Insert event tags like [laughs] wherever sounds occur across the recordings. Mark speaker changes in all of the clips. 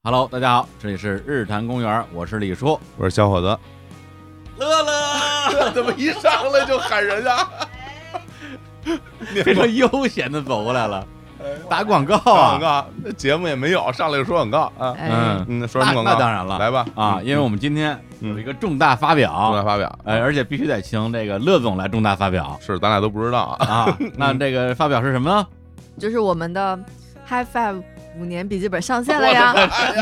Speaker 1: Hello，大家好，这里是日坛公园，我是李叔，
Speaker 2: 我是小伙子，
Speaker 1: 乐乐
Speaker 2: [laughs] 怎么一上来就喊人家？
Speaker 1: [laughs] 非常悠闲的走过来了，打广告
Speaker 2: 广
Speaker 1: 啊，
Speaker 2: 告，那节目也没有，上来就说广告啊。
Speaker 3: 哎
Speaker 1: 嗯
Speaker 2: 嗯，说什么广
Speaker 1: 那那
Speaker 2: 告？
Speaker 1: 当然了
Speaker 2: 来吧
Speaker 1: 啊，因为我们今天有一个重大发
Speaker 2: 正
Speaker 1: 表
Speaker 2: 在，发表，
Speaker 1: 哎，而且必须得请这个乐总来重大发表
Speaker 2: 是咱俩都不知道啊。
Speaker 1: 啊。那这个发表是什么呢？
Speaker 3: 就是我们的 High Five 五年笔记本上线了呀，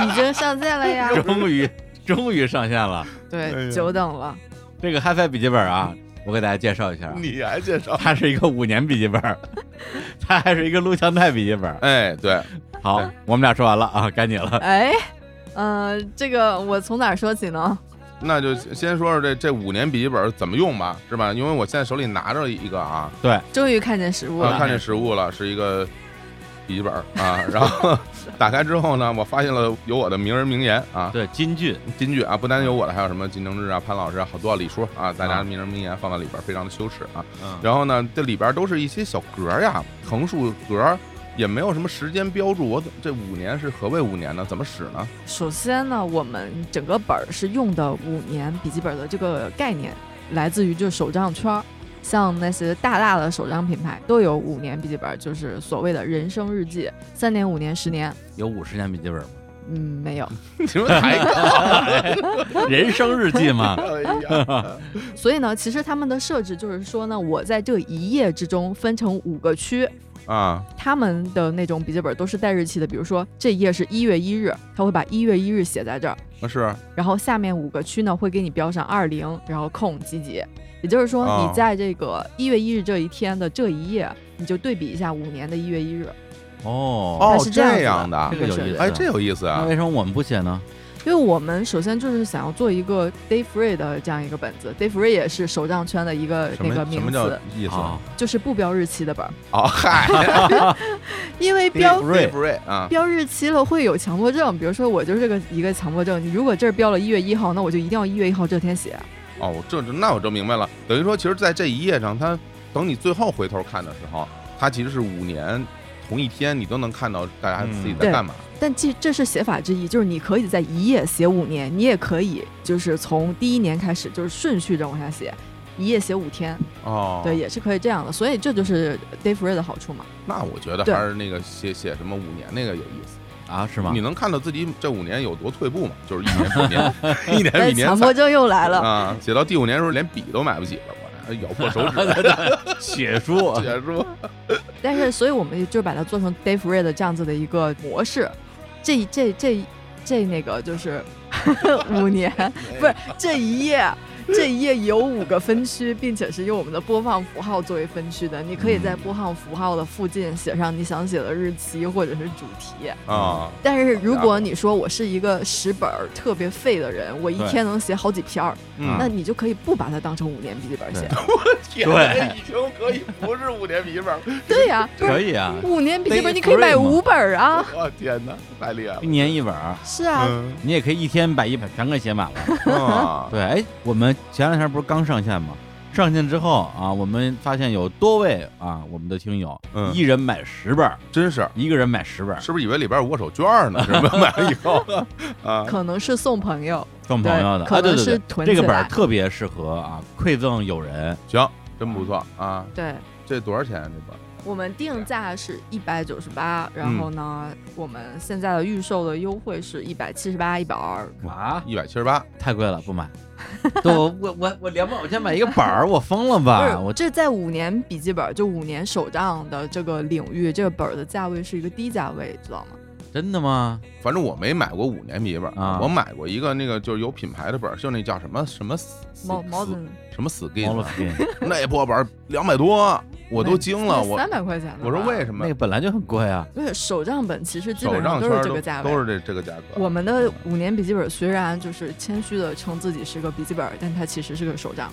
Speaker 3: 已经上线
Speaker 1: [laughs]
Speaker 3: 了呀，
Speaker 1: 终于终于上线了，
Speaker 2: 哎呀
Speaker 3: 对，久等了，
Speaker 1: 这个 HiFi 笔记本啊，我给大家介绍一下啊，
Speaker 2: [laughs] 你还介绍？
Speaker 1: 它是一个五年笔记本，它还是一个录像带笔记本。
Speaker 2: 哎，对，
Speaker 1: 好，我们俩说完了啊，该你了。
Speaker 3: 哎，呃，这个我从哪儿说起呢？
Speaker 2: 那就先说说这这五年笔记本怎么用吧，是吧？因为我现在手里拿着一个啊，
Speaker 3: 终于看见实物
Speaker 2: 然
Speaker 3: 了
Speaker 2: 后，看见实物了，是一个笔记本啊。然后 [laughs] 打开之后呢，我发现了有我的名人名言啊，
Speaker 1: 对，金句
Speaker 2: 金句啊，不单有我的，还有什么金承志啊、潘老师啊，好多啊李叔啊，大
Speaker 1: 啊
Speaker 2: 家名人名言放在里边，非常的羞耻啊。
Speaker 1: 嗯
Speaker 2: 然后呢，这里边都是一些小格儿呀，横竖格儿，啊也没有什么时间标注。我怎这五年是何谓五年呢？怎么使呢？ [laughs]
Speaker 3: 首先呢，我们整个本儿是用的五年笔记本的这个概念，来自于就是手账圈儿，像那些大大的手账品牌都有五年笔记本，就是所谓的人生日记，三年、五年、十年，
Speaker 1: 有五十年笔记本吗？
Speaker 3: 嗯，没有。
Speaker 2: 你们抬杠！
Speaker 1: 人生日记嘛，
Speaker 2: [laughs] 哎呀，
Speaker 3: 所以呢，其实他们的设置就是说呢，我在这一页之中分成五个区，
Speaker 2: 啊，
Speaker 3: 他们的那种笔记本都是带日期的，比如说这一页是一月一日，他会把一月一日写在这儿，
Speaker 2: 那是
Speaker 3: 然后下面五个区呢会给你标上二零，然后空几几，也就是说
Speaker 2: 哦
Speaker 3: 你在这个一月一日这一天的这一页，你就对比一下五年的一月一日，
Speaker 1: 哦，
Speaker 2: 哦
Speaker 3: 它，是这样子的
Speaker 2: 这样的
Speaker 1: 这，个有意思。
Speaker 2: 哎，这有意思
Speaker 1: 那
Speaker 2: 啊
Speaker 1: 为。什么我们不写呢？
Speaker 3: 因为我们首先就是想要做一个 day free 的这样一个本子，day free 也是手账圈的一个
Speaker 2: 什
Speaker 3: 那
Speaker 2: 么
Speaker 3: 个
Speaker 2: 什
Speaker 3: 名
Speaker 2: 么叫
Speaker 3: 词，
Speaker 2: 意思？
Speaker 1: 啊，
Speaker 3: 就是不标日期的本儿，
Speaker 2: 哦，嗨，
Speaker 3: 因为
Speaker 2: 标
Speaker 3: 标
Speaker 2: [laughs]
Speaker 1: Free
Speaker 2: 瑞啊，
Speaker 3: 标日期了会有强迫症，比如说我就是个一个强迫症，你如果这儿标了一月一号，那我就一定要一月一号这天写。
Speaker 2: 哦，我这这那我就明白了，等于说，其实，在这一页上，它等你最后回头看的时候，它其实是五年同一天，你都能看到大家自己在
Speaker 3: 嗯
Speaker 2: 干嘛。
Speaker 3: 但这这是写法之一，就是你可以在一页写五年，你也可以就是从第一年开始，就是顺序着往下写，一页写五天，
Speaker 2: 哦，
Speaker 3: 对，也是可以这样的。所以这就是
Speaker 2: [laughs]
Speaker 3: day free 的好处嘛。
Speaker 2: 那我觉得
Speaker 3: 对
Speaker 2: 还是那个写写什么五年那个有意思，
Speaker 1: 啊，是吗
Speaker 2: 你？能看到自己这五年有多退步吗？就是一
Speaker 3: [laughs]
Speaker 2: 年比一年，一年比
Speaker 3: 但
Speaker 2: 一
Speaker 3: 强
Speaker 2: 年
Speaker 3: 迫
Speaker 2: 惨
Speaker 3: 症又来了，
Speaker 2: 啊！写到第五年的时候，连笔都买不起了，我这咬破手
Speaker 3: [laughs]
Speaker 2: 指
Speaker 1: 写书
Speaker 2: 写书。
Speaker 3: 但是所以我们就把它做成 day free 的这样子的一个模式。这这这这那个就是 [laughs] 五年。 [laughs] 不是这一页， [laughs] 这一页有五个分区，并且是用我们的播放符号作为分区的。你可以在播放符号的附近写上你想写的日期或者是主题。
Speaker 2: 啊，
Speaker 3: 但是如果你说我是一个识本儿特别废的人，我一
Speaker 1: 对
Speaker 3: 天能写好几篇儿，
Speaker 1: 嗯
Speaker 3: 那你就可以不把它当成五年笔记本写。
Speaker 2: 天
Speaker 1: 对
Speaker 2: 已经可以不是五年笔记本了，
Speaker 3: [laughs] 对呀、
Speaker 1: [laughs]
Speaker 3: 不
Speaker 1: 可
Speaker 3: 是
Speaker 1: 以啊，
Speaker 3: 五年笔记
Speaker 1: Day
Speaker 3: 本，你可以买
Speaker 1: free 嘛
Speaker 3: 五本儿啊。
Speaker 2: 我天哪，太厉害了
Speaker 1: 一！年一本儿，
Speaker 3: 是啊，
Speaker 2: 嗯
Speaker 1: 你也可以一天把一本全给写满了。
Speaker 2: 啊，
Speaker 1: 对，哎，我们前两天不是刚上线吗？上线之后啊，我们发现有多位啊，我们的听友，
Speaker 2: 嗯
Speaker 1: 一人买十本儿，
Speaker 2: 真是，
Speaker 1: 一个人买十本儿，
Speaker 2: 是不是以为里边有握手券呢？是吧？ [laughs] 买了以
Speaker 1: [laughs]
Speaker 2: 后啊，
Speaker 3: 可能是送朋友，
Speaker 1: 送朋友的。
Speaker 3: 对
Speaker 1: 啊，对
Speaker 3: 可能
Speaker 1: 对
Speaker 3: 是
Speaker 1: 对，
Speaker 3: 囤
Speaker 1: 这个
Speaker 3: 起
Speaker 1: 本儿
Speaker 3: 来
Speaker 1: 特别适合啊馈赠友人。
Speaker 2: 行，真不错啊。
Speaker 3: 对。
Speaker 2: 这多少钱啊？这本？
Speaker 3: 我们定价是一百九十八，然后呢，
Speaker 2: 嗯
Speaker 3: 我们现在的预售的优惠是一百七十八、一百二。
Speaker 1: 啊，
Speaker 2: 一百七十八。
Speaker 1: 太贵了，不
Speaker 3: [laughs]
Speaker 1: 买。对，我我我我两百块钱买一个本儿，我疯了
Speaker 3: 不是
Speaker 1: 吧？我
Speaker 3: 这在五年笔记本，就五年手账的这个领域，这个本儿的价位是一个低价位，知道吗？
Speaker 1: 真的吗？
Speaker 2: 反正我没买过五年笔记本
Speaker 1: 啊
Speaker 2: 我买过一个那个就是有品牌的本儿，就那叫什么什么死
Speaker 3: 毛毛
Speaker 2: 死
Speaker 3: 子
Speaker 2: 什么死 g
Speaker 1: 毛
Speaker 2: i
Speaker 1: 了
Speaker 2: n
Speaker 1: 劲，
Speaker 2: 那破本两百多，我都惊了，我
Speaker 3: 三百块钱的吧。
Speaker 2: 我说为什么
Speaker 1: 那个本来就很贵啊。
Speaker 3: 因为手账本其实基
Speaker 2: 手
Speaker 3: 本
Speaker 2: 账
Speaker 3: 上都
Speaker 2: 圈
Speaker 3: 是
Speaker 2: 儿
Speaker 3: 这
Speaker 2: 都
Speaker 3: 个价位。
Speaker 2: 都是这这个价格？
Speaker 3: 我们的五年笔记本虽然就是谦虚的称自己是个笔记本，但它其实是个手账。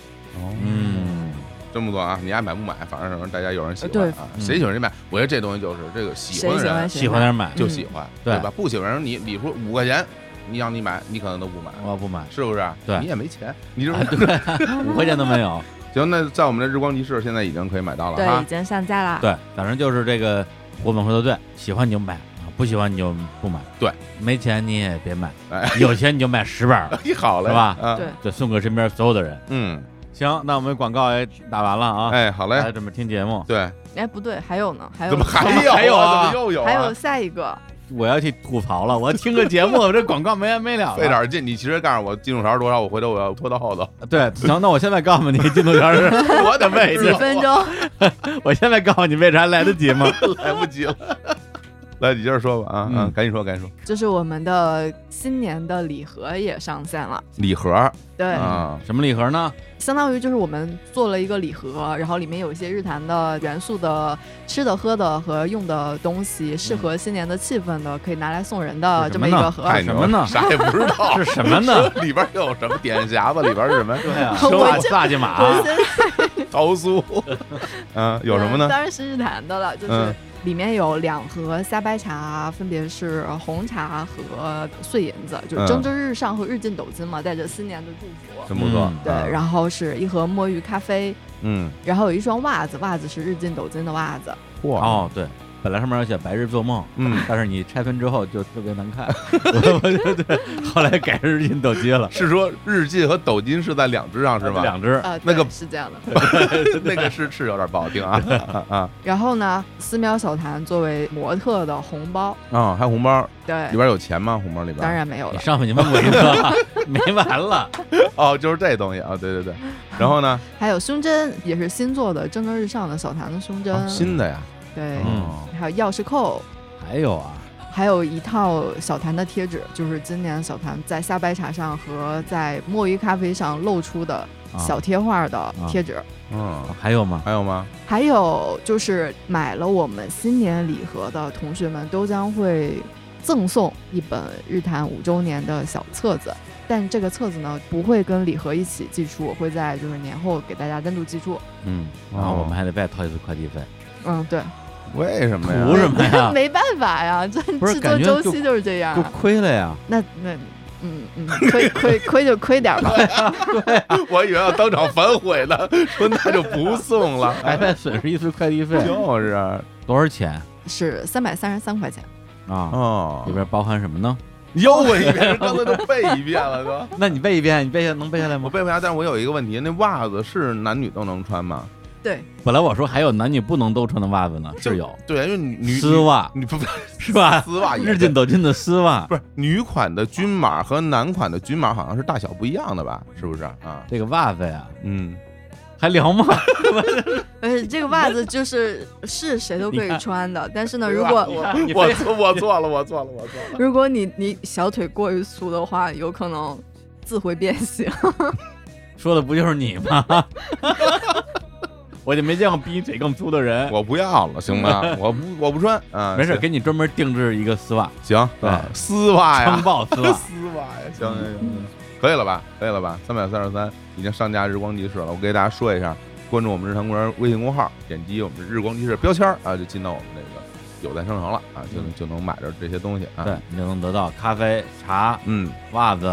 Speaker 1: 嗯，
Speaker 2: 真不错啊！你爱买不买，反正什么大家有人喜欢
Speaker 3: 对
Speaker 2: 啊，
Speaker 1: 嗯
Speaker 2: 谁喜欢谁买。我觉得这东西就是这个喜
Speaker 3: 谁
Speaker 2: 欢的
Speaker 3: 喜欢
Speaker 2: 人
Speaker 1: [laughs]
Speaker 3: 谁
Speaker 1: 喜欢点买，
Speaker 2: 就喜欢，
Speaker 1: 嗯对
Speaker 2: 吧？不喜欢人你你说五块钱，你让你买，你可能都不买，
Speaker 1: 我不买，
Speaker 2: 是不是？
Speaker 1: 哦对
Speaker 2: 你也没钱，你就是
Speaker 1: 啊
Speaker 2: [laughs]
Speaker 1: 对，五块钱都没 [laughs] 有。
Speaker 2: 行。那在我们的日光集市现在已经可以买到了
Speaker 3: 对，已
Speaker 2: 哈。
Speaker 3: 经上架啦。
Speaker 1: 对，反正就是这个，我总说的对，喜欢你就买啊，不喜欢你就不买，
Speaker 2: 对，
Speaker 1: 没钱你也别买，
Speaker 2: 哎，
Speaker 1: 有钱你就买十本 [laughs] 儿，
Speaker 2: [laughs] 你好嘞，
Speaker 1: 是吧
Speaker 2: 啊，
Speaker 3: 对，
Speaker 1: 就送给身边所有的人。
Speaker 2: 嗯，
Speaker 1: 行，那我们广告也打完了啊，
Speaker 2: 哎，好
Speaker 1: 大
Speaker 2: 嘞
Speaker 1: 家，准备听节目。
Speaker 2: 对，
Speaker 3: 哎，不对，还有呢，还有
Speaker 2: 怎么
Speaker 1: 怎么
Speaker 2: 有
Speaker 1: 还有啊
Speaker 2: 啊？怎么又有啊？
Speaker 3: [laughs] 还有下一个，
Speaker 1: 我要去吐槽了，我要听个节目， [laughs] 我这广告没完没了了。
Speaker 2: 费点儿劲，你其实告诉我进度条是多少，我回头我要拖
Speaker 1: [laughs]
Speaker 2: 到后头。
Speaker 1: 对，行，那我现在告诉你进度条是，
Speaker 2: 我的
Speaker 1: 位
Speaker 2: 位
Speaker 1: 置
Speaker 2: 置
Speaker 3: 几分钟，
Speaker 1: [laughs]
Speaker 3: [laughs]
Speaker 1: 我现在告诉你为啥来得及吗？
Speaker 2: 来不及了。 [laughs] 来，你接着说吧啊啊
Speaker 1: 嗯，
Speaker 2: 赶紧说，赶紧说。
Speaker 3: 就是我们的新年的礼盒也上线了。
Speaker 2: 礼盒
Speaker 3: 对，
Speaker 2: 啊，
Speaker 1: [laughs] 什么礼盒呢？
Speaker 3: 相当于就是我们做了一个礼盒，然后里面有一些日坛的元素的吃的、喝的和用的东西，
Speaker 2: 嗯
Speaker 3: 适合新年的气氛的，可以拿来送人的
Speaker 1: 是
Speaker 3: 这
Speaker 1: 什么
Speaker 3: 么一
Speaker 1: 呢
Speaker 3: 个盒。
Speaker 2: 太牛了
Speaker 1: 啊什么呢
Speaker 2: 啥也不知
Speaker 1: [laughs]
Speaker 2: 道
Speaker 1: 是什么呢？
Speaker 2: 里边有什么点匣子？里边是什么？
Speaker 1: 对 [laughs] 啊，
Speaker 3: 我
Speaker 1: 收纳萨琪玛，
Speaker 3: 我现在
Speaker 2: 桃
Speaker 3: [laughs]
Speaker 2: 酥。嗯，有什么呢？
Speaker 3: 当然是日坛的了，就是
Speaker 2: 嗯
Speaker 3: 里面有两盒虾白茶，分别是红茶和碎银子，就是
Speaker 2: 嗯
Speaker 3: 蒸蒸日上和日进斗金嘛，带着新年的祝福。
Speaker 2: 真不错。
Speaker 1: 嗯
Speaker 3: 对，
Speaker 2: 啊
Speaker 3: 然后是一盒墨鱼咖啡，
Speaker 2: 嗯，
Speaker 3: 然后有一双袜子，袜子是日进斗金的袜子。
Speaker 2: 哇，
Speaker 1: 哦，对，本来上面要写“白日做梦”，
Speaker 2: 嗯，
Speaker 1: 但是你拆分之后就特别难 [laughs] 看，我我觉得后来改成日进斗鸡了，
Speaker 2: 是说日进和斗金是在两只上是吧？
Speaker 1: 两只，
Speaker 3: 呃，
Speaker 2: 那个
Speaker 3: 对是这样的。
Speaker 2: [laughs] 那个是是有点不好听 [laughs] 啊啊啊
Speaker 3: 然后呢，寺庙小谭作为模特的红包，
Speaker 2: 啊！还有红包
Speaker 3: 对
Speaker 2: 里，边有钱吗？红包里边
Speaker 3: 当然没有
Speaker 1: 你
Speaker 3: 了。
Speaker 1: 上面你问过一个， [laughs] 没完了，
Speaker 2: 哦，就是这东西啊，对对对。 [laughs] 然后呢，
Speaker 3: 还有胸针也是新做的，蒸蒸日上的小谭的胸针，
Speaker 2: 哦新的呀，
Speaker 3: 嗯对，
Speaker 1: 嗯
Speaker 2: 哦，
Speaker 3: 还有钥匙扣，
Speaker 1: 还有啊，
Speaker 3: 还有一套小谭的贴纸，就是今年小谭在虾白茶上和在墨鱼咖啡上露出的
Speaker 1: 啊
Speaker 3: 小贴画的贴纸。
Speaker 2: 嗯，
Speaker 1: 还有吗？
Speaker 2: 还有吗？
Speaker 3: 还有就是买了我们新年礼盒的同学们都将会赠送一本日坛五周年的小册子，但这个册子呢不会跟礼盒一起寄出，我会在就是年后给大家单独
Speaker 1: [laughs]
Speaker 3: 寄出。
Speaker 1: 嗯，然后
Speaker 2: 哦
Speaker 1: 我们还得再掏一次快递费，
Speaker 3: 嗯，
Speaker 1: [laughs]
Speaker 3: 对，？
Speaker 2: 为什么呀？
Speaker 1: 图什么呀
Speaker 3: 没办法呀，这
Speaker 1: 不是
Speaker 3: 制
Speaker 1: 感
Speaker 3: 作
Speaker 1: 觉
Speaker 3: 周
Speaker 1: 就
Speaker 3: 期就是这样
Speaker 1: 啊就
Speaker 3: 啊。
Speaker 1: 亏了呀！
Speaker 3: 那那嗯嗯，
Speaker 1: [laughs]
Speaker 3: 亏亏亏就亏点儿吧。
Speaker 2: 我以为要当场反悔呢， [laughs] 说那就不送 [laughs] 了。
Speaker 1: 还在损失一次快递费，
Speaker 2: 就是
Speaker 1: [laughs]
Speaker 2: 啊
Speaker 1: 多少钱
Speaker 3: 是三百三十三块钱，
Speaker 1: 啊？
Speaker 2: 哦
Speaker 1: 里边包含什么呢？
Speaker 2: 又问一遍，刚才都背一遍了都。
Speaker 1: 那你背一遍，你背下能背下来
Speaker 2: 我
Speaker 1: 吗？
Speaker 2: 背不下，但是我有一个问题，那袜子是男女都能穿吗？
Speaker 3: 对，
Speaker 1: 本来我说还有男女不能都穿的袜子呢，
Speaker 2: 就是
Speaker 1: 有
Speaker 2: 对，啊因为女女
Speaker 1: 丝袜
Speaker 2: 女 [laughs] 不不
Speaker 1: 是吧？
Speaker 2: 丝袜也
Speaker 1: 日进斗金的丝袜，
Speaker 2: 不是女款的均码和男款的均码好像是大小不一样的吧？是不是啊？
Speaker 1: 这个袜子呀，
Speaker 2: 嗯，
Speaker 1: 还聊吗？
Speaker 3: 而且呃这个袜子就是是谁都可
Speaker 1: 你
Speaker 3: 以
Speaker 1: 看
Speaker 3: 穿的，
Speaker 1: [laughs]
Speaker 3: 但是呢，
Speaker 2: 对
Speaker 3: 如
Speaker 2: 吧
Speaker 3: 果
Speaker 2: 我
Speaker 1: 你
Speaker 2: [laughs] 我
Speaker 1: 非
Speaker 2: 错我错了，我错了，我错
Speaker 3: [laughs]
Speaker 2: 了。
Speaker 3: 如果你你小腿过于粗的话，有可能自会变形。
Speaker 1: 说的不就是你吗？ [laughs] 我就没见过比你腿更粗的人。
Speaker 2: 我不要了，行吗？我不我不穿啊，
Speaker 1: 没事，给你专门定制一个丝袜，
Speaker 2: 行啊
Speaker 1: 哎，
Speaker 2: 丝袜呀
Speaker 1: 枪，爆丝
Speaker 2: [laughs]
Speaker 1: 袜。
Speaker 2: 丝袜呀，行行行，可以了吧？可以了吧？三百三十三已经上架日光集市了，我给大家说一下，关注我们日坛公园微信公号，点击我们日光集市标签儿啊，就进到我们那个有赞商城了啊，就能就能买着这些东西啊。
Speaker 1: 对，，你就能得到咖啡、茶、
Speaker 2: 嗯，
Speaker 1: 袜子、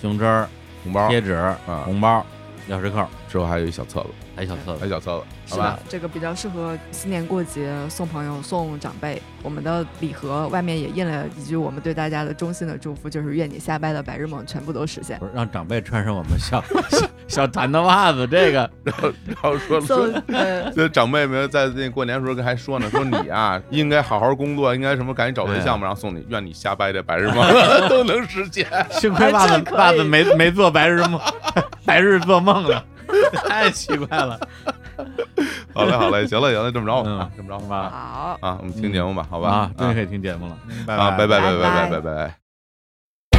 Speaker 1: 胸针儿、
Speaker 2: 红包嗯
Speaker 1: 贴纸、红包、钥匙扣，
Speaker 2: 之后还有一小册子，
Speaker 1: 还有小册
Speaker 2: 还
Speaker 1: 子。
Speaker 2: 有小册子， [laughs] 好吧？，
Speaker 3: 这个比较适合新年过节送朋友、送长辈。我们的礼盒外面也印了一句我们对大家的衷心的祝福，就是愿你下班的白日梦全部都实
Speaker 2: [laughs]
Speaker 3: 现。
Speaker 1: 不是让长辈穿上我们小 [laughs] 小小谭的袜子，这个
Speaker 2: 然后说
Speaker 3: 送
Speaker 2: 说。
Speaker 3: 呃，
Speaker 2: 这长辈们在那过年的时候还说呢，说你啊应该好好工作，应该什么赶紧找对象嘛，然后送你，愿你瞎掰的白日梦都能实现。
Speaker 1: 幸亏袜
Speaker 3: 哎这
Speaker 1: 子
Speaker 3: 可以
Speaker 1: 袜子没没做白日梦， [laughs] 白日做梦了， [laughs] 太奇怪了。
Speaker 2: 好嘞，好嘞，行了，行了，这么着吧，
Speaker 1: 嗯
Speaker 2: 啊这么着吧，
Speaker 1: 吧，
Speaker 3: 好，
Speaker 2: [laughs] 啊，我们听节目吧，好吧，
Speaker 1: 啊，嗯终于
Speaker 2: 啊
Speaker 1: 可以听节目了，
Speaker 2: 啊，拜拜拜拜
Speaker 3: 拜
Speaker 2: 拜
Speaker 3: 拜
Speaker 2: 拜拜。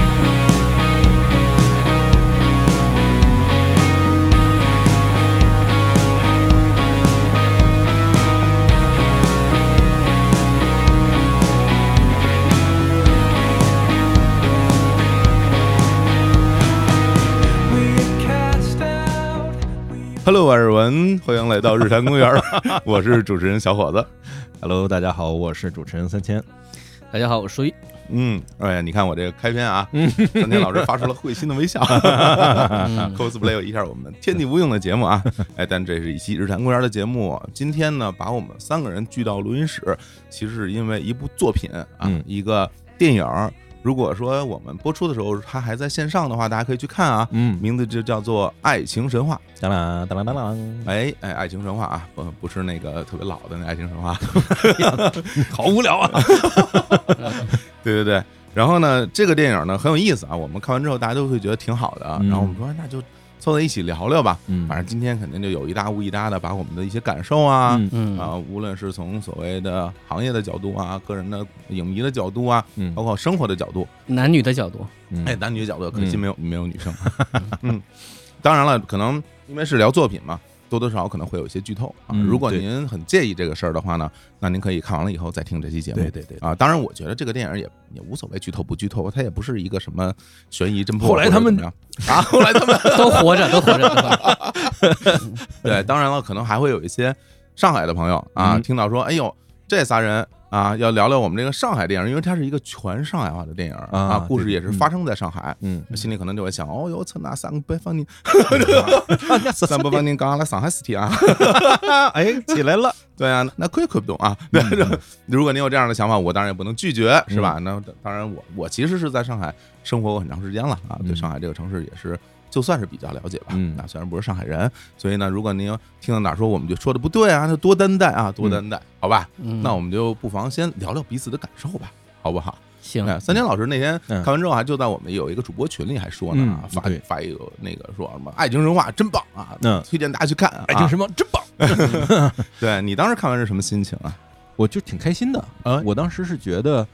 Speaker 2: Hello，耳闻，欢迎来到日坛公园儿， [laughs] 我是主持人小伙子。
Speaker 4: Hello，大家好，我是主持人三千。
Speaker 2: [laughs]
Speaker 5: 大家好，我是舒一。
Speaker 2: 嗯，哎呀，你看我这个开篇啊，张天老师发出了会心的微笑，cosplay 一下我们天地无用的节目啊，哎，但这是一期日坛公园的节目。今天呢，把我们三个人聚到录音室，其实是因为一部作品啊
Speaker 6: 嗯，
Speaker 2: 一个电影儿。如果说我们播出的时候它还在线上的话，大家可以去看啊，
Speaker 6: 嗯，
Speaker 2: 名字就叫做《爱情神话》。
Speaker 6: 当啷当啷当啷，
Speaker 2: 哎哎，爱情神话啊，不不是那个特别老的那爱情神话，
Speaker 6: 好无聊啊！
Speaker 2: 对对对。然后呢，这个电影呢很有意思啊，我们看完之后大家都会觉得挺好的。啊
Speaker 6: 嗯
Speaker 2: 然后我们说那就凑在一起聊聊吧，
Speaker 6: 嗯，
Speaker 2: 反正今天肯定就有一搭无一搭的把我们的一些感受啊。
Speaker 6: 嗯
Speaker 5: 嗯
Speaker 2: 啊，无论是从所谓的行业的角度啊，个人的影迷的角度啊，
Speaker 6: 嗯
Speaker 2: 包括生活的角度，
Speaker 5: 男女的角度，
Speaker 6: 嗯
Speaker 2: 哎，男女角度，可惜
Speaker 6: 嗯
Speaker 2: 没有、没有女生。 [laughs] 嗯，当然了，可能因为是聊作品嘛，多多少少可能会有一些剧透啊。
Speaker 6: 嗯
Speaker 2: 如果
Speaker 6: 对
Speaker 2: 您很介意这个事儿的话呢，那您可以看完了以后再听这期节目。
Speaker 6: 对对对。
Speaker 2: 啊，当然，我觉得这个电影也也无所谓剧透不剧透，它也不是一个什么悬疑侦破。
Speaker 6: 后来
Speaker 2: 或者
Speaker 6: 他们
Speaker 2: 怎么
Speaker 6: [laughs]
Speaker 2: 样啊，后来他们
Speaker 5: 都活着，都活着都活着。
Speaker 2: [laughs] 对，当然了，可能还会有一些上海的朋友啊，
Speaker 6: 嗯
Speaker 2: 听到说，哎呦，这仨人啊，要聊聊我们这个上海电影，因为它是一个全上海话的电影
Speaker 6: 啊
Speaker 2: 啊，故
Speaker 6: 对
Speaker 2: 事
Speaker 6: 对
Speaker 2: 也是
Speaker 6: 嗯
Speaker 2: 发生在上海。
Speaker 6: 嗯，
Speaker 2: 心里可能就会想，哦哟，操，那三个北方 [laughs]
Speaker 6: [laughs]
Speaker 2: 人，三北方人讲了上海事体啊， [laughs]
Speaker 6: [laughs] 哎，起来了，嗯
Speaker 2: 对啊，那可以可不懂啊。对， [laughs] 如果您有这样的想法，我当然也不能拒绝，是吧？那当然我，我其实是在上海生活过很长时间了啊，对
Speaker 6: 嗯
Speaker 2: 上海这个城市也是。就算是比较了解吧，
Speaker 6: 嗯
Speaker 2: 那虽然不是上海人，所以呢，如果您听到哪儿说我们就说的不对啊，就多担待啊，多担待，好吧？[laughs]
Speaker 5: 嗯
Speaker 2: 那我们就不妨先聊聊彼此的感受吧，好不好？
Speaker 5: 行，
Speaker 2: 哎，三天老师那天
Speaker 6: 嗯
Speaker 2: 看完之后，还就在我们有一个主播群里还说呢，
Speaker 6: 嗯
Speaker 2: 发
Speaker 6: 对
Speaker 2: 发一个那个说什么《爱情神话》真棒啊，
Speaker 6: 嗯
Speaker 2: 推荐大家去看、啊。
Speaker 6: 爱情神话真棒，
Speaker 2: 对你当时看完是什么心情啊？
Speaker 6: 我就挺开心的
Speaker 2: 啊
Speaker 6: 我当时是觉得。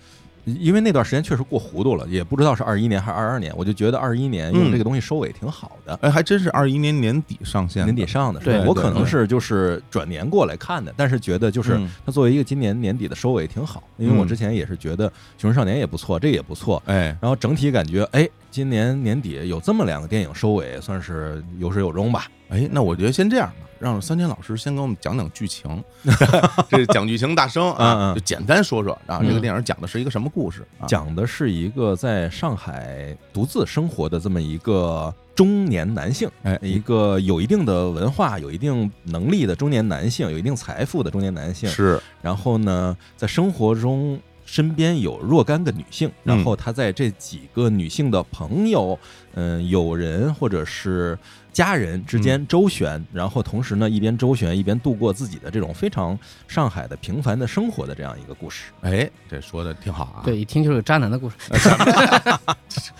Speaker 6: 因为那段时间确实过糊涂了，也不知道是二一年还是二二年，我就觉得二一年用
Speaker 2: 嗯
Speaker 6: 这个东西收尾挺好的，
Speaker 2: 哎，还真是二一年年底上线的，
Speaker 6: 年底上的是吧。
Speaker 5: 对
Speaker 6: 我
Speaker 2: 对
Speaker 6: 可能
Speaker 2: 对
Speaker 6: 是就是转年过来看的，但是觉得就是
Speaker 2: 嗯
Speaker 6: 它作为一个今年年底的收尾挺好，因为我
Speaker 2: 嗯
Speaker 6: 之前也是觉得《熊出没少年》也不错，这也不错，
Speaker 2: 哎，
Speaker 6: 然后整体感觉，哎，今年年底有这么两个电影收尾，算是有始有终吧。
Speaker 2: 哎，那我觉得先这样吧，让三天老师先给我们讲讲剧情， [laughs] 这讲剧情大生
Speaker 6: 嗯
Speaker 2: 啊，
Speaker 6: 嗯
Speaker 2: 就简单说说啊，
Speaker 5: 嗯
Speaker 2: 这个电影讲的是一个什么故事啊？
Speaker 6: 讲的是一个在上海独自生活的这么一个中年男性，
Speaker 2: 哎
Speaker 6: 一个有一定的文化、有一定能力的中年男性，有一定财富的中年男性。
Speaker 2: 是
Speaker 6: 然后呢，在生活中身边有若干个女性，
Speaker 2: 嗯
Speaker 6: 然后他在这几个女性的朋友、嗯、友人或者是家人之
Speaker 2: 嗯
Speaker 6: 间周旋，然后同时呢，一边周旋一边度过自己的这种非常上海的平凡的生活的这样一个故事。
Speaker 2: 哎，这说的挺好啊，
Speaker 5: 对，一听就是渣男的故事。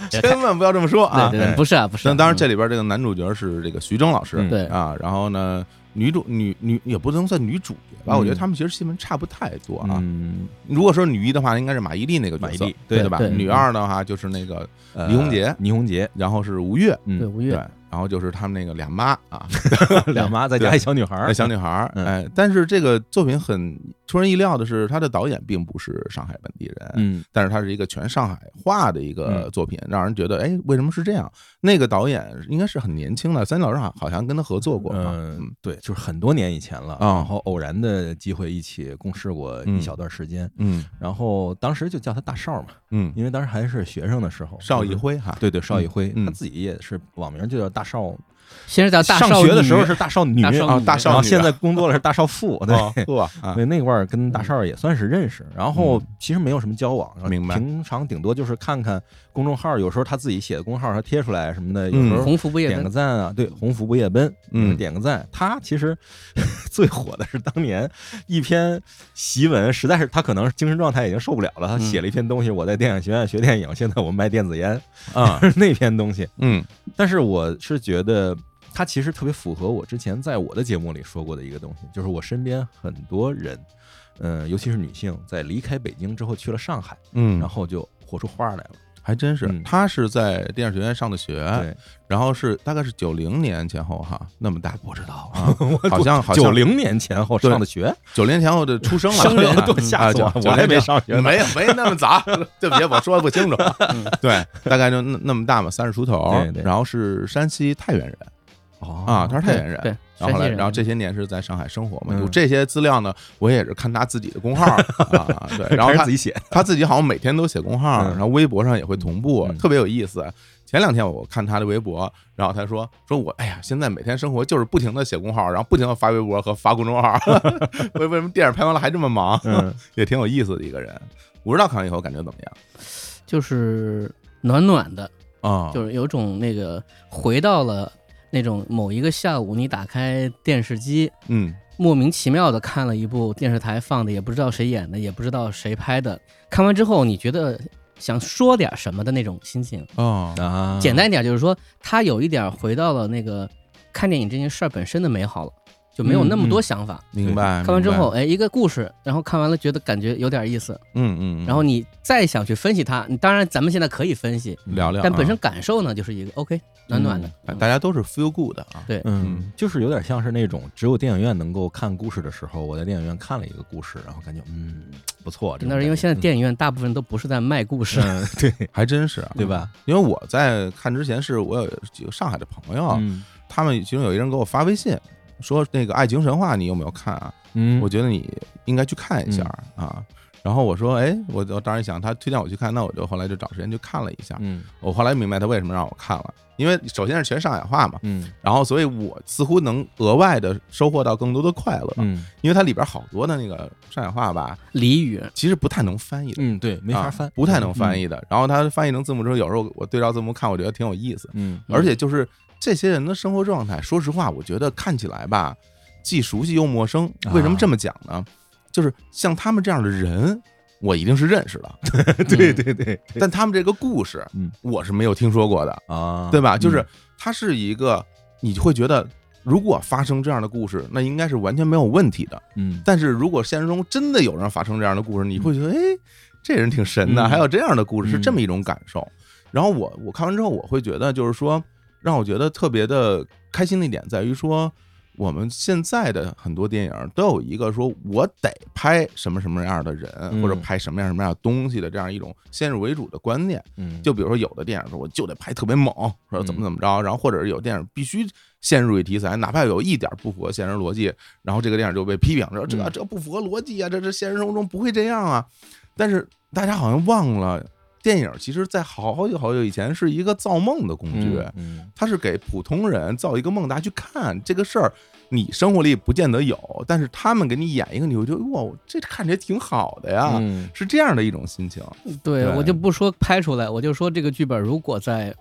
Speaker 2: 千万不要这么说啊，
Speaker 5: 对对
Speaker 2: 哎
Speaker 5: 对，不是啊，不是啊。
Speaker 2: 那当然，这
Speaker 5: 里
Speaker 2: 里边这个男主角是这个徐峥老师，
Speaker 6: 嗯
Speaker 5: 对
Speaker 2: 啊，然后呢，女主女女也不能算女主角吧，
Speaker 6: 嗯
Speaker 2: 我觉得他们其实戏份差不太多啊。
Speaker 6: 嗯，
Speaker 2: 如果说女一的话，应该是马伊琍那个角色
Speaker 6: 马伊琍，嗯
Speaker 2: 对
Speaker 5: 对
Speaker 2: 吧？
Speaker 5: 对
Speaker 2: 女二的话就是那个，
Speaker 6: 呃
Speaker 2: 倪虹洁
Speaker 6: 倪虹
Speaker 2: [laughs]
Speaker 6: 洁，
Speaker 2: 然后是吴越，
Speaker 5: 对
Speaker 6: 嗯，
Speaker 5: 吴
Speaker 2: 对，
Speaker 5: 越，
Speaker 2: 然后就是他们那个俩妈啊，
Speaker 6: 两妈再加一小女孩
Speaker 2: [laughs]
Speaker 6: 儿，
Speaker 2: 小女孩儿，
Speaker 6: 嗯
Speaker 2: 哎，但是这个作品很出人意料的是，他的导演并不是上海本地人。
Speaker 6: 嗯，
Speaker 2: 但是它是一个全上海话的一个
Speaker 6: 嗯
Speaker 2: 作品，让人觉得，哎，为什么是这样？那个导演应该是很年轻的，三井老师好好像跟他合作过啊，嗯
Speaker 6: 嗯，对，就是很多年以前了，
Speaker 2: 啊
Speaker 6: 然后偶然的机会一起共事过一
Speaker 2: 嗯
Speaker 6: 小段时间，
Speaker 2: 嗯
Speaker 6: 然后当时就叫他大少嘛，
Speaker 2: 嗯，
Speaker 6: 因为当时还是学生的时候，
Speaker 2: 邵
Speaker 6: 就
Speaker 2: 艺
Speaker 6: 是。
Speaker 2: 辉哈，
Speaker 6: 对对，邵艺辉，
Speaker 2: 嗯
Speaker 6: 他自己也是网名就叫大少。
Speaker 5: 先是叫大
Speaker 6: 上
Speaker 5: 少
Speaker 6: 学的时候
Speaker 5: 女
Speaker 6: 是大少女，
Speaker 5: 大少
Speaker 6: 然
Speaker 2: 啊，
Speaker 5: 女
Speaker 2: 大
Speaker 6: 后
Speaker 2: 少女，
Speaker 6: 现在工作了是大少妇，对。
Speaker 2: 哦呵啊，嗯
Speaker 6: 对那块儿跟大少也算是认识，然后其实没有什么交往，然后
Speaker 2: 明白
Speaker 6: 平常顶多就是看看公众号，有时候他自己写的公众号上贴出来什么的，有
Speaker 2: 嗯
Speaker 6: 时候
Speaker 5: 红福不夜
Speaker 6: 点个
Speaker 5: 奔，
Speaker 6: 赞啊，对，鸿福不夜奔，
Speaker 2: 嗯
Speaker 6: 点个赞。他其实 [laughs] 最火的是当年一篇檄文，实在是他可能精神状态已经受不了了，
Speaker 2: 嗯
Speaker 6: 他写了一篇东西，我在电影学院学电影，现在我卖电子烟
Speaker 2: 啊，
Speaker 6: [laughs] 那篇东西。
Speaker 2: 嗯
Speaker 6: 但是我是觉得他其实特别符合我之前在我的节目里说过的一个东西，就是我身边很多人，嗯、尤其是女性，在离开北京之后去了上海，
Speaker 2: 嗯，
Speaker 6: 然后就活出花来了。
Speaker 2: 还真是，
Speaker 6: 嗯
Speaker 2: 他是在电影学院上的学，
Speaker 6: 对，
Speaker 2: 然后是大概是九零年前后哈，那么大不知道
Speaker 6: [laughs]
Speaker 2: 啊，好像好
Speaker 6: 九
Speaker 2: 像
Speaker 6: 零年前后上的学，
Speaker 2: 九零前后的出生了，
Speaker 6: 生人
Speaker 2: 啊
Speaker 6: 都吓死我
Speaker 2: 啊九
Speaker 6: 我还
Speaker 2: 90
Speaker 6: 没上学呢嗯
Speaker 2: 没有没那么
Speaker 6: [laughs]
Speaker 2: 早，对不起，我说的不清楚，对，大概就那那么大嘛，三十出头
Speaker 6: 对，对
Speaker 2: 然后是山西太原人。
Speaker 6: 哦
Speaker 2: 啊，他是太原人。
Speaker 5: 对，
Speaker 2: 然后
Speaker 5: 山西
Speaker 2: 来，
Speaker 5: 人
Speaker 2: 然后这些年是在上海生活嘛，
Speaker 6: 嗯
Speaker 2: 有这些资料呢，我也是看他自己的公号
Speaker 6: [laughs]
Speaker 2: 啊，对，然后
Speaker 6: 开始
Speaker 2: 他
Speaker 6: 自己写，
Speaker 2: 他自己好像每天都写公号，
Speaker 6: 嗯
Speaker 2: 然后微博上也会同步，
Speaker 6: 嗯
Speaker 2: 特别有意思。前两天我看他的微博，然后他说说我哎呀，现在每天生活就是不停的写公号，然后不停的发微博和发公众号， [laughs] 为为什么电影拍完了还这么忙？
Speaker 6: [laughs] 嗯，
Speaker 2: 也挺有意思的一个人。不知道看完以后感觉怎么样
Speaker 5: 就是暖暖的，
Speaker 2: 啊？
Speaker 5: 就是有种那个回到了那种某一个下午，你打开电视机，
Speaker 2: 嗯
Speaker 5: 莫名其妙的看了一部电视台放的，也不知道谁演的，也不知道谁拍的。看完之后，你觉得想说点什么的那种心情。
Speaker 2: 哦
Speaker 6: 啊，
Speaker 5: 简单一点就是说，他有一点回到了那个看电影这件事儿本身的美好了，就没有那么多想
Speaker 6: 嗯
Speaker 5: 法。
Speaker 2: 明白。
Speaker 5: 看完之
Speaker 2: 明
Speaker 5: 后，
Speaker 2: 白，
Speaker 5: 哎，一个故事，然后看完了觉得感觉有点意思，
Speaker 2: 嗯嗯，嗯
Speaker 5: 然后你再想去分析它，你当然咱们现在可以分析，
Speaker 2: 聊聊啊，
Speaker 5: 但本身感受呢就是一个 OK 暖暖的，嗯
Speaker 2: 大家都是 feel good 的啊。
Speaker 5: 对，
Speaker 6: 嗯，就是有点像是那种只有电影院能够看故事的时候，我在电影院看了一个故事，然后感觉嗯不错。这种
Speaker 5: 那是因为
Speaker 6: 感觉
Speaker 5: 现在电影院大部分都不是在卖故事，
Speaker 6: 嗯 [laughs] 对
Speaker 2: 还真是啊，
Speaker 6: 对吧？
Speaker 2: 因为我在看之前是我有几个上海的朋友，
Speaker 6: 嗯
Speaker 2: 他们其中有一个人给我发微信说那个《爱情神话》你有没有看啊？
Speaker 6: 嗯，
Speaker 2: 我觉得你应该去看一下啊。然后我说，哎，我我当时想他推荐我去看，那我就后来就找时间去看了一下。
Speaker 6: 嗯
Speaker 2: 我后来明白他为什么让我看了，因为首先是全上海话嘛，
Speaker 6: 嗯
Speaker 2: 然后所以我似乎能额外的收获到更多的快乐，
Speaker 6: 嗯
Speaker 2: 因为它里边好多的那个上海话吧，
Speaker 5: 俚语，
Speaker 2: [laughs]
Speaker 5: 嗯
Speaker 2: 其实不太能翻译的，
Speaker 6: 嗯，对，没
Speaker 2: 啊
Speaker 6: 法翻，
Speaker 2: 不太能翻
Speaker 6: 译。
Speaker 2: 译的。然后它翻译成字幕之后，有时候我对照字幕看，我觉得挺有意思。
Speaker 6: 嗯
Speaker 5: 嗯
Speaker 2: 而且就是这些人的生活状态，说实话，我觉得看起来吧，既熟悉又陌生。为什么
Speaker 6: 啊
Speaker 2: 这么讲呢？就是像他们这样的人，我一定是认识的，
Speaker 5: 对
Speaker 6: 对对
Speaker 2: [laughs] 但他们这个故事
Speaker 6: 嗯，
Speaker 2: 我是没有听说过的，
Speaker 6: 啊，
Speaker 2: 对吧？就是
Speaker 6: 嗯
Speaker 2: 它是一个，你会觉得。如果发生这样的故事，那应该是完全没有问题的。
Speaker 6: 嗯
Speaker 2: 但是如果现实中真的有人发生这样的故事，你会觉得，哎，这人挺神的，
Speaker 6: 嗯
Speaker 2: 还有这样的故事，是
Speaker 6: 嗯
Speaker 2: 这么一种感受。然后我我看完之后，我会觉得，就是说，让我觉得特别的开心的一点在于说，我们现在的很多电影都有一个说我得拍什么什么样的人，
Speaker 6: 嗯
Speaker 2: 或者拍什么样什么样的东西的这样一种先入为主的观念。
Speaker 6: 嗯
Speaker 2: 就比如说有的电影说我就得拍特别猛，说怎么怎么着，然后或者是有电影必须陷入一题材，哪怕有一点不符合现实逻辑，然后这个电影就被批评说这
Speaker 6: 嗯
Speaker 2: 这不符合逻辑啊，这这现实生活中不会这样啊。但是大家好像忘了，电影其实在好久好久以前是一个造梦的工具，
Speaker 6: 嗯
Speaker 2: 它是给普通人造一个梦，大家去看这个事儿。你生活里不见得有，但是他们给你演一个，你会觉得哇，这看起来挺好的呀，
Speaker 6: 嗯
Speaker 2: 是这样的一种心情。
Speaker 5: 对
Speaker 2: 对
Speaker 5: 我就不说拍出来，我就说这个剧本如果在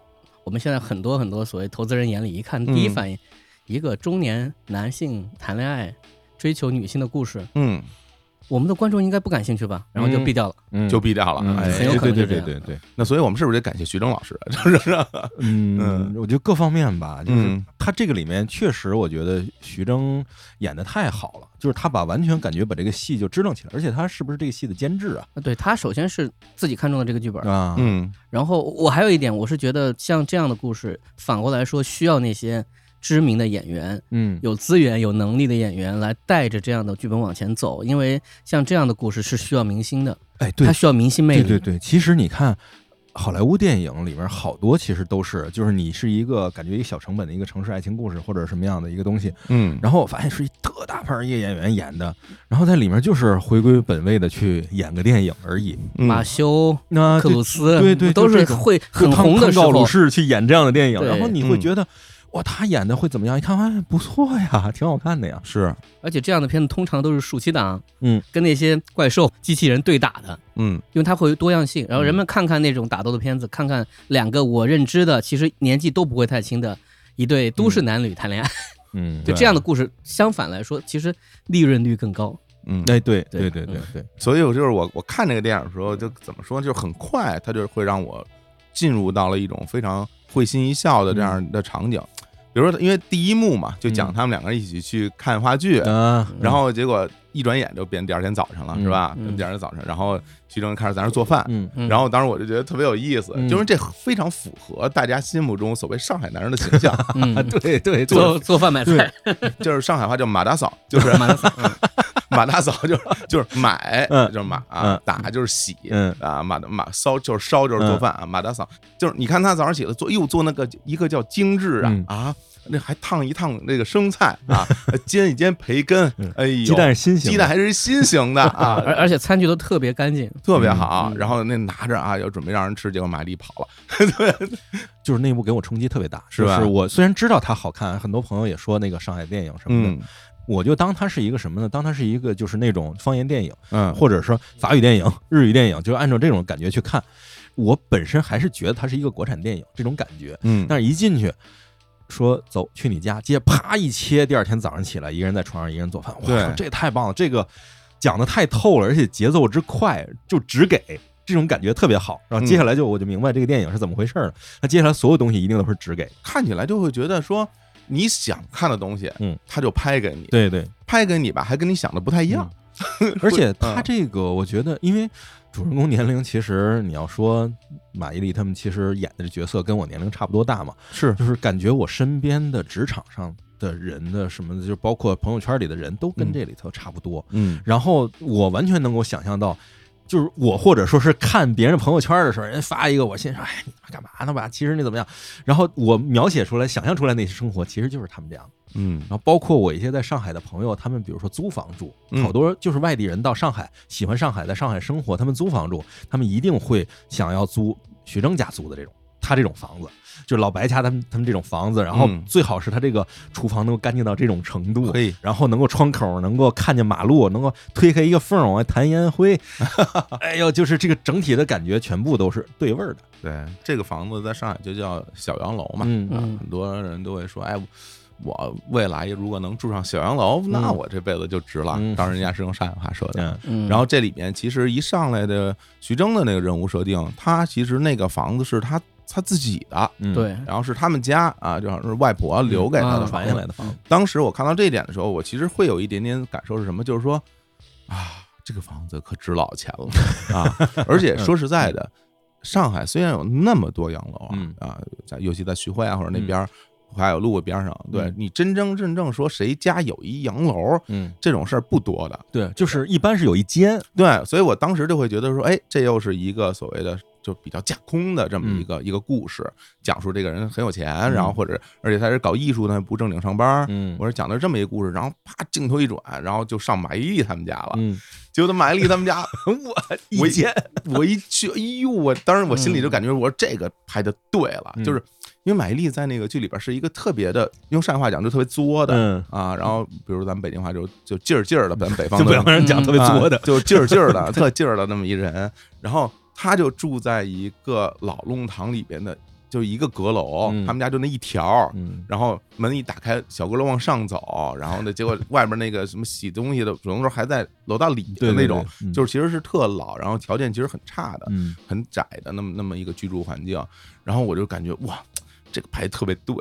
Speaker 5: 我们现在很多很多所谓投资人眼里一看，第一
Speaker 2: 嗯
Speaker 5: 反应，一个中年男性谈恋爱追求女性的故事，
Speaker 2: 嗯，
Speaker 5: 我们的观众应该不感兴趣吧？然后就
Speaker 6: 嗯
Speaker 5: 毙掉了。
Speaker 6: 嗯
Speaker 2: 就毙掉了，
Speaker 6: 嗯
Speaker 2: 哎
Speaker 5: 很有可能
Speaker 6: 对
Speaker 5: 是
Speaker 6: 对
Speaker 5: 这样
Speaker 6: 对对对，
Speaker 2: 那所以我们是不是得感谢徐峥老师？就是
Speaker 6: 嗯，我觉得各方面吧，就是
Speaker 2: 嗯
Speaker 6: 他这个里面确实，我觉得徐峥演的太好了，就是他把完全感觉把这个戏就支棱起来，而且他是不是这个戏的监制啊？
Speaker 5: 那对他首先是自己看中的这个剧本，
Speaker 6: 啊，
Speaker 2: 嗯
Speaker 5: 然后我还有一点，我是觉得像这样的故事，反过来说需要那些知名的演员，
Speaker 6: 嗯
Speaker 5: 有资源、有能力的演员来带着这样的剧本往前走，因为像这样的故事是需要明星的，
Speaker 6: 哎，对
Speaker 5: 他，需要明星魅
Speaker 6: 对
Speaker 5: 力。
Speaker 6: 对对，其实你看。好莱坞电影里面好多其实都是，就是你是一个感觉一个小成本的一个城市爱情故事或者什么样的一个东西，
Speaker 2: 嗯，
Speaker 6: 然后我发现是一特大牌儿一个演员演的，然后在里面就是回归本位的去演个电影而已。
Speaker 2: 嗯
Speaker 5: 马修、
Speaker 6: 那
Speaker 5: 克
Speaker 6: 就
Speaker 5: 鲁斯，
Speaker 6: 啊对对就
Speaker 5: 都是
Speaker 6: 这种
Speaker 5: 会
Speaker 6: 就
Speaker 5: 很
Speaker 6: 汤
Speaker 5: 红的
Speaker 6: 汤
Speaker 5: 时
Speaker 6: 告
Speaker 5: 候
Speaker 6: 鲁。士去演这样的电影，
Speaker 5: 对
Speaker 6: 然后你会
Speaker 2: 嗯
Speaker 6: 觉得哇，他演的会怎么样？一看哎，不错呀，挺好看的呀。
Speaker 2: 是
Speaker 5: 而且这样的片子通常都是暑期档，
Speaker 6: 嗯，
Speaker 5: 跟那些怪兽、机器人对打的，
Speaker 2: 嗯
Speaker 5: 因为它会有多样性。然后人们看看那种打斗的片子，看看两个我认知的，其实年纪都不会太轻的一对都市男女谈恋爱，
Speaker 6: 嗯，
Speaker 5: [laughs] 就这样的故事，相反来说，其实利润率更高。
Speaker 2: 嗯，
Speaker 6: 哎，对对
Speaker 5: 对
Speaker 6: 对对对，
Speaker 2: 所以我就是我我看这个电影的时候，就怎么说，就是很快，它就会让我进入到了一种非常会心一笑的这样的场景。比如说，因为第一幕嘛，就讲
Speaker 6: 嗯
Speaker 2: 他们两个人一起去看话剧，
Speaker 6: 啊，
Speaker 2: 然后结果一转眼就变第二天早上了，
Speaker 6: 嗯
Speaker 2: 是吧？
Speaker 5: 嗯
Speaker 2: 第二天早上，然后徐峥开始在那儿做饭。
Speaker 6: 嗯
Speaker 5: 嗯
Speaker 2: 然后当时我就觉得特别有意思，
Speaker 6: 嗯
Speaker 2: 就是这非常符合大家心目中所谓上海男人的形象，
Speaker 5: 嗯
Speaker 2: [laughs]
Speaker 6: 对对
Speaker 5: 做做饭买菜，
Speaker 2: 就是上海话叫马大嫂，就是 [laughs]
Speaker 5: 马大嫂
Speaker 2: 马大嫂就是就是买，
Speaker 6: 嗯
Speaker 2: 就是马啊
Speaker 6: 嗯，
Speaker 2: 打就是洗，
Speaker 6: 嗯
Speaker 2: 啊，马马烧就是烧就是做饭啊，马大嫂就是你看她早上起来做又做那个一个叫精致啊
Speaker 6: 嗯
Speaker 2: 啊，那还烫一烫那个生菜
Speaker 6: [laughs]
Speaker 2: 啊，煎一煎培根
Speaker 6: 嗯，
Speaker 2: 哎呦，
Speaker 6: 鸡蛋是新型的，
Speaker 2: 鸡蛋还是新型的
Speaker 6: [laughs]
Speaker 2: 啊，
Speaker 5: 嗯而而且餐具都特别干净，
Speaker 2: 特别好
Speaker 5: 嗯。嗯
Speaker 2: 然后那拿着啊，要准备让人吃，结果玛丽跑了，
Speaker 6: 就是那部给我冲击特别大，
Speaker 2: 是
Speaker 6: 就
Speaker 2: 吧
Speaker 6: 是我虽然知道它好看，很多朋友也说那个上海电影什么的，
Speaker 2: 嗯
Speaker 6: 我就当它是一个什么呢？当它是一个就是那种方言电影，
Speaker 2: 嗯，
Speaker 6: 或者说法语电影、日语电影，就按照这种感觉去看。我本身还是觉得它是一个国产电影这种感觉，
Speaker 2: 嗯
Speaker 6: 但是一进去说走去你家，接啪一切，第二天早上起来，一个人在床上，一个人做饭，
Speaker 2: 对
Speaker 6: 哇，这太棒了！这个讲的太透了，而且节奏之快，就只给这种感觉特别好。然后接下来就我就明白这个电影是怎么回事了。那接下来所有东西一定都是只给，
Speaker 2: 看起来就会觉得说。你想看的东西，
Speaker 6: 嗯，
Speaker 2: 他就拍给你，
Speaker 6: 对对，
Speaker 2: 拍给你吧，还跟你想的不太一样。
Speaker 6: [laughs] 而且他这个，我觉得，因为主人公年龄其实你要说马伊琍他们其实演的这角色跟我年龄差不多大嘛，
Speaker 2: 是
Speaker 6: 就是感觉我身边的职场上的人的什么的，就包括朋友圈里的人都跟这里头差不多。
Speaker 2: 嗯，
Speaker 6: 然后我完全能够想象到，就是我或者说是看别人朋友圈的时候，人家发一个，我心想，哎，你他妈干嘛呢吧？其实你怎么样？然后我描写出来、想象出来那些生活，其实就是他们这样。
Speaker 2: 嗯
Speaker 6: 然后包括我一些在上海的朋友，他们比如说租房住，
Speaker 2: 嗯
Speaker 6: 好多就是外地人到上海，喜欢上海，在上海生活，他们租房住，他们一定会想要租徐峥家租的这种。他这种房子，就是老白家他们他们这种房子，然后
Speaker 2: 嗯
Speaker 6: 最好是他这个厨房能够干净到这种程度，
Speaker 2: 可以
Speaker 6: 然后能够窗口能够看见马路，能够推开一个缝儿往外弹烟 [laughs] 灰，哎呦，就是这个整体的感觉全部都是对味儿的
Speaker 2: 对，这个房子在上海就叫小洋楼嘛，
Speaker 6: 嗯
Speaker 5: 嗯
Speaker 2: 很多人都会说，哎，我未来如果能住上小洋楼，那
Speaker 6: 嗯
Speaker 2: 我这辈子就值了。
Speaker 6: 嗯
Speaker 2: 当然，人家是用上海话说的。
Speaker 6: 嗯
Speaker 5: 嗯，
Speaker 2: 然后这里面其实一上来的徐峥的那个任务设定，他其实那个房子是他他自己的，
Speaker 6: 嗯，
Speaker 5: 对，
Speaker 2: 然后是他们家啊，就好像是外婆留给他的
Speaker 5: 嗯
Speaker 2: 房
Speaker 6: 传
Speaker 2: 子
Speaker 6: 下。来的房子，
Speaker 2: 当时我看到这一点的时候，我其实会有一点点感受是什么？就是说啊，这个房子可值老钱了
Speaker 6: [laughs]
Speaker 2: 啊！而且说实在的，上海虽然有那么多洋楼啊，
Speaker 6: 嗯
Speaker 2: 啊，在尤其在徐汇啊或者那边儿，还有路边上，对
Speaker 6: 嗯
Speaker 2: 你真真正正说谁家有一洋楼
Speaker 6: 嗯，
Speaker 2: 这种事儿不多的，
Speaker 6: 对，就是一般是有一间，
Speaker 2: 对，所以我当时就会觉得说，哎，这又是一个所谓的就比较架空的这么一个、
Speaker 6: 嗯
Speaker 2: 一个故事，讲述这个人很有钱，然后或者而且他是搞艺术的，不正经上班儿，
Speaker 6: 嗯
Speaker 2: 我是讲的是这么一个故事，然后啪镜头一转，然后就上马伊琍他们家了。
Speaker 6: 嗯，
Speaker 2: [laughs] 结果马伊琍他们家，我我
Speaker 6: 一间，
Speaker 2: 我一去，哎呦，我当时我心里就感觉我说这个拍的对了，
Speaker 6: 嗯
Speaker 2: 就是因为马伊琍在那个剧里边是一个特别的，用上海话讲就特别作的。
Speaker 6: 嗯，
Speaker 2: 啊，然后比如咱们北京话就就劲儿劲儿的，咱们北方
Speaker 6: 就
Speaker 2: 的
Speaker 6: 北方人讲特别作的
Speaker 2: 啊，就劲儿劲儿的，特劲儿的那么一人。然后他就住在一个老弄堂里边的，就一个阁楼，
Speaker 6: 嗯
Speaker 2: 他们家就那一条儿，
Speaker 6: 嗯
Speaker 2: 然后门一打开，小阁楼往上走，然后呢，结果外面那个什么洗东西的水龙头还在楼道里的
Speaker 6: 对
Speaker 2: 那种，，
Speaker 6: 对对嗯
Speaker 2: 就是其实是特老，然后条件其实很差的，
Speaker 6: 嗯
Speaker 2: 很窄的那么那么一个居住环境。然后我就感觉哇，这个牌特别对。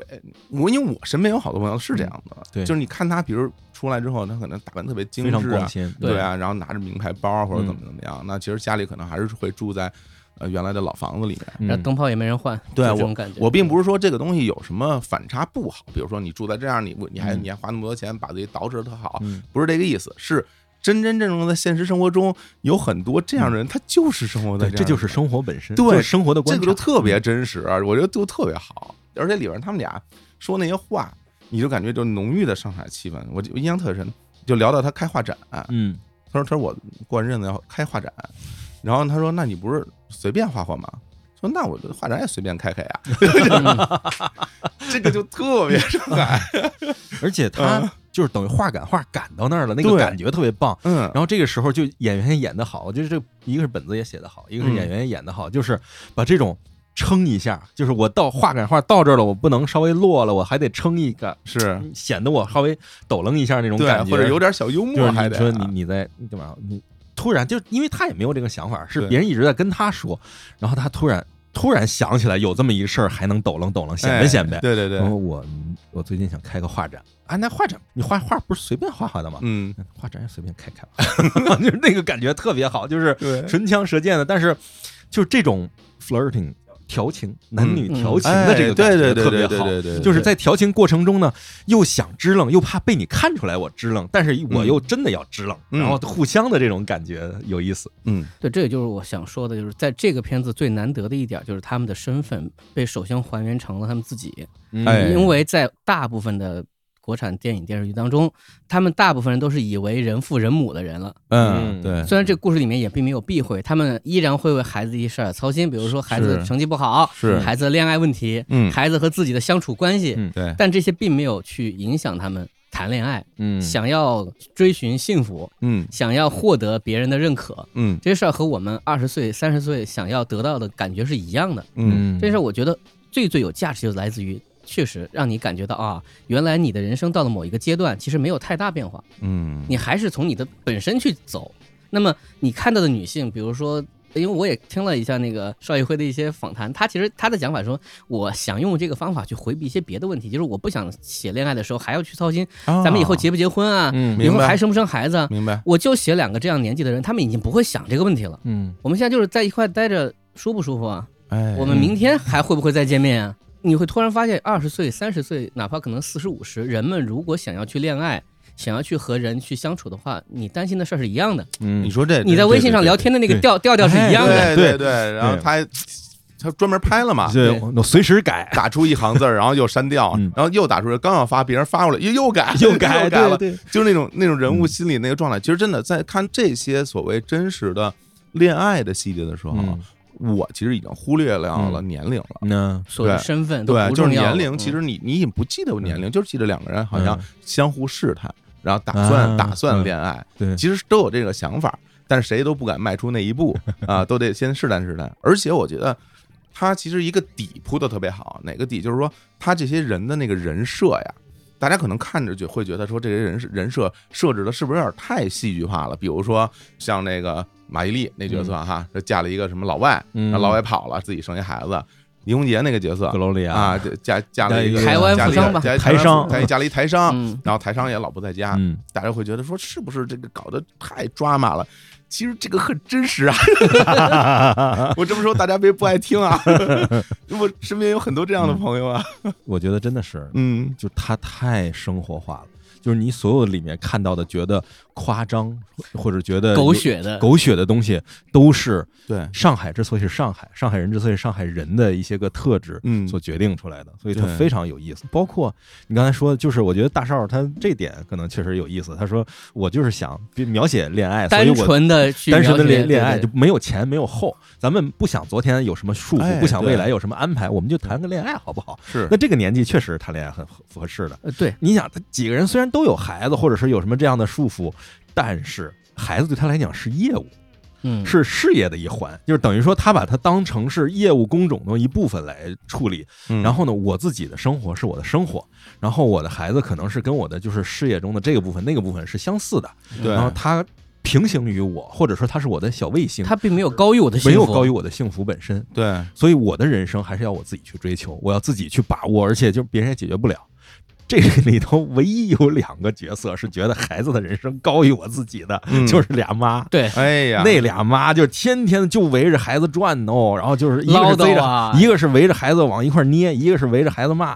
Speaker 2: 我因为我身边有好多朋友是这样的，
Speaker 6: 嗯对
Speaker 2: 就是你看他，比如出来之后，他可能打扮特别精
Speaker 6: 非常
Speaker 2: 致
Speaker 6: 光
Speaker 2: 啊，
Speaker 6: 鲜，
Speaker 2: 对啊，然后拿着名牌包或者怎么
Speaker 6: 嗯
Speaker 2: 怎么样，那其实家里可能还是会住在呃原来的老房子里面。
Speaker 5: 然
Speaker 6: 嗯
Speaker 5: 后灯泡也没人换，
Speaker 2: 对
Speaker 5: 就这种感觉。
Speaker 2: 我并不是说这个东西有什么反差不好，比如说你住在这样，你你还
Speaker 6: 嗯
Speaker 2: 你还花那么多钱把自己捯饬得特好，
Speaker 6: 嗯
Speaker 2: 不是这个意思，是真真正正在现实生活中有很多这样的人，他就是生活在
Speaker 6: 对，
Speaker 2: 样
Speaker 6: 这就是生活本身，
Speaker 2: 对
Speaker 6: 就是生活的
Speaker 2: 这
Speaker 6: 嗯观
Speaker 2: 个
Speaker 6: 察，
Speaker 2: 就特别真实，我觉得就特别好，而且里边他们俩说那些话，你就感觉就浓郁的上海气氛，我就印象特深，就聊到他开画展，
Speaker 6: 嗯，
Speaker 2: 他说：“他说我过完日子要开画展。”然后他说：“那你不是随便画画吗？”说：“那我这画展也随便开开
Speaker 6: [laughs]
Speaker 2: 呀。”
Speaker 5: 嗯
Speaker 2: 这个就特别上海，
Speaker 6: 而且他就是等于画赶画赶到那儿了，那个
Speaker 2: 嗯对
Speaker 6: 感觉特别棒。
Speaker 2: 嗯
Speaker 6: 然后这个时候就演员也演得好，就是这一个是本子也写得好，一个是
Speaker 2: 嗯
Speaker 6: 演员也演得好，就是把这种撑一下，就是我到画赶画到这儿了，我不能稍微落了，我还得撑一个，
Speaker 2: 是
Speaker 6: 显得我稍微抖楞一下那种
Speaker 2: 对
Speaker 6: 感，觉，
Speaker 2: 或者有点小幽
Speaker 6: 就
Speaker 2: 默，
Speaker 6: 是
Speaker 2: 还
Speaker 6: 你
Speaker 2: 得啊
Speaker 6: 说你你在你干嘛？你突然就因为他也没有这个想法，是
Speaker 2: 对
Speaker 6: 别人一直在跟他说，然后他突然突然想起来有这么一事儿，还能抖楞抖楞，显摆
Speaker 2: 哎
Speaker 6: 显摆。嗯
Speaker 2: 对对对
Speaker 6: 然，后我我最近想开个画展啊，那画展你画画不是随便画画的吗？
Speaker 2: 嗯，
Speaker 6: 画展也随便开开吧， [laughs] 就是那个感觉特别好，就是
Speaker 2: 对，
Speaker 6: 唇枪舌剑的，但是就是这种 flirting 调情，男女调情
Speaker 2: 哎
Speaker 6: 的这个
Speaker 2: 对
Speaker 6: 感
Speaker 2: 对
Speaker 6: 觉
Speaker 2: 对
Speaker 6: 特别
Speaker 2: 对对
Speaker 6: 好。
Speaker 2: 对对，
Speaker 6: 就是在调情过程中呢，又想支棱，又怕被你看出来我支棱，但是我
Speaker 2: 嗯
Speaker 6: 又真的要支棱，
Speaker 2: 嗯
Speaker 6: 然后互相的这种感觉有意思。
Speaker 2: 嗯
Speaker 5: 对，这也就是我想说的，就是在这个片子最难得的一点，就是他们的身份被首先还原成了他们自己。
Speaker 2: 哎
Speaker 5: 因为在大部分的国产电影电视剧当中，他们大部分人都是以为人父人母的人了。
Speaker 2: 嗯
Speaker 6: 嗯
Speaker 2: 对，
Speaker 5: 虽然这故事里面也并没有避讳，他们依然会为孩子一些事儿操心，比如说孩子的
Speaker 2: 是
Speaker 5: 成绩不好，
Speaker 2: 是
Speaker 5: 孩子的恋爱问题，
Speaker 2: 嗯
Speaker 5: 孩子和自己的相处关系，
Speaker 6: 嗯
Speaker 2: 对，
Speaker 5: 但这些并没有去影响他们谈恋爱，
Speaker 6: 嗯
Speaker 5: 想要追寻幸福，
Speaker 2: 嗯
Speaker 5: 想要获得别人的认可。
Speaker 2: 嗯
Speaker 5: 这事儿和我们二十岁、三十岁想要得到的感觉是一样的。
Speaker 2: 嗯
Speaker 5: 这事儿我觉得最最有价值，就来自于确实让你感觉到啊，原来你的人生到了某一个阶段，其实没有太大变化，
Speaker 2: 嗯，
Speaker 5: 你还是从你的本身去走。那么你看到的女性，比如说。因为我也听了一下那个邵艺辉的一些访谈，他其实他的讲法说，我想用这个方法去回避一些别的问题，就是我不想写恋爱的时候还要去操心
Speaker 2: 咱
Speaker 5: 咱们以后结不结婚啊，
Speaker 6: 嗯
Speaker 5: 以
Speaker 2: 明
Speaker 5: 后
Speaker 2: 白
Speaker 5: 还生不生孩子啊，
Speaker 2: 明白
Speaker 5: 我就写两个这样年纪的人，他们已经不会想这个问题了。
Speaker 6: 嗯
Speaker 5: 我们现在就是在一块待着舒不舒服啊？
Speaker 2: 哎，
Speaker 5: 我们明天还会不会再见面啊？你会突然发现，二十岁、三十岁，哪怕可能四十五十，人们如果想要去恋爱，想要去和人去相处的话，你担心的事儿是一样的。
Speaker 6: 嗯
Speaker 2: 你说这
Speaker 5: 你在微信上聊天的那个调调调是一样
Speaker 6: 哎
Speaker 5: 的。
Speaker 2: 对对对，然后他他专门拍了嘛，
Speaker 6: 对，我随时
Speaker 2: [laughs]
Speaker 6: 改，
Speaker 2: 打出一行字儿，然后又删掉，
Speaker 6: 嗯
Speaker 2: 然后又打出来，刚要发，别人发过来又又改
Speaker 6: [laughs] 又
Speaker 2: 改
Speaker 6: 改，
Speaker 2: 改了，
Speaker 6: 对嗯对，
Speaker 2: 就是那种那种人物心理那个状态。其实真的在看这些所谓真实的恋爱的细节的时候，
Speaker 6: 嗯
Speaker 2: 我其实已经忽略了了年龄了。
Speaker 6: 那
Speaker 5: 所有的
Speaker 2: 对
Speaker 5: 身份都
Speaker 2: 对，
Speaker 5: 不
Speaker 2: 就是
Speaker 5: 重要了。嗯
Speaker 2: 年龄，其实你你已经不记得年龄，就是记得两个人好像
Speaker 6: 嗯
Speaker 2: 相互试探，然后打算、
Speaker 6: 啊嗯
Speaker 2: 打算恋爱，
Speaker 6: 对
Speaker 2: 其实都有这个想法，但是谁都不敢迈出那一
Speaker 6: [laughs]
Speaker 2: 步啊，都得先试探试探。而且我觉得他其实一个底铺的特别好，哪个底就是说他这些人的那个人设呀。大家可能看着就会觉得说这些人是人设设置的是不是有点太戏剧化了？比如说像那个马伊琍那角色哈，这嫁了一个什么老外，
Speaker 6: 嗯
Speaker 2: 然后老外跑了，自己生一孩子。倪虹洁那个角色
Speaker 6: 格罗利亚
Speaker 2: 啊，嫁嫁了一个
Speaker 6: 台湾
Speaker 2: 嫁了一
Speaker 5: 富商吧
Speaker 2: 个
Speaker 6: 台商
Speaker 2: 台嫁了一台商，
Speaker 5: 嗯，
Speaker 2: 然后台商也老不在家，
Speaker 6: 嗯
Speaker 2: 大家会觉得说是不是这个搞得太抓马了？其实这个很真实
Speaker 6: [laughs]
Speaker 2: 啊！我这么说大家别不爱听
Speaker 6: [laughs]
Speaker 2: 啊！我身边有很多这样的朋友啊，
Speaker 6: 我觉得真的是，
Speaker 2: 嗯，
Speaker 6: 就它太生活化了，就是你所有里面看到的觉得夸张或者觉得
Speaker 5: 狗血的，
Speaker 6: 狗血的东西，都是
Speaker 2: 对，
Speaker 6: 上海之所以是上海，上海人之所以是上海人的一些个特质，
Speaker 2: 嗯
Speaker 6: 所决定出来的，所以它
Speaker 2: 对
Speaker 6: 非常有意思。包括你刚才说的，就是我觉得大少他这点可能确实有意思。他说我就是想描写恋爱，所以
Speaker 5: 单
Speaker 6: 我
Speaker 5: 纯的去
Speaker 6: 单纯的
Speaker 5: 了解
Speaker 6: 恋恋爱
Speaker 5: 对
Speaker 6: 就
Speaker 5: 对
Speaker 6: 没有前没有后，咱们不想昨天有什么束
Speaker 2: 哎
Speaker 6: 缚，不想
Speaker 2: 对
Speaker 6: 未来有什么安排，我们就谈个恋爱好不好？
Speaker 2: 是
Speaker 6: 那这个年纪确实谈恋爱很合合适的。
Speaker 5: 呃对，
Speaker 6: 你想，他几个人虽然都有孩子，或者是有什么这样的束缚，但是孩子对他来讲是业务，
Speaker 5: 嗯
Speaker 6: 是事业的一环，就是等于说他把它当成是业务工种的一部分来处理。
Speaker 2: 嗯
Speaker 6: 然后呢，我自己的生活是我的生活，然后我的孩子可能是跟我的就是事业中的这个部分、那个部分是相似的，
Speaker 5: 嗯
Speaker 2: 对
Speaker 6: 然后他平行于我，或者说他是我的小卫星，
Speaker 5: 他并没有高于我的幸福，
Speaker 6: 没有高于我的幸福本身。
Speaker 2: 对，
Speaker 6: 所以我的人生还是要我自己去追求，我要自己去把握，而且就别人也解决不了。这里头唯一有两个角色是觉得孩子的人生高于我自己的，
Speaker 2: 嗯
Speaker 6: [laughs] 就是俩妈。
Speaker 5: 对，
Speaker 2: 哎呀，
Speaker 6: 那俩妈就天天就围着孩子转哦，然后就是一个
Speaker 5: 唠
Speaker 6: 是逮
Speaker 5: 叨
Speaker 6: 着，
Speaker 5: 啊，
Speaker 6: 一个是围着孩子往一块捏，一个是围着孩子骂，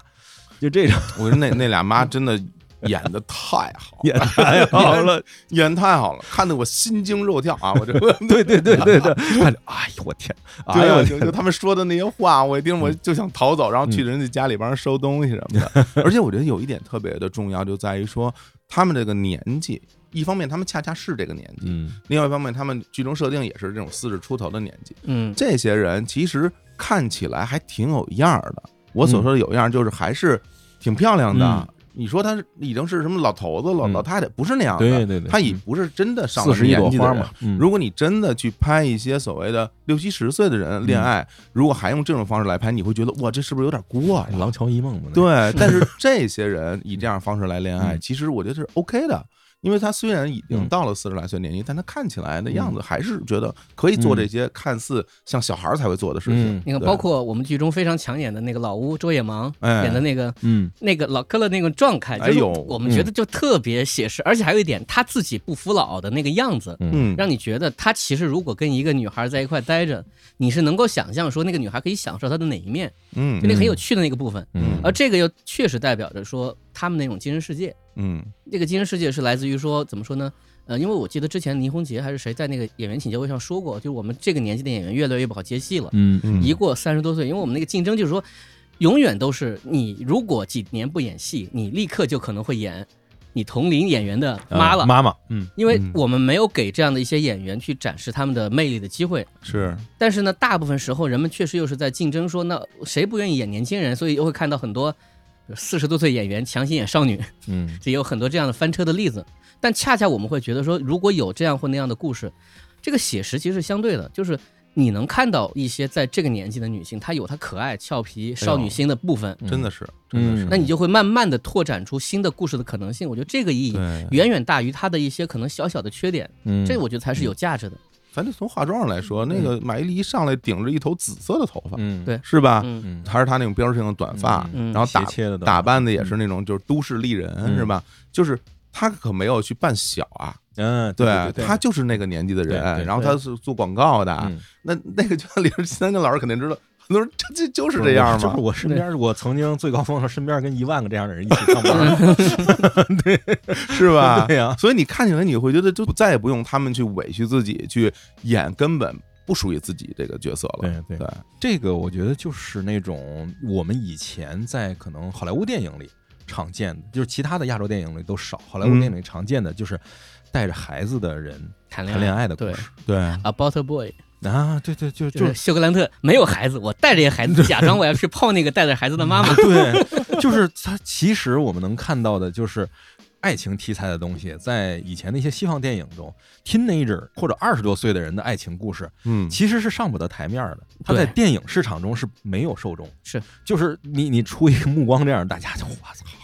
Speaker 6: 就这
Speaker 2: [laughs]
Speaker 6: 种，
Speaker 2: 我说那那俩妈真的演的太好
Speaker 6: [laughs] 也太好了。
Speaker 2: 演得太好了，看得我心惊肉跳啊！我这个。
Speaker 6: [laughs] 对对对对对，看
Speaker 2: 嗯
Speaker 6: 着，哎呦我天，哎
Speaker 2: 对
Speaker 6: 呦
Speaker 2: 啊，
Speaker 6: 我
Speaker 2: 就
Speaker 6: 天
Speaker 2: 就，他们说的那些话，我一听我就想逃走，然后去
Speaker 6: 嗯
Speaker 2: 人家家里帮人收东西什么
Speaker 6: [laughs]
Speaker 2: 的。而且我觉得有一点特别的重要，就在于说他们这个年纪，一方面他们恰恰是这个年纪，
Speaker 6: 嗯
Speaker 2: 另外一方面他们剧中设定也是这种四十出头的年纪。
Speaker 5: 嗯，
Speaker 2: 这些人其实看起来还挺有样儿的。我所说的有样，儿，就是还是挺漂亮的
Speaker 6: 嗯。
Speaker 2: 你说他是已经是什么老头子、老
Speaker 6: 嗯
Speaker 2: 老太太，不是那样
Speaker 6: 对
Speaker 2: 的。
Speaker 6: 对对，
Speaker 2: 他已不是真的上了
Speaker 6: 四十一
Speaker 2: 年
Speaker 6: 朵
Speaker 2: 纪的
Speaker 6: 花
Speaker 2: 人
Speaker 6: 嘛，嗯
Speaker 2: 如果你真的去拍一些所谓的六七十岁的人恋
Speaker 5: 嗯
Speaker 2: 爱，如果还用这种方式来拍，你会觉得哇，这是不是有点过
Speaker 5: [laughs]
Speaker 2: 了？
Speaker 6: 廊桥遗梦嘛，那个
Speaker 2: 对，但是这些人以这样方式来恋爱，
Speaker 6: 嗯
Speaker 2: 其实我觉得是 OK 的。因为他虽然已经
Speaker 6: 嗯
Speaker 2: 到了四十来岁年纪，但他看起来的样
Speaker 5: 嗯
Speaker 2: 子还是觉得可以做这些看似像小孩儿才会做的事情
Speaker 6: 嗯。
Speaker 5: 你看，
Speaker 2: 对
Speaker 5: 包括我们剧中非常抢眼的那个老乌周野芒
Speaker 2: 哎
Speaker 5: 演的那个
Speaker 6: 嗯
Speaker 5: 那个老科勒那个状态，就是
Speaker 2: 哎呦
Speaker 5: 我们觉得就特别写实，而且还有一点他自己不服老的那个样子，
Speaker 2: 嗯，
Speaker 5: 让你觉得他其实如果跟一个女孩在一块待着，你是能够想象说那个女孩可以享受她的哪一面，
Speaker 2: 嗯
Speaker 5: 就那个很有趣的那个部分。
Speaker 6: 嗯，
Speaker 5: 而这个又确实代表着说他们那种精神世界，
Speaker 2: 嗯
Speaker 5: 这个精神世界是来自于说怎么说呢？呃，因为我记得之前倪虹洁还是谁在那个演员请教会上说过，就是我们这个年纪的演员越来越不好接戏了。
Speaker 6: 嗯
Speaker 2: 嗯
Speaker 5: 一过三十多岁，因为我们那个竞争就是说，永远都是你如果几年不演戏，你立刻就可能会演你同龄演员的妈了，
Speaker 6: 啊妈妈，嗯
Speaker 5: 因为
Speaker 2: 嗯
Speaker 5: 我们没有给这样的一些演员去展示他们的魅力的机会。
Speaker 2: 是
Speaker 5: 但是呢，大部分时候人们确实又是在竞争说，那谁不愿意演年轻人，所以又会看到很多呃四十多岁演员强行演少女，
Speaker 6: 嗯
Speaker 5: [laughs] 这也有很多这样的翻车的例子。但恰恰我们会觉得说，如果有这样或那样的故事，这个写实其实是相对的，就是你能看到一些在这个年纪的女性，她有她可爱、俏皮、少女心的部分，
Speaker 2: 真的是真的是
Speaker 6: 嗯
Speaker 5: 那你就会慢慢的拓展出新的故事的可能性。我觉得这个意义
Speaker 2: 对。
Speaker 5: 远远大于它的一些可能小小的缺点，
Speaker 6: 嗯，
Speaker 5: 这我觉得才是有价值的。
Speaker 2: 咱就从化妆上来说，
Speaker 5: 嗯
Speaker 2: 那个马伊琍一上来顶着一头紫色的头发，
Speaker 6: 嗯
Speaker 5: 对
Speaker 2: 是吧？
Speaker 5: 嗯
Speaker 6: 嗯，
Speaker 2: 还是她那种标志性的短发，
Speaker 5: 嗯
Speaker 2: 然后打
Speaker 6: 斜切的都
Speaker 2: 打扮的也是那种就是都市丽人，
Speaker 6: 嗯
Speaker 2: 是吧？就是她可没有去扮小啊，
Speaker 6: 嗯，
Speaker 2: 对
Speaker 6: 对对，
Speaker 2: 她就是那个年纪的人
Speaker 6: 对对，对
Speaker 2: 然后她是做广告的，
Speaker 6: 嗯
Speaker 2: 那那个就像李志三跟老师肯定知道，很多人这这就是这样
Speaker 6: 就是
Speaker 2: 嘛。
Speaker 6: 我身边，我曾经最高峰的时候，身边跟一万个这样的人一起上
Speaker 2: [laughs]
Speaker 6: 班，
Speaker 2: 是吧？
Speaker 6: [laughs] 对呀
Speaker 2: 所以你看起来你会觉得，就再也不用他们去委屈自己去演根本不属于自己这个角色了。
Speaker 6: 对对
Speaker 2: 对，
Speaker 6: 这个我觉得就是那种我们以前在可能好莱坞电影里常见的，就是其他的亚洲电影里都少，好莱坞
Speaker 2: 嗯
Speaker 6: 电影里常见的就是带着孩子的人
Speaker 5: 谈
Speaker 6: 谈恋爱的故
Speaker 5: 对
Speaker 6: 事
Speaker 2: 对，
Speaker 5: ，About a Boy
Speaker 6: 啊，对对，就
Speaker 5: 就
Speaker 6: 就是
Speaker 5: 休格兰特没有孩子，我带着一个孩子，假装我要去泡那个带着孩子的
Speaker 2: [laughs]
Speaker 5: 妈妈。
Speaker 6: [laughs] 对，就是它其实我们能看到的就是。爱情题材的东西，在以前的一些西方电影中，teenager 或者二十多岁的人的爱情故事，
Speaker 2: 嗯，
Speaker 6: 其实是上不得台面儿的。它在
Speaker 5: 对
Speaker 6: 电影市场中是没有受众，
Speaker 5: 是
Speaker 6: 就是你你出一个目光这样，大家就我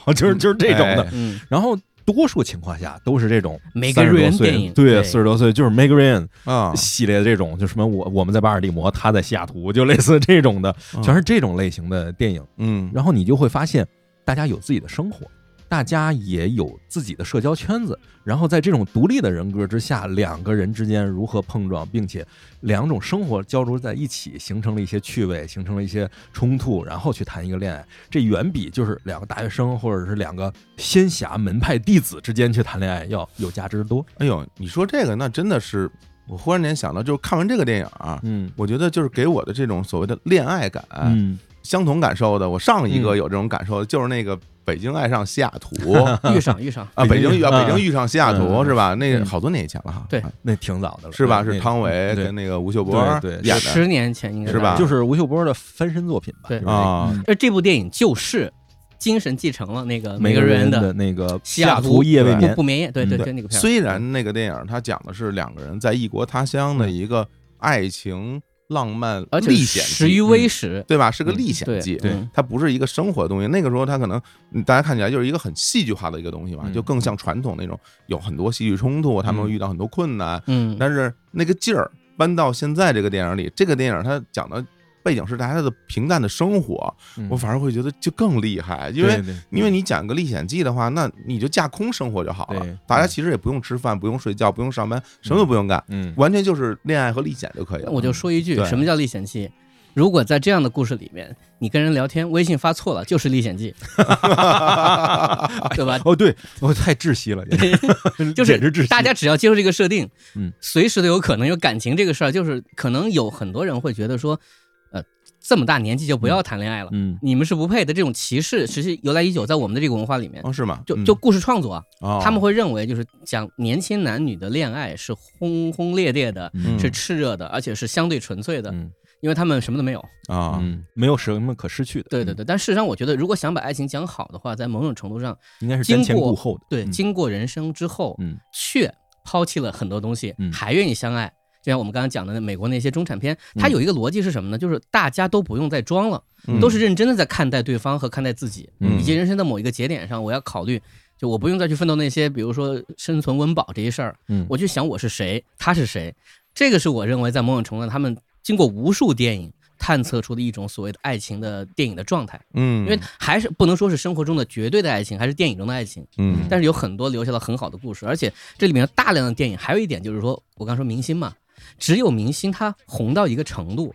Speaker 6: 操， [laughs] 就是就是这种的。
Speaker 2: 哎
Speaker 5: 嗯，
Speaker 6: 然后多数情况下都是这种
Speaker 5: 梅根
Speaker 6: 三十
Speaker 5: 瑞
Speaker 6: 多
Speaker 5: 恩
Speaker 6: 岁
Speaker 5: 电影
Speaker 6: 对
Speaker 5: 对
Speaker 6: 四十多岁就是 m e g r a n [laughs]
Speaker 2: 啊，
Speaker 6: 系列的这种，就什么我我们在巴尔的摩，他在西雅图，就类似这种的，
Speaker 2: 嗯
Speaker 6: 全是这种类型的电影。
Speaker 2: 嗯，
Speaker 6: 然后你就会发现，大家有自己的生活，大家也有自己的社交圈子。然后在这种独立的人格之下，两个人之间如何碰撞，并且两种生活交织在一起，形成了一些趣味，形成了一些冲突，然后去谈一个恋爱。这远比就是两个大学生或者是两个仙侠门派弟子之间去谈恋爱要有价值得多。
Speaker 2: 哎呦，你说这个，那真的是，我忽然间想到，就是看完这个电影啊，
Speaker 6: 嗯
Speaker 2: 我觉得就是给我的这种所谓的恋爱感，
Speaker 6: 嗯
Speaker 2: 相同感受的，我上一个
Speaker 6: 嗯
Speaker 2: 有这种感受的就是那个《北京爱上西雅图》
Speaker 6: [laughs]
Speaker 5: 嗯遇上遇上，
Speaker 2: 啊，
Speaker 6: 北
Speaker 2: 北
Speaker 6: 京
Speaker 2: 京遇
Speaker 6: 遇
Speaker 2: 啊，北京遇上西雅图
Speaker 6: 嗯
Speaker 2: 是吧？那
Speaker 6: 嗯
Speaker 2: 个好多年以前了哈，
Speaker 5: 对
Speaker 2: 啊
Speaker 6: 那挺早的了，
Speaker 2: 是吧？
Speaker 6: 那
Speaker 2: 是汤唯
Speaker 6: 对
Speaker 2: 跟那个吴秀波 [laughs] 演
Speaker 6: 对对
Speaker 2: 的
Speaker 5: 十年前应该
Speaker 2: 是吧
Speaker 6: 就是吴秀波的翻身作品吧？
Speaker 5: 对
Speaker 6: 就是那个
Speaker 2: 啊，
Speaker 5: 而呃这部电影就是精神继承了那个
Speaker 6: 每
Speaker 5: 每
Speaker 6: 个
Speaker 5: 个人
Speaker 6: 人
Speaker 5: 的
Speaker 6: 那个
Speaker 5: 西雅
Speaker 6: 图
Speaker 5: 图
Speaker 6: 夜未
Speaker 2: 对
Speaker 6: 眠
Speaker 5: 不，不眠夜，对对
Speaker 6: 嗯
Speaker 5: 对，那个片儿
Speaker 2: 虽然那个电影它讲的是两个人在异国他乡的一个爱情浪漫
Speaker 5: 而且
Speaker 2: 历险
Speaker 5: 食于
Speaker 2: 记，
Speaker 5: 微时，
Speaker 2: 对吧？是个
Speaker 6: 嗯
Speaker 2: 历险
Speaker 5: 对
Speaker 2: 记，
Speaker 5: 对
Speaker 2: 它不是一个生活的东西。那个时候它可能嗯大家看起来就是一个很戏剧化的一个东西吧，
Speaker 6: 嗯
Speaker 2: 就更像传统那种有很多戏剧冲突，他们
Speaker 6: 嗯
Speaker 2: 会遇到很多困难，
Speaker 5: 嗯，
Speaker 2: 但是那个劲儿搬到现在这个电影里，这个电影它讲的背景是大家的平淡的生活，
Speaker 6: 嗯
Speaker 2: 我反而会觉得就更厉害，因
Speaker 6: 对
Speaker 2: 为
Speaker 6: 对
Speaker 2: 因为你讲个历险记的话，那你就架空生活就好
Speaker 6: 对
Speaker 2: 了，大家其实也不用吃饭，不用睡觉，不用上班，什么都不用干，
Speaker 6: 嗯
Speaker 2: 完全就是恋爱和历险就可以
Speaker 5: 那
Speaker 2: 了。
Speaker 5: 我就说一句，
Speaker 2: 对
Speaker 5: 什么叫历险记？如果在这样的故事里面，你跟人聊天，微信发错了，就是历险记，
Speaker 2: 哎
Speaker 5: 对吧？
Speaker 6: [laughs] 哦对，我太窒息
Speaker 2: [laughs]
Speaker 6: 了，
Speaker 5: 就
Speaker 6: 简直窒
Speaker 5: 是
Speaker 6: 息
Speaker 5: 大家只要接受这个设定，
Speaker 6: 嗯，
Speaker 5: 随时都有可能有感情这个事儿，就是可能有很多人会觉得说，呃，这么大年纪就不要谈恋爱了，
Speaker 6: 嗯
Speaker 5: 你们是不配的。这种歧视其实由来已久，在我们的这个文化里面，
Speaker 2: 哦，是吗？
Speaker 5: 就
Speaker 2: 嗯
Speaker 5: 就故事创作啊，
Speaker 2: 哦
Speaker 5: 他们会认为就是讲年轻男女的恋爱是轰轰烈烈的，
Speaker 6: 嗯
Speaker 5: 是炽热的，而且是相对纯粹的，
Speaker 6: 嗯
Speaker 5: 因为他们什么都没有。
Speaker 2: 啊，
Speaker 6: 嗯，没有什么可失去的，
Speaker 5: 哦
Speaker 6: 嗯
Speaker 5: 对对对，但事实上我觉得，如果想把爱情讲好的话，在某种程度上，
Speaker 6: 应该是瞻前
Speaker 5: 经过
Speaker 6: 顾后的，
Speaker 5: 对，
Speaker 6: 嗯
Speaker 5: 经过人生之后，
Speaker 6: 嗯
Speaker 5: 却抛弃了很多东西
Speaker 6: 嗯，
Speaker 5: 还愿意相爱。就像我们刚刚讲的那美国那些中产片，它
Speaker 6: 嗯
Speaker 5: 有一个逻辑是什么呢？就是大家都不用再装了，
Speaker 2: 嗯
Speaker 5: 都是认真的在看待对方和看待自己，
Speaker 6: 嗯
Speaker 5: 以及人生的某一个节点上，我要考虑。就我不用再去奋斗那些，比如说生存温饱这些事儿，
Speaker 6: 嗯
Speaker 5: 我去想我是谁，他是谁，这个是我认为在某种程度上，他们经过无数电影探测出的一种所谓的爱情的电影的状态，
Speaker 2: 嗯
Speaker 5: 因为还是不能说是生活中的绝对的爱情，还是电影中的爱情，
Speaker 2: 嗯
Speaker 5: 但是有很多留下了很好的故事，而且这里面有大量的电影，还有一点就是说，我刚说明星嘛，只有明星他红到一个程度，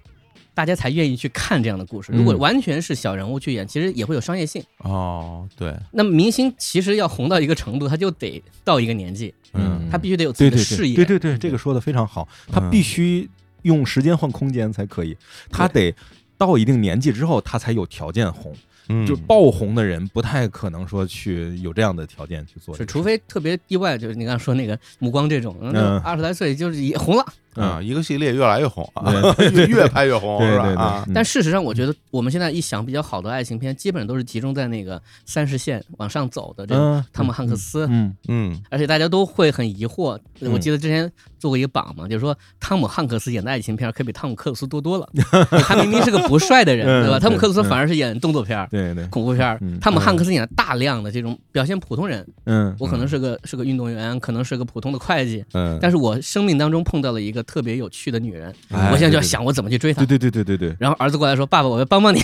Speaker 5: 大家才愿意去看这样的故事。如果
Speaker 6: 嗯
Speaker 5: 完全是小人物去演，其实也会有商业性。
Speaker 2: 哦，对，
Speaker 5: 那么明星其实要红到一个程度，他就得到一个年纪，
Speaker 6: 嗯
Speaker 5: 他必须得有自己
Speaker 6: 对
Speaker 5: 的嗯
Speaker 6: 对
Speaker 5: 事
Speaker 6: 对
Speaker 5: 业。
Speaker 6: 对对对，这个说的非常好，他
Speaker 2: 嗯
Speaker 6: 必须用时间换空间才可以，他得到一定年纪之后，他才有条件红。
Speaker 2: 嗯
Speaker 6: 就爆红的人不太可能说去有这样的条件去做这
Speaker 5: 是，
Speaker 6: 个事，
Speaker 5: 除非特别意外，就是你刚才说那个目光这种，
Speaker 6: 嗯
Speaker 5: 二十来岁就是也红了。
Speaker 2: 啊，一个系列越来越红啊，
Speaker 6: [laughs]
Speaker 2: [laughs]
Speaker 6: 对
Speaker 2: 越越拍越红，
Speaker 6: 对
Speaker 2: 是吧？
Speaker 6: 对嗯
Speaker 2: 啊，
Speaker 6: 对，
Speaker 5: 但
Speaker 6: 是
Speaker 5: 事实上，我觉得我们现在一想比较好的爱情片，基本上都是集中在那个三十线往上走的这种，
Speaker 6: 嗯，
Speaker 5: 汤姆汉克斯，
Speaker 6: 嗯，
Speaker 2: 嗯
Speaker 5: 而且大家都会很疑惑。
Speaker 6: 嗯
Speaker 5: 我记得之前做过一个榜嘛，就是说汤姆汉克斯演的爱情片可比汤姆克鲁斯多多了。 [laughs] 他明明是个不帅的人，
Speaker 6: 嗯
Speaker 5: 对吧？
Speaker 6: 对
Speaker 5: 汤姆克鲁斯反而是演动作片儿、
Speaker 6: 对对，
Speaker 5: 恐怖片儿
Speaker 6: 嗯，
Speaker 5: 汤姆汉克斯演了大量的这种表现普通人。
Speaker 6: 嗯，
Speaker 5: 我可能是个是个运动员，可能是个普通的会计，
Speaker 2: 嗯，
Speaker 5: 但是我生命当中碰到了一个特别有趣的女人，
Speaker 6: 哎
Speaker 5: 我现在就要
Speaker 6: 对对
Speaker 5: 想我怎么去追她
Speaker 6: 对。对对对对对，
Speaker 5: 然后儿子过来说：“爸爸，我要帮帮
Speaker 6: [laughs]
Speaker 5: 你。”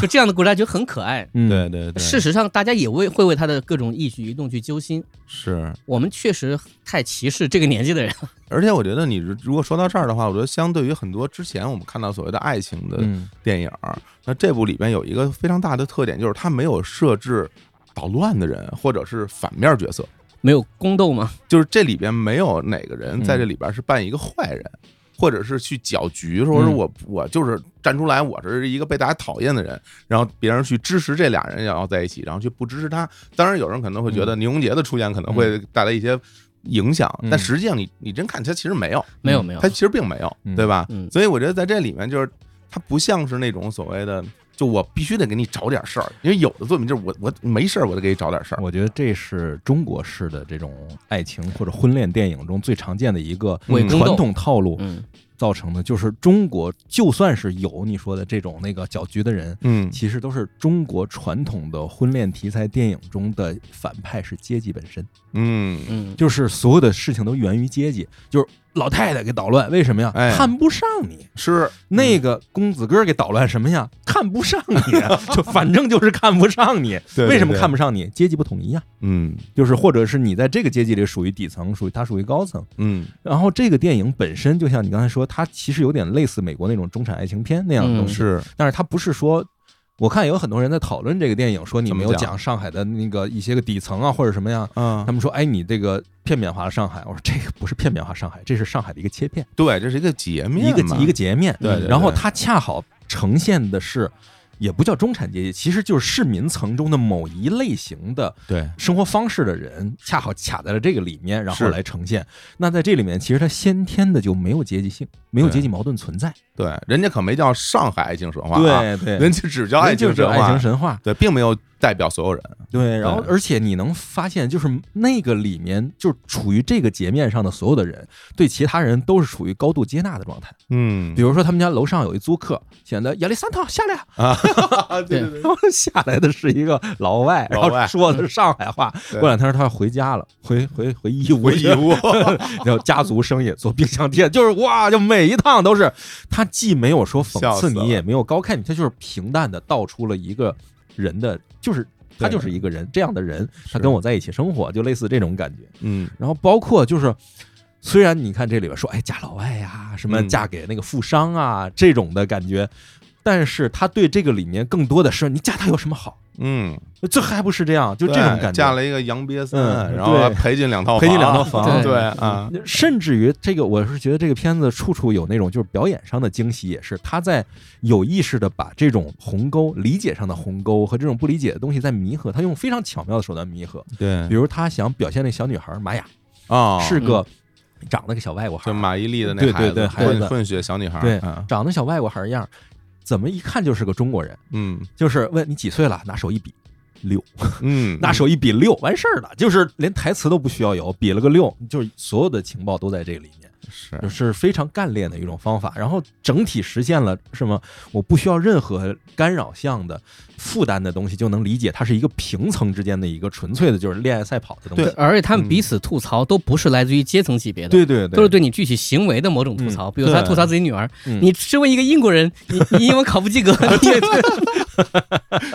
Speaker 5: 就这样的故事，大家觉得很可爱。
Speaker 6: 嗯
Speaker 2: 对对对，
Speaker 5: 事实上，大家也为会为他的各种一举一动去揪心。
Speaker 2: 是，
Speaker 5: 我们确实太歧视这个年纪的人 [laughs] 了。
Speaker 2: 而且我觉得你如如果说到这儿的话，我觉得相对于很多之前我们看到所谓的爱情的
Speaker 6: 嗯
Speaker 2: 电影儿，那这部里边有一个非常大的特点，就是它没有设置捣乱的人或者是反面角色，
Speaker 5: 没有宫斗吗？
Speaker 2: 就是这里边没有哪个人在
Speaker 6: 嗯
Speaker 2: 这里边是扮一个坏人，或者是去搅局，说是
Speaker 6: 嗯
Speaker 2: 我我就是站出来，我是一个被大家讨厌的人，然后别人去支持这俩人要在一起，然后去不支持他。当然，有人可能会觉得倪虹洁的出现可能会带来一些影响，
Speaker 6: 嗯
Speaker 2: 但实际上你你真看，他其实没有，
Speaker 5: 没有没有
Speaker 2: 他，其实并没有，
Speaker 6: 嗯
Speaker 2: 对吧？
Speaker 5: 嗯
Speaker 2: 所以我觉得在这里面就是，它不像是那种所谓的。就我必须得给你找点事儿，因为有的作品就是我我没事儿我就给你找点事儿，
Speaker 6: 我觉得这是中国式的这种爱情或者婚恋电影中最常见的一个
Speaker 5: 为宫斗
Speaker 6: 传统套路
Speaker 5: 嗯，
Speaker 6: 造成的，就是中国就算是有你说的这种那个搅局的人，
Speaker 2: 嗯
Speaker 6: 其实都是中国传统的婚恋题材电影中的反派是阶级本身，
Speaker 2: 嗯
Speaker 5: 嗯，
Speaker 6: 就是所有的事情都源于阶级，就是老太太给捣乱，为什么呀？
Speaker 2: 哎
Speaker 6: 看不上你。
Speaker 2: 是
Speaker 6: 那个公子哥给捣乱什么呀？看不上你
Speaker 2: [laughs]
Speaker 6: 啊，就反正就是看不上你。
Speaker 2: 对对
Speaker 6: 为什么
Speaker 2: 对
Speaker 6: 看不上你？阶级不统一呀、啊
Speaker 2: 嗯
Speaker 6: 就是或者是你在这个阶级里属于底层，属于他属于高层。
Speaker 2: 嗯
Speaker 6: 然后这个电影本身就像你刚才说，它其实有点类似美国那种中产爱情片那样的东
Speaker 5: 嗯
Speaker 6: 西，
Speaker 2: 是
Speaker 6: 但是它不是说。我看有很多人在讨论这个电影，说你没有
Speaker 2: 怎么讲
Speaker 6: 讲上海的那个一些个底层啊，或者什么呀？
Speaker 2: 啊
Speaker 6: 他，们说，哎，你这个片面化了上海。我说这个不是片面化上海，这是上海的一个切片，
Speaker 2: 对，这是一个截面
Speaker 6: 一个
Speaker 2: 嘛，
Speaker 6: 一个截面。
Speaker 2: 对对对
Speaker 6: 然后它恰好呈现的是，也不叫中产阶级，其实就是市民层中的某一类型的
Speaker 2: 对，
Speaker 6: 生活方式的人恰好卡在了这个里面，然后
Speaker 2: 是
Speaker 6: 来呈现。那在这里面，其实它先天的就没有阶级性，没有
Speaker 2: 对
Speaker 6: 阶级矛盾存在。
Speaker 2: 对，人家可没叫上海爱情神话、啊，
Speaker 6: 对对，
Speaker 2: 人家只叫爱
Speaker 6: 人就
Speaker 2: 情
Speaker 6: 是
Speaker 2: 神
Speaker 6: 爱
Speaker 2: 话，
Speaker 6: 情神话。
Speaker 2: 对，并没有代表所有人，
Speaker 6: 对，然后
Speaker 2: 对
Speaker 6: 而且你能发现，就是那个里面，就是处于这个截面上的所有的人，对其他人都是处于高度接纳的状态。
Speaker 2: 嗯
Speaker 6: 比如说，他们家楼上有一租客，显得亚历山大下来啊，
Speaker 2: 啊，对对对，
Speaker 6: 然后 [laughs] 下来的是一个老外，然
Speaker 2: 老外
Speaker 6: 后说的是上海话。
Speaker 2: 对
Speaker 6: 过两天他要回家了，回回回义乌
Speaker 2: 回
Speaker 6: 去
Speaker 2: 忆
Speaker 6: 了，
Speaker 2: 屋，
Speaker 6: [laughs] 然后家族生意做冰箱贴，就是哇，就每一趟都是他既没有说讽刺
Speaker 2: 笑死了
Speaker 6: 你，也没有高看你，他就是平淡的道出了一个人的，就是他就是一个人这样的人，他跟我在一起生活，就类似这种感觉。
Speaker 2: 嗯
Speaker 6: 然后包括就是。虽然你看这里边说，哎，嫁老外呀、什么
Speaker 2: 嗯
Speaker 6: 嫁给那个富商啊、这种的感觉，但是他对这个里面更多的是，你嫁他有什么好？
Speaker 2: 嗯，
Speaker 6: 这还不是这样，就这
Speaker 2: 对
Speaker 6: 种感觉。
Speaker 2: 嫁了一个洋瘪三、
Speaker 6: 嗯
Speaker 2: 然后还
Speaker 6: 对
Speaker 2: 赔进两套
Speaker 6: 赔进两套房嗯
Speaker 2: 对啊，
Speaker 6: 甚至于这个，我是觉得这个片子处处有那种就是表演上的惊喜，也是他在有意识的把这种鸿沟、理解上的鸿沟和这种不理解的东西在弥合，他用非常巧妙的手段弥合。
Speaker 2: 对
Speaker 6: 比如他想表现那小女孩玛雅
Speaker 2: 啊，
Speaker 6: 是个长得个小外国孩
Speaker 2: 就
Speaker 6: 儿，啊
Speaker 2: 马伊琍的那
Speaker 6: 对对
Speaker 2: 孩子，
Speaker 6: 对孩子
Speaker 2: 混混血小女孩，
Speaker 6: 对
Speaker 2: 啊
Speaker 6: 长得小外国孩儿样儿，怎么一看就是个中国人？
Speaker 2: 嗯
Speaker 6: 就是问你几岁了，拿手一比。六，
Speaker 2: 嗯，
Speaker 6: 拿手一比六，完事儿了，就是连台词都不需要有，比了个六，就是所有的情报都在这里面。
Speaker 2: 是
Speaker 6: 是非常干练的一种方法。然后整体实现了什么？我不需要任何干扰项的负担的东西，就能理解它是一个平层之间的一个纯粹的，就是恋爱赛跑的东西。
Speaker 5: 而且他们彼此吐槽都不是来自于阶层级别的，
Speaker 6: 对对对，
Speaker 5: 都是对你具体行为的某种吐槽。比如他吐槽自己女儿，
Speaker 6: 嗯
Speaker 5: 你身为一个英国人，你你英文考不及格，对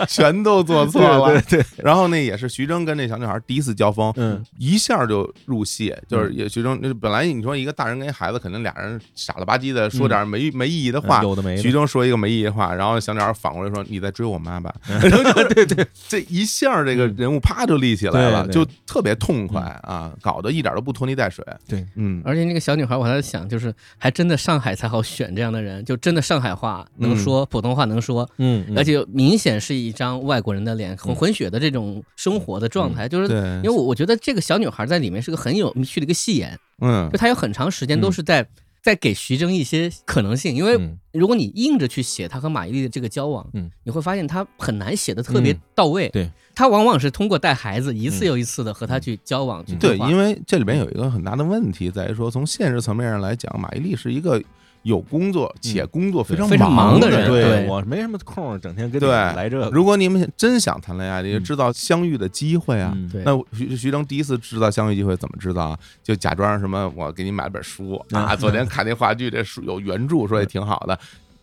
Speaker 2: 全都做错了。
Speaker 6: 对对对，
Speaker 2: 然后那也是徐峥跟那小女孩第一次交锋，
Speaker 6: 嗯
Speaker 2: 一下就入戏，就是也徐峥本来你说一个大人跟一孩子，肯定俩人傻了吧唧的说点没没意义的话。
Speaker 6: 嗯有的没
Speaker 2: 徐
Speaker 6: 的，
Speaker 2: 峥说一个没意义的话，然后小女孩反过来说：“你在追我妈吧？” [laughs] 对对，这一下这个人物啪就立起来了，
Speaker 6: 对
Speaker 2: 就
Speaker 6: 对
Speaker 2: 特别痛快啊，搞得一点都不拖泥带水。
Speaker 6: 对，
Speaker 2: 嗯，
Speaker 5: [laughs] 而且那个小女孩，我还在想，就是还真的上海才好选这样的人，就真的上海话能说，普通话能说，
Speaker 6: 嗯，嗯
Speaker 5: 而且明显是一张外国人的脸，混
Speaker 6: 嗯
Speaker 5: 混血的这种生活的状态，就是。
Speaker 2: 对，
Speaker 5: 因为我我觉得这个小女孩在里面是个很有趣的一个戏演，
Speaker 2: 嗯
Speaker 5: 就她有很长时间都是在、在给徐峥一些可能性，因为
Speaker 6: 嗯
Speaker 5: 如果你硬着去写她和马伊琍的这个交往，
Speaker 6: 嗯
Speaker 5: 你会发现她很难写的特别
Speaker 6: 嗯
Speaker 5: 到位。
Speaker 6: 对，
Speaker 5: 她往往是通过带孩子一次又一次的和她去交往，去
Speaker 2: 嗯对，
Speaker 5: 化
Speaker 2: 因为这里边有一个很大的问题在于说，从现实层面上来讲，马伊琍是一个有工作且工作非常
Speaker 5: 非常
Speaker 2: 忙
Speaker 5: 忙的
Speaker 2: 人。
Speaker 5: 人
Speaker 6: 对
Speaker 5: 对
Speaker 6: 我没什么空儿，整天跟你
Speaker 2: 对
Speaker 6: 来这个，
Speaker 2: 如果你们真想谈恋爱，你就制造相遇的机会啊。
Speaker 6: 嗯
Speaker 5: 对
Speaker 2: 那徐徐峥第一次制造相遇机会怎么制造啊？就假装什么我给你买了本书
Speaker 6: 嗯
Speaker 2: 啊，昨天看那话剧，这书有原著，说也挺好的，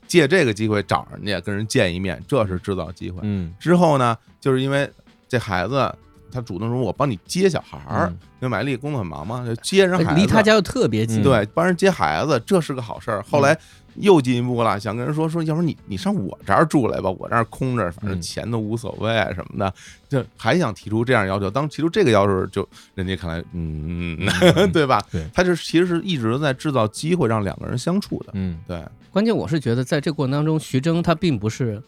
Speaker 2: 借这个机会找人家跟人见一面，这是制造机会。
Speaker 6: 嗯，
Speaker 2: 之后呢，就是因为这孩子他主动说，我帮你接小孩儿，
Speaker 6: 嗯哎
Speaker 2: 因为马丽工作很忙嘛，就接人孩子，
Speaker 5: 呃
Speaker 2: 啊
Speaker 5: 离她家又特别近，
Speaker 6: 嗯
Speaker 2: 对，帮人接孩子，这是个好事儿。后来又进一步了，想跟人说说，要不然你你上我这儿住来吧，我这儿空着，反正
Speaker 6: 嗯
Speaker 2: 钱都无所谓啊什么的，就还想提出这样要求。当提出这个要求，就人家看来，嗯，
Speaker 6: [laughs]
Speaker 2: [laughs] 对吧？
Speaker 6: 对
Speaker 2: 他就是其实是一直在制造机会让两个人相处的。
Speaker 6: 嗯
Speaker 2: 对，
Speaker 5: 关键我是觉得在这个过程当中，徐峥他并不是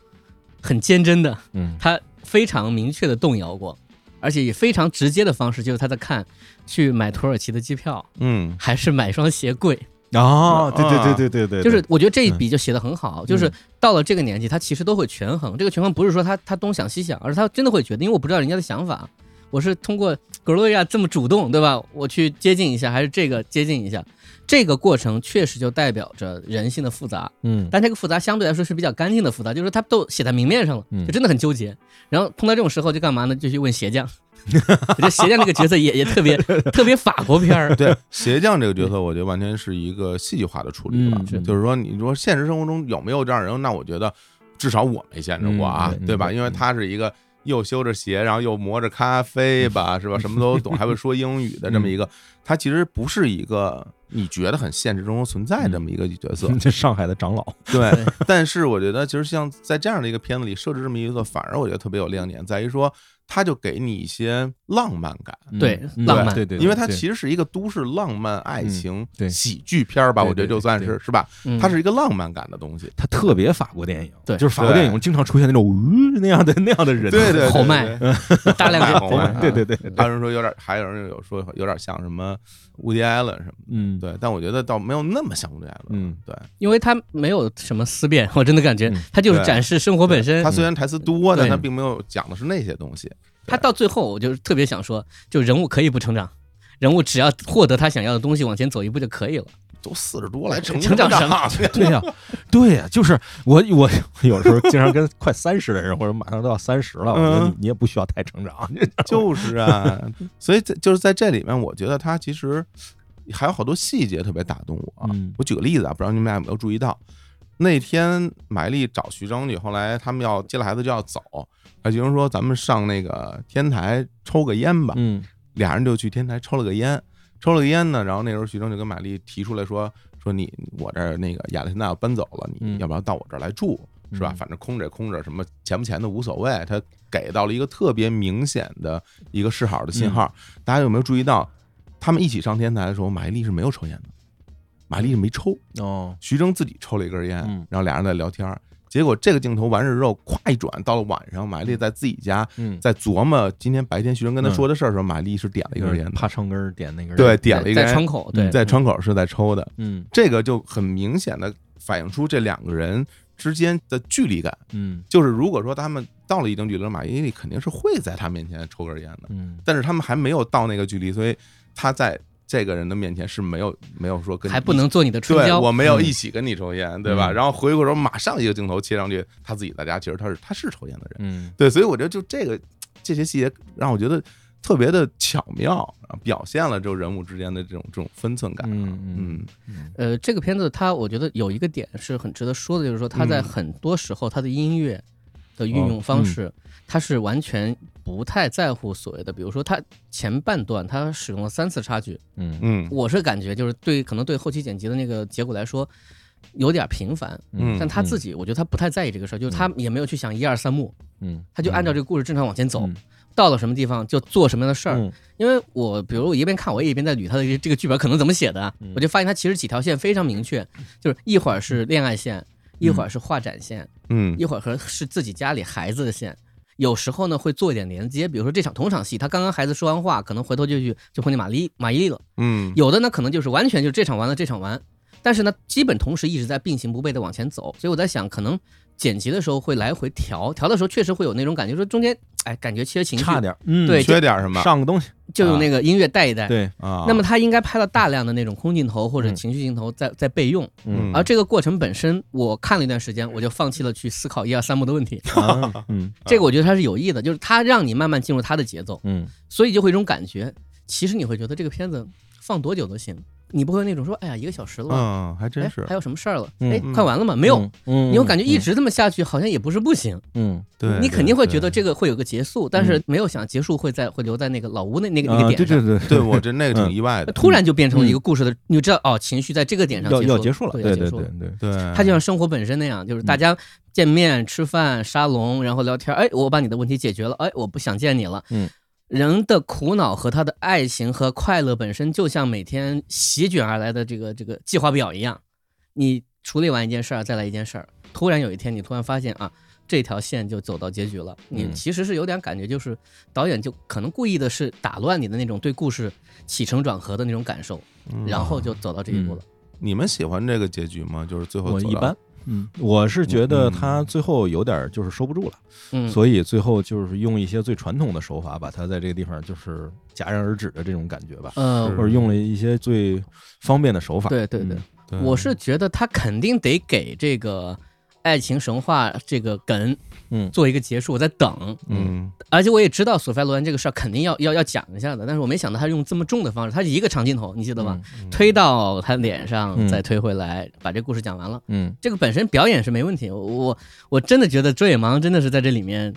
Speaker 5: 很坚贞的，
Speaker 6: 嗯
Speaker 5: 他非常明确的动摇过，而且以非常直接的方式，就是他在看去买土耳其的机票，
Speaker 2: 嗯，
Speaker 5: 还是买双鞋柜，
Speaker 6: 哦，对
Speaker 2: 啊
Speaker 6: 对对对对对，嗯
Speaker 5: 就是我觉得这一笔就写的很好，就是到了这个年纪，他其实都会权衡，这个权衡不是说他他东想西想，而是他真的会觉得，因为我不知道人家的想法。我是通过 Gloria 这么主动，对吧？我去接近一下，还是这个接近一下？这个过程确实就代表着人性的复杂，
Speaker 6: 嗯
Speaker 5: 但这个复杂相对来说是比较干净的复杂，就是他都写在明面上了，
Speaker 6: 嗯
Speaker 5: 就真的很纠结。然后碰到这种时候就干嘛呢？就去问鞋匠。 [laughs] 我觉得鞋匠这个角色也也特
Speaker 6: [laughs]
Speaker 5: 别特别法国片儿，
Speaker 2: [laughs] 对，鞋匠这个角色，我觉得完全是一个戏剧化的处理吧。
Speaker 6: 嗯是
Speaker 2: 就是说，你说现实生活中有没有这样的人？那我觉得至少我没见着过啊，
Speaker 6: 嗯对
Speaker 2: 对吧？
Speaker 6: 嗯
Speaker 2: 因为他是一个又修着鞋，然后又磨着咖啡吧，是吧？什么都懂，还会说英语的这
Speaker 6: 嗯
Speaker 2: 么一个，他其实不是一个你觉得很现实中存在这么一个角色。
Speaker 6: [laughs] 这上海的长老，
Speaker 2: 对
Speaker 5: 对，
Speaker 2: 但是我觉得，其实像在这样的一个片子里设置这么一个角色，反而我觉得特别有亮点，在于说。他就给你一些浪漫感，
Speaker 5: 对
Speaker 6: 嗯
Speaker 5: 浪漫
Speaker 6: 对对，对
Speaker 2: 因为它
Speaker 6: 对
Speaker 2: 其实是一个都市浪漫爱情
Speaker 6: 对
Speaker 2: 喜剧片儿吧，
Speaker 6: 对
Speaker 2: 我觉得
Speaker 6: 对
Speaker 2: 就算
Speaker 6: 对
Speaker 2: 是是吧，
Speaker 5: 嗯
Speaker 2: 它是一个浪漫感的东西。
Speaker 6: 它特别法国电影，
Speaker 5: 对
Speaker 6: 就是法国电影经常出现那种呜那样的那样的人，啊
Speaker 2: 对对，
Speaker 5: 豪
Speaker 2: 对
Speaker 5: 迈，
Speaker 2: 对 [laughs]
Speaker 5: 大量
Speaker 2: 豪迈
Speaker 5: 的
Speaker 2: 豪迈
Speaker 6: 对对对，
Speaker 2: 还有人说有点，还有人有说有点像什么 Woody Allen 什么
Speaker 6: 嗯，
Speaker 2: 的，对，但我觉得倒没有那么像 Woody Allen。
Speaker 6: 嗯，
Speaker 2: 对，
Speaker 5: 因为他没有什么思辨， [laughs] 我真的感觉
Speaker 6: 嗯
Speaker 5: 他就是
Speaker 2: 对
Speaker 5: 展示生活本身
Speaker 2: 他。虽然台词多，但
Speaker 5: 对
Speaker 2: 他并没有讲的是那些东西。
Speaker 5: 他到最后，我就是特别想说，就人物可以不成长，人物只要获得他想要的东西，往前走一步就可以了。
Speaker 2: 都四十多了，还成
Speaker 5: 成长什
Speaker 2: 么？
Speaker 6: [laughs] 对呀、对呀、就是我我有时候经常跟快三十的人，或者马上都要三十了，我觉得
Speaker 2: 嗯
Speaker 6: 你你也不需要太成长，
Speaker 2: 就是啊， [laughs] 所以在就是在这里面，我觉得他其实还有好多细节特别打动我啊。
Speaker 6: 嗯
Speaker 2: 我举个例子啊，不知道你们俩有没有注意到，那天买丽找徐峥去，后来他们要接了孩子就要走，啊，徐峥说咱们上那个天台抽个烟吧，
Speaker 6: 嗯
Speaker 2: 俩人就去天台抽了个烟，抽了个烟呢，然后那时候徐峥就跟马丽提出来说说你我这儿那个亚历山大要搬走了，你
Speaker 6: 嗯
Speaker 2: 要不要到我这儿来住？是吧？
Speaker 6: 嗯
Speaker 2: 反正空着也空着，什么钱不钱的无所谓。他给到了一个特别明显的一个示好的
Speaker 6: 嗯
Speaker 2: 信号。大家有没有注意到，他们一起上天台的时候，马伊琍是没有抽烟的，马伊琍是没抽，
Speaker 6: 哦，
Speaker 2: 徐峥自己抽了一根烟
Speaker 6: 嗯，
Speaker 2: 然后俩人在聊天儿。结果这个镜头完事之后，咵一转，到了晚上，马丽在自己家
Speaker 6: 嗯，
Speaker 2: 在琢磨今天白天徐峥跟他
Speaker 6: 嗯
Speaker 2: 说的事儿的时候，马丽是点了一根烟的，
Speaker 6: 爬窗根儿点那根，
Speaker 2: 对，，点了一根
Speaker 5: 在窗
Speaker 2: 烟，
Speaker 5: 口，对，嗯
Speaker 2: 在窗口是在抽的。
Speaker 6: 嗯
Speaker 2: 这个就很明显的反映出这两个人之间的距离感。
Speaker 6: 嗯
Speaker 2: 就是如果说他们到了一定距离，马伊琍肯定是会在他面前抽根烟的，
Speaker 6: 嗯
Speaker 2: 但是他们还没有到那个距离，所以他在。这个人的面前是没有没有说跟你
Speaker 5: 嗯还不
Speaker 2: 一起
Speaker 5: 能做你的春
Speaker 2: 对
Speaker 5: 娇。
Speaker 2: 我没有
Speaker 5: 嗯
Speaker 2: 一起跟你抽烟，对吧？
Speaker 6: 嗯
Speaker 2: 然后回过头马上一个镜头切上去，他自己在家，其实他是他是抽烟的人，
Speaker 6: 嗯
Speaker 2: 对，所以我觉得就这个这些细节让我觉得特别的巧妙，啊表现了就人物之间的这种这种分寸感。
Speaker 6: 嗯
Speaker 2: 嗯，
Speaker 6: 嗯
Speaker 5: 呃，这个片子它我觉得有一个点是很值得说的，就是说它在
Speaker 2: 嗯
Speaker 5: 很多时候它的音乐的运用方式，它是完全不太在乎所谓的，比如说它前半段它使用了三次插曲，
Speaker 6: 嗯
Speaker 2: 嗯
Speaker 5: 我是感觉就是对可能对后期剪辑的那个结果来说有点频繁，
Speaker 6: 嗯
Speaker 5: 但他自己我觉得他不太在意这个事儿，就是他也没有去想一二三幕，
Speaker 6: 嗯
Speaker 5: 他就按照这个故事正常往前走，
Speaker 6: 嗯
Speaker 5: 到了什么地方就做什么样的事儿。
Speaker 6: 嗯
Speaker 5: 因为我比如我一边看，我也一边在捋他的这个剧本可能怎么写的啊，
Speaker 6: 嗯
Speaker 5: 我就发现他其实几条线非常明确，就是一会儿是恋爱线，一会儿是画展线，
Speaker 2: 嗯
Speaker 5: 一会儿和是自己家里孩子的线。有时候呢会做一点连接，比如说这场同场戏，他刚刚孩子说完话，可能回头就去就碰见玛丽玛伊了。
Speaker 2: 嗯，
Speaker 5: 有的呢可能就是完全就是这场完了这场完，但是呢基本同时一直在并行不悖的往前走，所以我在想可能剪辑的时候会来回调，调的时候确实会有那种感觉，说中间哎感觉缺情绪，
Speaker 6: 差点儿，嗯
Speaker 5: 对
Speaker 2: 缺点什么
Speaker 6: 上个东西，
Speaker 5: 就用那个音乐带一带。
Speaker 6: 对，
Speaker 2: 啊？
Speaker 5: 那么他应该拍了大量的那种空镜头或者
Speaker 6: 嗯
Speaker 5: 情绪镜头在在备用，
Speaker 2: 嗯
Speaker 6: 嗯
Speaker 5: 而啊这个过程本身，我看了一段时间，我就放弃了去思考一二三幕的
Speaker 6: [laughs]
Speaker 5: 问题。
Speaker 6: 啊嗯
Speaker 5: 这个我觉得他是有意的，就是他让你慢慢进入他的节奏，
Speaker 6: 嗯
Speaker 5: 所以就会有一种感觉，其实你会觉得这个片子放多久都行，你不会有那种说哎呀一个小时了吧，
Speaker 2: 嗯，还真
Speaker 5: 哎
Speaker 2: 是
Speaker 5: 还有什么事儿了，
Speaker 6: 嗯
Speaker 5: 哎
Speaker 2: 嗯
Speaker 5: 快完了吗？没有。，
Speaker 6: 嗯
Speaker 5: 你有感觉一直这么下去，好像也不是不行。
Speaker 6: 嗯
Speaker 2: 对，
Speaker 5: 你肯定会觉得
Speaker 2: 对。
Speaker 5: 这个会有个结束，但是没有想结束会在会留在那个老吴那那个那
Speaker 6: 啊
Speaker 5: 个点
Speaker 6: 对
Speaker 5: 上。
Speaker 6: 对对
Speaker 2: 对我这那
Speaker 5: [laughs]
Speaker 2: 个挺意外的，
Speaker 5: 嗯突然就变成了一个故事的，你就知道哦，情绪在这个点上
Speaker 6: 要要
Speaker 5: 结
Speaker 6: 结束了，
Speaker 5: 要
Speaker 6: 对
Speaker 5: 结
Speaker 6: 对
Speaker 5: 束
Speaker 6: 对
Speaker 5: 了。
Speaker 6: 对，
Speaker 2: 对，
Speaker 5: 它就像生活本身那样，就是大家见面、吃饭、沙龙，然后聊天。哎，我把你的问题解决了，哎，我不想见你了。
Speaker 6: 嗯，
Speaker 5: 人的苦恼和他的爱情和快乐本身，就像每天席卷而来的这个这个计划表一样，你处理完一件事儿，再来一件事儿。突然有一天，你突然发现啊，这条线就走到结局了。你
Speaker 6: 嗯
Speaker 5: 其实是有点感觉，就是导演就可能故意的是打乱你的那种对故事起承转合的那种感受，
Speaker 2: 嗯
Speaker 5: 然后就走到这一步了。
Speaker 2: 你们喜欢这个结局吗？就是最后
Speaker 6: 我
Speaker 2: 走
Speaker 6: 一
Speaker 2: 到
Speaker 6: 般，嗯，我是觉得
Speaker 2: 嗯
Speaker 6: 他最后有点儿就是收不住了，
Speaker 5: 嗯，
Speaker 6: 所以最后就是用一些最传统的手法，把他在这个地方就是戛然而止的这种感觉吧，
Speaker 5: 呃，
Speaker 2: 是
Speaker 6: 或者用了一些最方便的手法，
Speaker 5: 对对对，
Speaker 6: 嗯
Speaker 2: 对
Speaker 5: 我是觉得他肯定得给这个爱情神话这个梗，
Speaker 6: 嗯
Speaker 5: 做一个结束。我在等，
Speaker 2: 嗯
Speaker 5: 而且我也知道索菲亚·罗兰这个事儿肯定要要要讲一下的，但是我没想到他用这么重的方式，他一个长镜头，你记得吧？推到他脸上，
Speaker 6: 嗯
Speaker 5: 再推回来，把这故事讲完了。
Speaker 6: 嗯
Speaker 5: 这个本身表演是没问题，我我我真的觉得周野芒真的是在这里面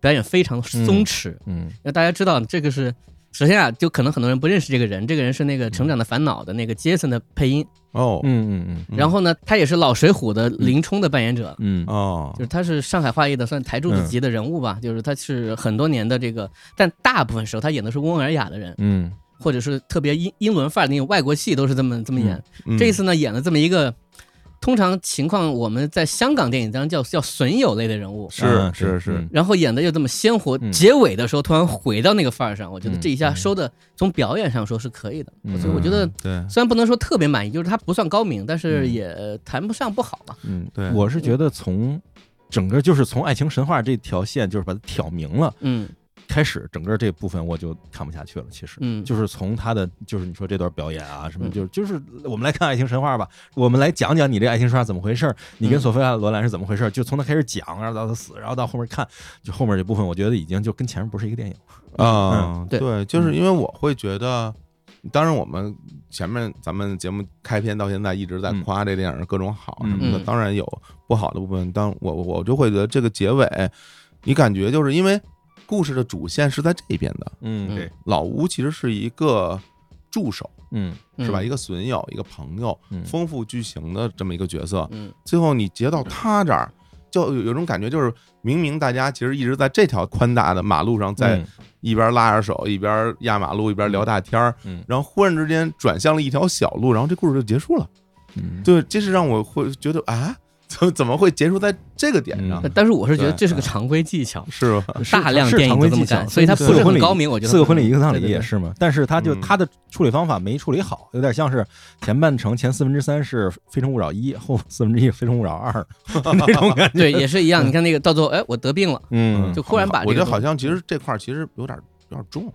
Speaker 5: 表演非常松弛，
Speaker 6: 嗯
Speaker 5: 因为大家知道这个是。首先啊，就可能很多人不认识这个人，这个人是那个《成长的烦恼》的那个杰森的配音，
Speaker 2: 哦
Speaker 6: 嗯嗯嗯
Speaker 2: 嗯
Speaker 5: 然后呢，他也是老水浒的林冲的扮演者，
Speaker 6: 嗯嗯
Speaker 2: 哦
Speaker 5: 就是他是上海话译的算台柱子级的人物吧，就是他是很多年的这个，但大部分时候他演的是温文尔雅的人，
Speaker 6: 嗯
Speaker 5: 或者是特别英英伦范儿的那种外国戏都是这么这么演。
Speaker 2: 嗯
Speaker 5: 这一次呢，演了这么一个。通常情况，我们在香港电影当中叫叫损友类的人物，
Speaker 2: 是
Speaker 6: 啊
Speaker 2: 是
Speaker 6: 对
Speaker 2: 是
Speaker 6: 嗯
Speaker 5: 然后演的又这么鲜活，
Speaker 6: 嗯
Speaker 5: 结尾的时候突然回到那个范儿上，我觉得
Speaker 6: 嗯
Speaker 5: 这一下
Speaker 6: 嗯
Speaker 5: 收的从表演上说是可以的，
Speaker 6: 嗯
Speaker 5: 所以我觉得
Speaker 2: 嗯对
Speaker 5: 虽然不能说特别满意，就是它不算高明，但是
Speaker 6: 嗯
Speaker 5: 也谈不上不好吧。
Speaker 6: 嗯，
Speaker 2: 对
Speaker 6: 我是觉得从整个就是从爱情神话这条线就是把它挑明了。
Speaker 5: 嗯
Speaker 6: 开始整个这部分我就看不下去了，其实，
Speaker 5: 嗯
Speaker 6: 就是从他的就是你说这段表演啊什么，
Speaker 5: 嗯
Speaker 6: 就是就是我们来看爱情神话吧，我们来讲讲你这爱情神话怎么回事儿，你跟
Speaker 5: 嗯
Speaker 6: 索菲亚罗兰是怎么回事儿，就从他开始讲，然后到他死，然后到后面看，就后面这部分我觉得已经就跟前面不是一个电影了，
Speaker 2: 啊、
Speaker 5: 对
Speaker 2: 对，就是因为我会觉得，当然我们前面咱们节目开篇到现在一直在
Speaker 6: 嗯
Speaker 2: 夸这电影各种好什么的，
Speaker 5: 嗯
Speaker 2: 当然有不好的部分，当我我我就会觉得这个结尾，你感觉就是因为故事的主线是在这边的，
Speaker 6: 嗯
Speaker 5: 对，
Speaker 2: 老吴其实是一个助手
Speaker 6: 嗯
Speaker 2: 是吧？一
Speaker 5: 个
Speaker 2: 个损友，一个朋友，
Speaker 6: 嗯
Speaker 2: 丰富剧情的这么一个角色，
Speaker 5: 嗯
Speaker 2: 最后你截到他这儿。就有有种感觉，就是明明大家其实一直在这条宽大的马路上在
Speaker 6: 嗯
Speaker 2: 一边拉着手，一边压马路，一边聊大天儿，
Speaker 6: 嗯
Speaker 2: 然后忽然之间转向了一条小路，然后这故事就结束了。
Speaker 6: 嗯
Speaker 2: 对，这是让我会觉得啊， [laughs] 怎么怎么会结束在这个点上？
Speaker 6: 嗯呃
Speaker 5: 但是我是觉得
Speaker 2: 对
Speaker 5: 这是个常规技巧，
Speaker 2: 是吧？
Speaker 6: 是
Speaker 5: 大量
Speaker 6: 是
Speaker 5: 电影
Speaker 6: 常
Speaker 5: 都
Speaker 6: 规
Speaker 5: 这么
Speaker 6: 技巧
Speaker 5: 干，所以它不
Speaker 6: 四
Speaker 5: 是
Speaker 6: 个婚
Speaker 5: 很
Speaker 6: 礼
Speaker 5: 高明。我觉得
Speaker 6: 四个婚礼一个葬礼
Speaker 5: 对对对
Speaker 6: 也是嘛，但是他就
Speaker 2: 嗯
Speaker 6: 他的处理方法没处理好，有点像是前半程前四分之三是《非诚勿扰一》，后四分之一《非诚勿扰二》那种感觉，
Speaker 5: 对，也是一样。你看那个到最后，哎，我得病了，
Speaker 6: 嗯
Speaker 5: 就忽然把这
Speaker 2: 我觉
Speaker 5: 个
Speaker 2: 得好像其实这块儿其实有点有点重，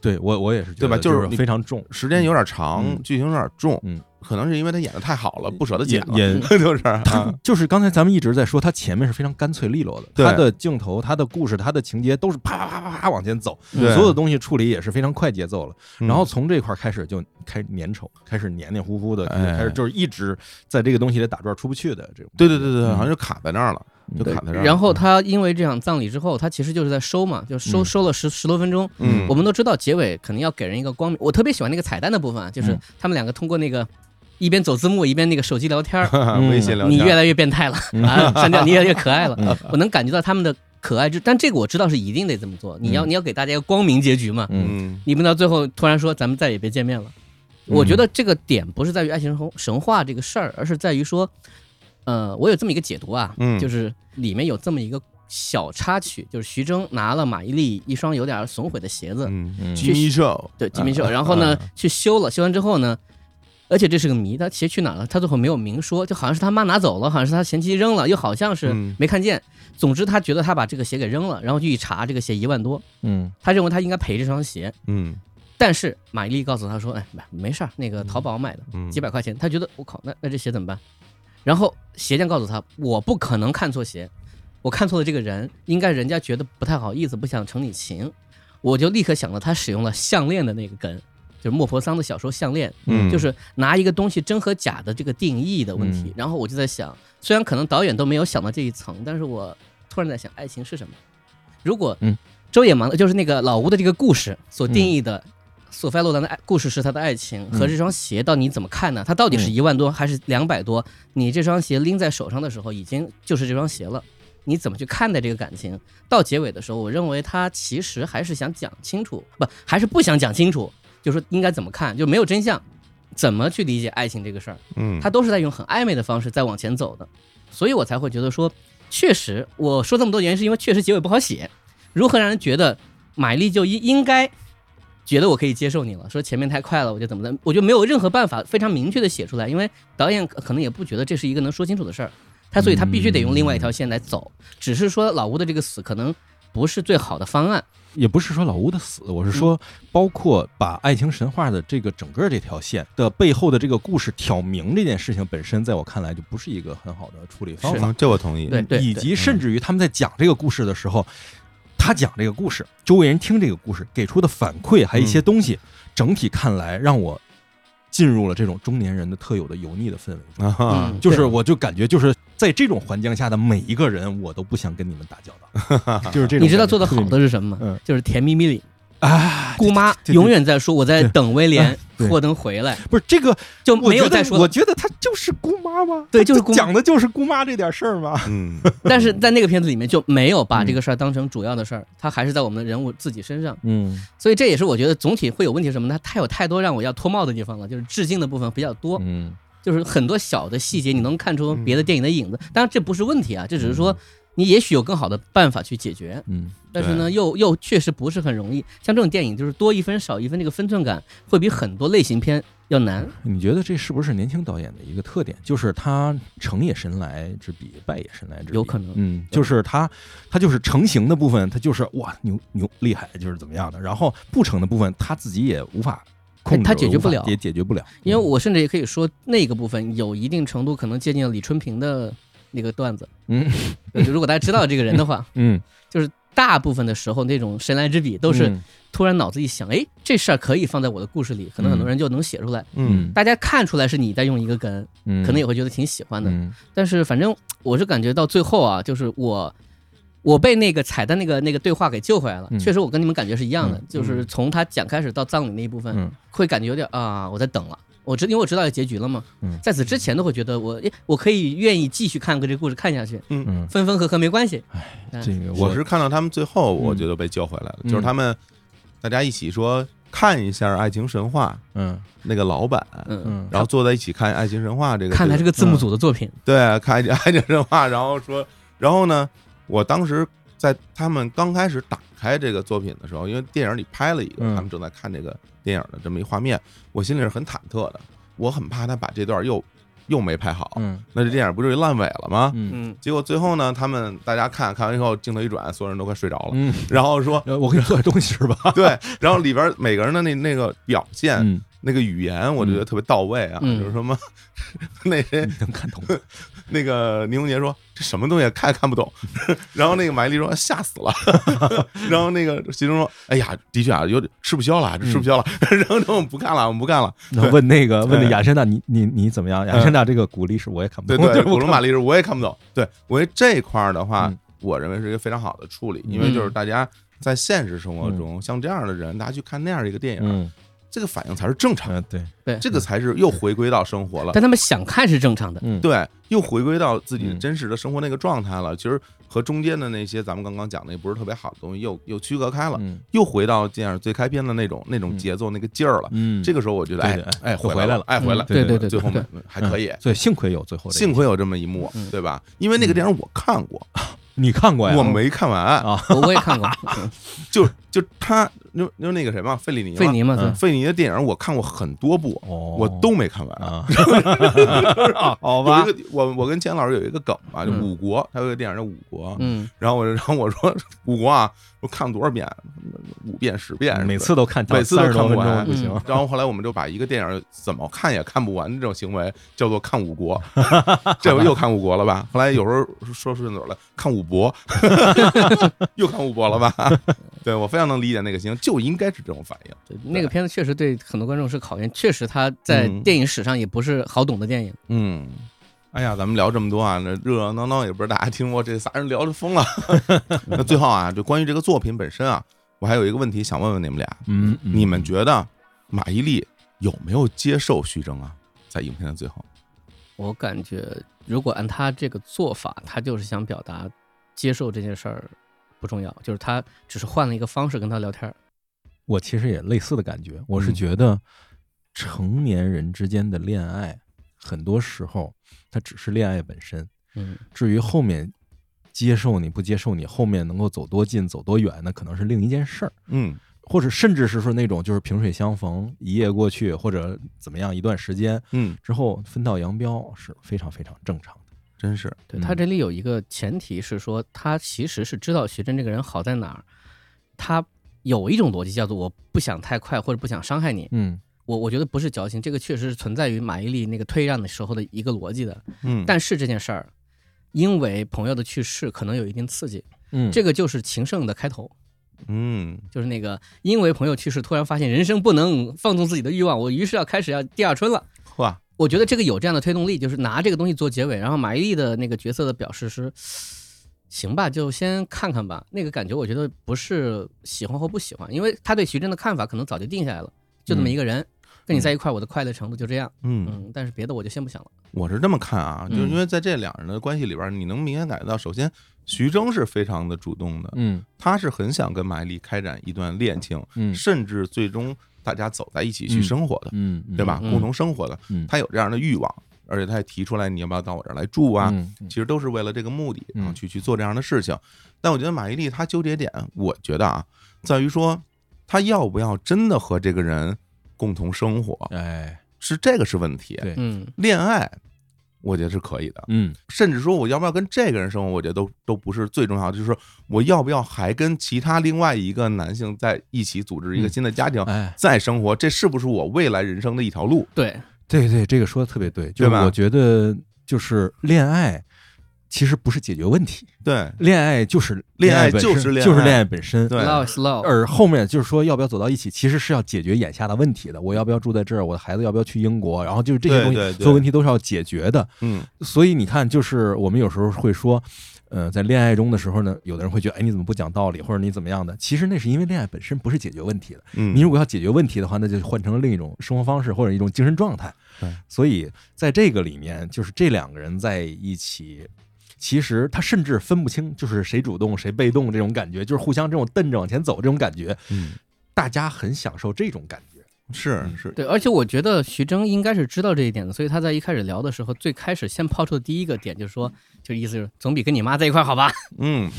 Speaker 6: 对我我也是觉
Speaker 2: 对吧
Speaker 6: 得
Speaker 2: 就
Speaker 6: 就是是
Speaker 2: 你
Speaker 6: 非常重，
Speaker 2: 时间有点长，
Speaker 6: 嗯
Speaker 2: 剧情有点重，
Speaker 6: 嗯
Speaker 2: 可能是因为他演的太好了，不舍得
Speaker 6: 也
Speaker 2: 剪
Speaker 1: [laughs]
Speaker 2: 了，
Speaker 6: 也
Speaker 2: [laughs] 就是
Speaker 6: 他
Speaker 2: 啊，
Speaker 6: 就是刚才咱们一直在说，他前面是非常干脆利落的，
Speaker 2: 对
Speaker 6: 他的镜头、他的故事、他的情节都是啪啪啪啪啪往前走，
Speaker 5: 对
Speaker 6: 嗯所有的东西处理也是非常快节奏了。
Speaker 2: 嗯
Speaker 6: 然后从这块儿开始就开始粘稠，开始黏黏糊糊的，
Speaker 2: 哎
Speaker 6: 开始就是一直在这个东西里打转出不去的这种。
Speaker 2: 对对对对，
Speaker 6: 嗯
Speaker 2: 好像就卡在那儿了，就
Speaker 6: 对
Speaker 2: 卡在这儿了。
Speaker 5: 然后他因为这场葬礼之后，他其实就是在收嘛，就收
Speaker 6: 嗯
Speaker 5: 收了十十多分钟。
Speaker 2: 嗯，，
Speaker 5: 我们都知道结尾肯定要给人一个光明，我特别喜欢那个彩蛋的部分啊，就是
Speaker 6: 嗯
Speaker 5: 他们两个通过那个一边走字幕一边那个手机聊
Speaker 6: [laughs]
Speaker 5: 天儿
Speaker 2: 微信聊
Speaker 5: 你
Speaker 2: 天，
Speaker 5: 越来越变态了
Speaker 6: 嗯
Speaker 5: 啊，删掉你越来越可爱了
Speaker 6: 嗯，
Speaker 5: 我能感觉到他们的可爱之，但这个我知道是一定得这么做，你要
Speaker 6: 嗯
Speaker 5: 你要给大家一个光明结局嘛，
Speaker 6: 嗯，
Speaker 2: 嗯
Speaker 5: 你们到最后突然说咱们再也别见面了，我觉得这个点不是在于爱情神话神话这个事儿，而是在于说，呃，我有这么一个解读啊，
Speaker 2: 嗯
Speaker 5: 就是里面有这么一个小插曲，就是徐峥拿了马伊琍一双有点损毁的鞋子，
Speaker 2: 嗯啊
Speaker 6: 嗯
Speaker 5: 去
Speaker 2: ，Jimmy Show，
Speaker 5: 对吉米秀，然后呢、去修了，修完之后呢。而且这是个谜，他鞋去哪了？他最后没有明说，就好像是他妈拿走了，好像是他前妻扔了，又好像是
Speaker 2: 嗯
Speaker 5: 没看见。总之，他觉得他把这个鞋给扔了，然后就一查，这个鞋一万多，
Speaker 6: 嗯
Speaker 5: 他认为他应该赔这双鞋。
Speaker 2: 嗯
Speaker 5: 但是马伊琍告诉他说：“哎，没事儿，那个淘宝买的，
Speaker 2: 嗯，
Speaker 5: 几百块钱，他觉得我靠，那那这鞋怎么办？然后鞋匠告诉他，我不可能看错鞋，我看错了这个人，应该人家觉得不太好意思，不想成你情，我就立刻想到他使用了项链的那个根，就是莫泊桑的小说《项链》，
Speaker 2: 嗯，
Speaker 5: 就是拿一个东西真和假的这个定义的问题。
Speaker 6: 嗯
Speaker 5: 然后我就在想，虽然可能导演都没有想到这一层，但是我突然在想，爱情是什么？如果
Speaker 6: 嗯
Speaker 5: 周野芒的就是那个老吴的这个故事所定义的。嗯索菲亚·洛兰的爱故事是他的爱情和
Speaker 6: 嗯
Speaker 5: 这双鞋，到底你怎么看呢？它到底是
Speaker 6: 嗯
Speaker 5: 一万多还是两百多？你这双鞋拎在手上的时候，已经就是这双鞋了。你怎么去看待这个感情？到结尾的时候，我认为他其实还是想讲清楚，不，还是不想讲清楚，就是说应该怎么看，就没有真相。怎么去理解爱情这个事儿，
Speaker 2: 嗯，
Speaker 5: 他都是在用很暧昧的方式在往前走的，所以我才会觉得说，确实我说这么多原因是因为确实结尾不好写，如何让人觉得买力就应应该觉得我可以接受你了，说前面太快了，我就怎么的，我就没有任何办法非常明确的写出来，因为导演可可能也不觉得这是一个能说清楚的事儿，他所以他必须得用另外一条线来走，只是说老吴的这个死可能不是最好的方案，
Speaker 6: 也不是说老吴的死，我是说，包括把爱情神话的这个整个这条线的背后的这个故事挑明这件事情本身，在我看来就不是一个很好的处理方法
Speaker 2: 嗯。这我同意，
Speaker 5: 对对
Speaker 6: 以及甚至于他们在讲这个故事的时候，他讲这个故事，周围人听这个故事给出的反馈，还有一些东西，整体看来让我进入了这种中年人的特有的油腻的氛围中。
Speaker 2: 啊，
Speaker 5: 嗯
Speaker 6: 就是
Speaker 5: 对
Speaker 6: 我就感觉就是在这种环境下的每一个人，我都不想跟你们打交道，就是这种感觉。
Speaker 5: 你知道做的好的是什么
Speaker 6: 嗯
Speaker 5: 吗？就是《甜蜜蜜》里
Speaker 6: 啊，
Speaker 5: 姑妈
Speaker 6: 对对对
Speaker 5: 永远在说我在
Speaker 6: 对啊
Speaker 5: 等威廉
Speaker 6: 对
Speaker 5: 霍登回来，
Speaker 6: 不是这个
Speaker 5: [laughs] 就
Speaker 6: 我
Speaker 5: 没
Speaker 6: 觉
Speaker 5: 有
Speaker 6: 得
Speaker 5: 再说
Speaker 6: 我
Speaker 5: 了。
Speaker 6: 觉得他就是姑妈嘛，
Speaker 5: 对
Speaker 6: 他
Speaker 5: 就是姑妈
Speaker 6: 讲的就是姑妈这点事儿嘛。
Speaker 2: 嗯，
Speaker 5: 但是在那个片子里面就没有把这个事儿当成主要的事儿，它还是在我们的人物自己身上。
Speaker 6: 嗯
Speaker 5: 所以这也是我觉得总体会有问题是什么呢？它有太多让我要脱帽的地方了，就是致敬的部分比较多，
Speaker 6: 嗯
Speaker 5: 就是很多小的细节你能看出别的电影的影子。当然这不是问题啊，这只是说你也许有更好的办法去解决。
Speaker 6: 嗯
Speaker 5: 但是呢，又又确实不是很容易。像这种电影，就是多一分少一分，这个分寸感会比很多类型片要难。
Speaker 6: 嗯你觉得这是不是年轻导演的一个特点？就是他成也神来之笔，败也神来之笔，
Speaker 5: 有可能
Speaker 6: 嗯，就是他，他就是成型的部分，他就是哇牛牛厉害，就是怎么样的。然后不成的部分，他自己也无法控制，
Speaker 5: 哎他解决不了
Speaker 6: 无法也解决不了。嗯
Speaker 5: 因为我甚至也可以说，那个部分有一定程度可能借鉴了李春平的那个段子。
Speaker 6: 嗯
Speaker 5: 就如果大家知道这个人的
Speaker 6: [laughs]
Speaker 5: 话，
Speaker 6: 嗯，
Speaker 5: 大部分的时候那种神来之笔都是
Speaker 6: 嗯
Speaker 5: 突然脑子一想，哎，这事儿可以放在我的故事里，可能很多人就能写出来。
Speaker 2: 嗯
Speaker 5: 大家看出来是你在用一个梗，
Speaker 6: 嗯，
Speaker 5: 可能也会觉得挺喜欢的。
Speaker 6: 嗯
Speaker 5: 但是反正我是感觉到最后啊，就是我。我被那个彩蛋那个那个对话给救回来了，
Speaker 6: 嗯
Speaker 5: 确实我跟你们感觉是一样的，
Speaker 6: 嗯
Speaker 5: 就是从他讲开始到葬礼那一部分，
Speaker 6: 嗯
Speaker 5: 会感觉有点啊，我在等了。我知因为我知道结局了嘛，
Speaker 6: 嗯
Speaker 5: 在此之前都会觉得我诶，我可以愿意继续看个这个故事看下去，
Speaker 6: 嗯，
Speaker 5: 分分合合没关系。嗯
Speaker 6: 这个
Speaker 2: 我是看到他们最后，我觉得被救回来了，就是他们大家一起说看一下《爱情神话》
Speaker 6: 嗯
Speaker 2: 那个老板，
Speaker 5: 嗯，
Speaker 6: 嗯，
Speaker 2: 然后坐在一起看《爱情神话》这个，
Speaker 5: 看来是个字幕组的作品，
Speaker 2: 对，看爱情爱情神话，然后说，然后呢，我当时在他们刚开始打开这个作品的时候，因为电影里拍了一个，
Speaker 6: 嗯
Speaker 2: 他们正在看这个电影的这么一画面，我心里是很忐忑的，我很怕他把这段又又没拍好，
Speaker 6: 嗯
Speaker 2: 那这电影不就烂尾了吗？
Speaker 6: 嗯
Speaker 5: 嗯，
Speaker 2: 结果最后呢，他们大家看看完以后，镜头一转，所有人都快睡着了，
Speaker 6: 嗯，
Speaker 2: 然后
Speaker 6: [laughs]
Speaker 2: 说
Speaker 6: 呃我给你做点东西是吧？
Speaker 2: 对，然后里边每个人的那那个表现、
Speaker 6: 嗯，
Speaker 2: 那个语言，我就觉得特别到位啊，
Speaker 5: 嗯
Speaker 2: 就是什么 [laughs] 那谁
Speaker 6: 嗯你能看懂？
Speaker 2: 那个倪虹洁说这什么东西看也看不懂， [laughs] 然后那个马伊琍说吓死了，然后那个其中说哎呀，的确啊，有点吃不消了，这吃不消了， [laughs] 然后说我们不看了，我们不看 [laughs] 了，
Speaker 6: 然后问那个问那
Speaker 2: 对
Speaker 6: 亚申娜，你你你怎么样？亚申娜这个古历史我也看不
Speaker 2: 嗯 [laughs] 对
Speaker 6: 懂，
Speaker 2: 对，
Speaker 6: 就是我
Speaker 2: 古龙
Speaker 6: 看
Speaker 2: 马丽是我也看不懂，对我觉得这块儿的话
Speaker 6: 嗯，
Speaker 2: 我认为是一个非常好的处理，因为就是大家。在现实生活中，像这样的人，大家去看那样的一个电影，
Speaker 6: 嗯
Speaker 2: 这个反应才是正常的。
Speaker 6: 嗯对
Speaker 2: 这个才是又回归到生活了，
Speaker 5: 但他们想看是正常的，
Speaker 6: 嗯
Speaker 2: 对，又回归到自己
Speaker 6: 嗯
Speaker 2: 真实的生活那个状态了。其实和中间的那些咱们刚刚讲的不是特别好的东西又又区隔开了，
Speaker 6: 嗯
Speaker 2: 又回到这样最开篇的那种那种
Speaker 6: 嗯
Speaker 2: 节奏那个劲儿了。
Speaker 6: 嗯
Speaker 2: 这个时候我觉得，哎
Speaker 6: 对对
Speaker 2: 哎，
Speaker 6: 就
Speaker 2: 回
Speaker 6: 回来
Speaker 2: 了
Speaker 6: 了，
Speaker 2: 哎，回来
Speaker 5: 嗯，对
Speaker 6: 对
Speaker 5: 对
Speaker 2: 最后
Speaker 5: 对
Speaker 2: 嗯还可以
Speaker 6: 嗯。所以幸亏有最后这个，
Speaker 2: 幸亏有这么一幕
Speaker 5: 嗯，
Speaker 2: 对吧？因为那个电影我看过，
Speaker 6: 你看过呀？
Speaker 2: 我没看完
Speaker 6: 啊，
Speaker 5: 我我也看
Speaker 6: [laughs]
Speaker 5: 过，嗯
Speaker 2: 就就他就就那个谁嘛，费里尼嘛，
Speaker 5: 费尼嘛，
Speaker 6: 嗯
Speaker 5: 对
Speaker 2: 费里尼的电影我看过很多部，
Speaker 6: 哦，
Speaker 2: 我都没看完。
Speaker 6: 啊，
Speaker 1: 啊
Speaker 2: 好
Speaker 6: 吧
Speaker 2: 有一个我我跟钱老师有一个梗嘛，就
Speaker 5: 嗯
Speaker 2: 五国，他有一个电影叫《五国》，
Speaker 5: 嗯，
Speaker 2: 然后我就然后我说五国啊，我看了多少遍，五遍十遍，
Speaker 6: 嗯每次。都看，
Speaker 2: 每次都
Speaker 6: 30多
Speaker 2: 看不
Speaker 6: 分
Speaker 2: 完
Speaker 6: 钟不行
Speaker 5: 嗯。
Speaker 2: 然后后来我们就把一个电影怎么看也看不完的这种行为叫做看五 [laughs] 国，这回又看五国了吧？后来有时候说顺嘴了，看五博， [laughs] 又看五博了吧？ [laughs] 对我非常能理解那个心情，就应该是这种反应。
Speaker 5: 对那个片子确实对很多观众是考验，确实它在
Speaker 2: 嗯
Speaker 5: 电影史上也不是好懂的电影，
Speaker 2: 嗯，哎呀，咱们聊这么多啊，那热热闹闹也不知道大家听过这仨人聊的疯了。 [laughs] 那最后啊，就关于这个作品本身啊，我还有一个问题想问问你们俩，
Speaker 6: 嗯，嗯
Speaker 2: 你们觉得马伊琍有没有接受徐峥啊？在影片的最后，
Speaker 5: 我感觉如果按他这个做法，他就是想表达接受这件事儿不重要，就是他只是换了一个方式跟他聊天儿，
Speaker 6: 我其实也类似的感觉，我是
Speaker 2: 嗯
Speaker 6: 觉得成年人之间的恋爱，很多时候它只是恋爱本身，
Speaker 5: 嗯
Speaker 6: 至于后面接受你不接受你，后面能够走多近走多远，那可能是另一件事儿。
Speaker 2: 嗯
Speaker 6: 或者甚至是说那种就是萍水相逢，一夜过去，或者怎么样，一段时间
Speaker 2: 嗯，
Speaker 6: 之后分道扬镳是非常非常正常的。
Speaker 2: 真是，
Speaker 5: 对
Speaker 6: 嗯
Speaker 5: 他这里有一个前提是说，他其实是知道徐峥这个人好在哪儿，他有一种逻辑叫做我不想太快或者不想伤害你，
Speaker 6: 嗯
Speaker 5: 我我觉得不是矫情，这个确实是存在于马伊琍那个退让的时候的一个逻辑的。
Speaker 2: 嗯，
Speaker 5: 但是这件事儿，因为朋友的去世可能有一定刺激，
Speaker 6: 嗯
Speaker 5: 这个就是情圣的开头，
Speaker 2: 嗯
Speaker 5: 就是那个因为朋友去世，突然发现人生不能放纵自己的欲望，我于是要开始要第二春了。
Speaker 2: 嚯，
Speaker 5: 我觉得这个有这样的推动力，就是拿这个东西做结尾，然后马伊琍的那个角色的表示是，行吧，就先看看吧。那个感觉我觉得不是喜欢或不喜欢，因为他对徐峥的看法可能早就定下来了，就这么一个人，跟你在一块儿，我的快乐程度就这样。
Speaker 2: 嗯，
Speaker 5: 嗯，但是别的我就先不想了。
Speaker 2: 我是这么看啊，就是
Speaker 5: 嗯
Speaker 2: 因为在这两人的关系里边儿，你能明显感觉到，首先徐峥是非常的主动的，
Speaker 6: 嗯
Speaker 2: 他是很想跟马伊琍开展一段恋情，
Speaker 6: 嗯
Speaker 2: 甚至最终大家走在一起去生活的，
Speaker 6: 嗯，
Speaker 2: 对吧？
Speaker 5: 嗯
Speaker 2: 共同生活的，
Speaker 6: 嗯
Speaker 2: 他有这样的欲望，而且他也提出来，你要不要到我这儿来住啊？
Speaker 6: 嗯
Speaker 2: 其实都是为了这个目的，然后
Speaker 6: 嗯
Speaker 2: 去去做这样的事情。但我觉得马伊琍她纠结点，我觉得啊，在于说她要不要真的和这个人共同生活，
Speaker 6: 哎，
Speaker 2: 是这个是问题。
Speaker 6: 对
Speaker 5: 嗯
Speaker 2: 恋爱，我觉得是可以的，
Speaker 6: 嗯
Speaker 2: 甚至说我要不要跟这个人生活，我觉得都都不是最重要的，就是说我要不要还跟其他另外一个男性在一起组织一个
Speaker 6: 嗯
Speaker 2: 新的家庭。
Speaker 6: 哎，
Speaker 2: 再生活，这是不是我未来人生的一条路？
Speaker 5: 对，
Speaker 6: 对对，这个说的特别对，
Speaker 2: 对
Speaker 6: 就是
Speaker 2: 吧
Speaker 6: 我觉得就是恋爱。其实不是解决问题，
Speaker 2: 对，
Speaker 6: 恋爱就是
Speaker 2: 恋爱
Speaker 6: 本身
Speaker 2: 就是恋爱
Speaker 6: 就是恋爱本身。
Speaker 2: 对
Speaker 5: love is love，
Speaker 6: 而后面就是说要不要走到一起，其实是要解决眼下的问题的。我要不要住在这儿？我的孩子要不要去英国？然后就是这些
Speaker 2: 对
Speaker 6: 东西，
Speaker 2: 对对
Speaker 6: 所有问题都是要解决的。
Speaker 2: 嗯
Speaker 6: 所以你看，就是我们有时候会说，呃，在恋爱中的时候呢，有的人会觉得，哎，你怎么不讲道理，或者你怎么样的？其实那是因为恋爱本身不是解决问题的。
Speaker 2: 嗯，
Speaker 6: 你如果要解决问题的话，那就换成了另一种生活方式或者一种精神状态
Speaker 2: 对。
Speaker 6: 所以在这个里面，就是这两个人在一起。其实他甚至分不清，就是谁主动谁被动这种感觉，就是互相这种瞪着往前走这种感觉，
Speaker 2: 嗯
Speaker 6: 大家很享受这种感觉。
Speaker 2: 是是，
Speaker 5: 对，而且我觉得徐峥应该是知道这一点的，所以他在一开始聊的时候，最开始先抛出的第一个点就是说，就是意思就是总比跟你妈在一块儿好吧，
Speaker 2: 嗯，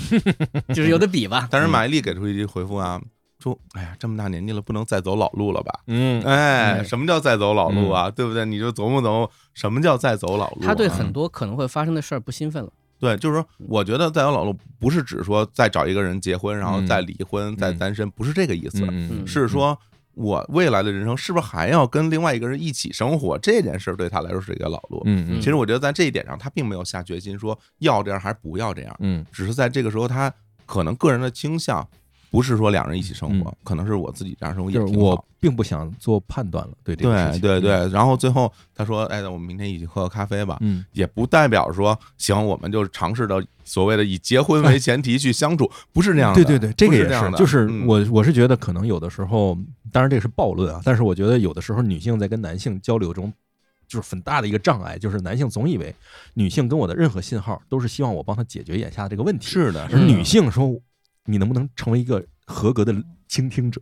Speaker 5: 就是有的比吧。嗯
Speaker 2: 但是马伊琍给出一句回复啊，说，哎呀，这么大年纪了，不能再走老路了吧？
Speaker 6: 嗯
Speaker 2: 哎，
Speaker 5: 嗯
Speaker 2: 什么叫再走老路啊？对不对？你就琢磨琢磨，什么叫再走老路啊、
Speaker 5: [laughs] 他对很多可能会发生的事儿不兴奋了。
Speaker 2: 对，就是说，我觉得再走老路不是只说再找一个人结婚，然后
Speaker 6: 嗯
Speaker 2: 再离婚、再单身，不是这个意思，
Speaker 6: 嗯
Speaker 2: 是说我未来的人生是不是还要跟另外一个人一起生活？这件事对他来说是一个老路。
Speaker 6: 嗯
Speaker 2: 其实我觉得在这一点上，他并没有下决心说要这样还是不要这样，
Speaker 6: 嗯
Speaker 2: 只是在这个时候，他可能个人的倾向不是说两人一起生活，
Speaker 6: 嗯
Speaker 2: 可能是我自己这样生活
Speaker 6: 嗯，
Speaker 2: 也
Speaker 6: 就是
Speaker 2: 挺好。
Speaker 6: 我并不想做判断了，对这个
Speaker 2: 对
Speaker 6: 事情，
Speaker 2: 对对，然后最后他说：“哎，那我们明天一起喝个咖啡吧。”
Speaker 6: 嗯，
Speaker 2: 也不代表说行，我们就尝试着所谓的以结婚为前提去相处，不是这样的。
Speaker 6: 哎对对对，这个
Speaker 2: 不
Speaker 6: 也
Speaker 2: 这样
Speaker 6: 是，
Speaker 2: 的
Speaker 6: 就是
Speaker 2: 嗯
Speaker 6: 我我是觉得可能有的时候，当然这个是暴论啊，但是我觉得有的时候女性在跟男性交流中，就是很大的一个障碍，就是男性总以为女性跟我的任何信号都是希望我帮她解决眼下这个问题，
Speaker 2: 是的，
Speaker 6: 而
Speaker 5: 嗯
Speaker 6: 女性说你能不能成为一个合格的倾听者，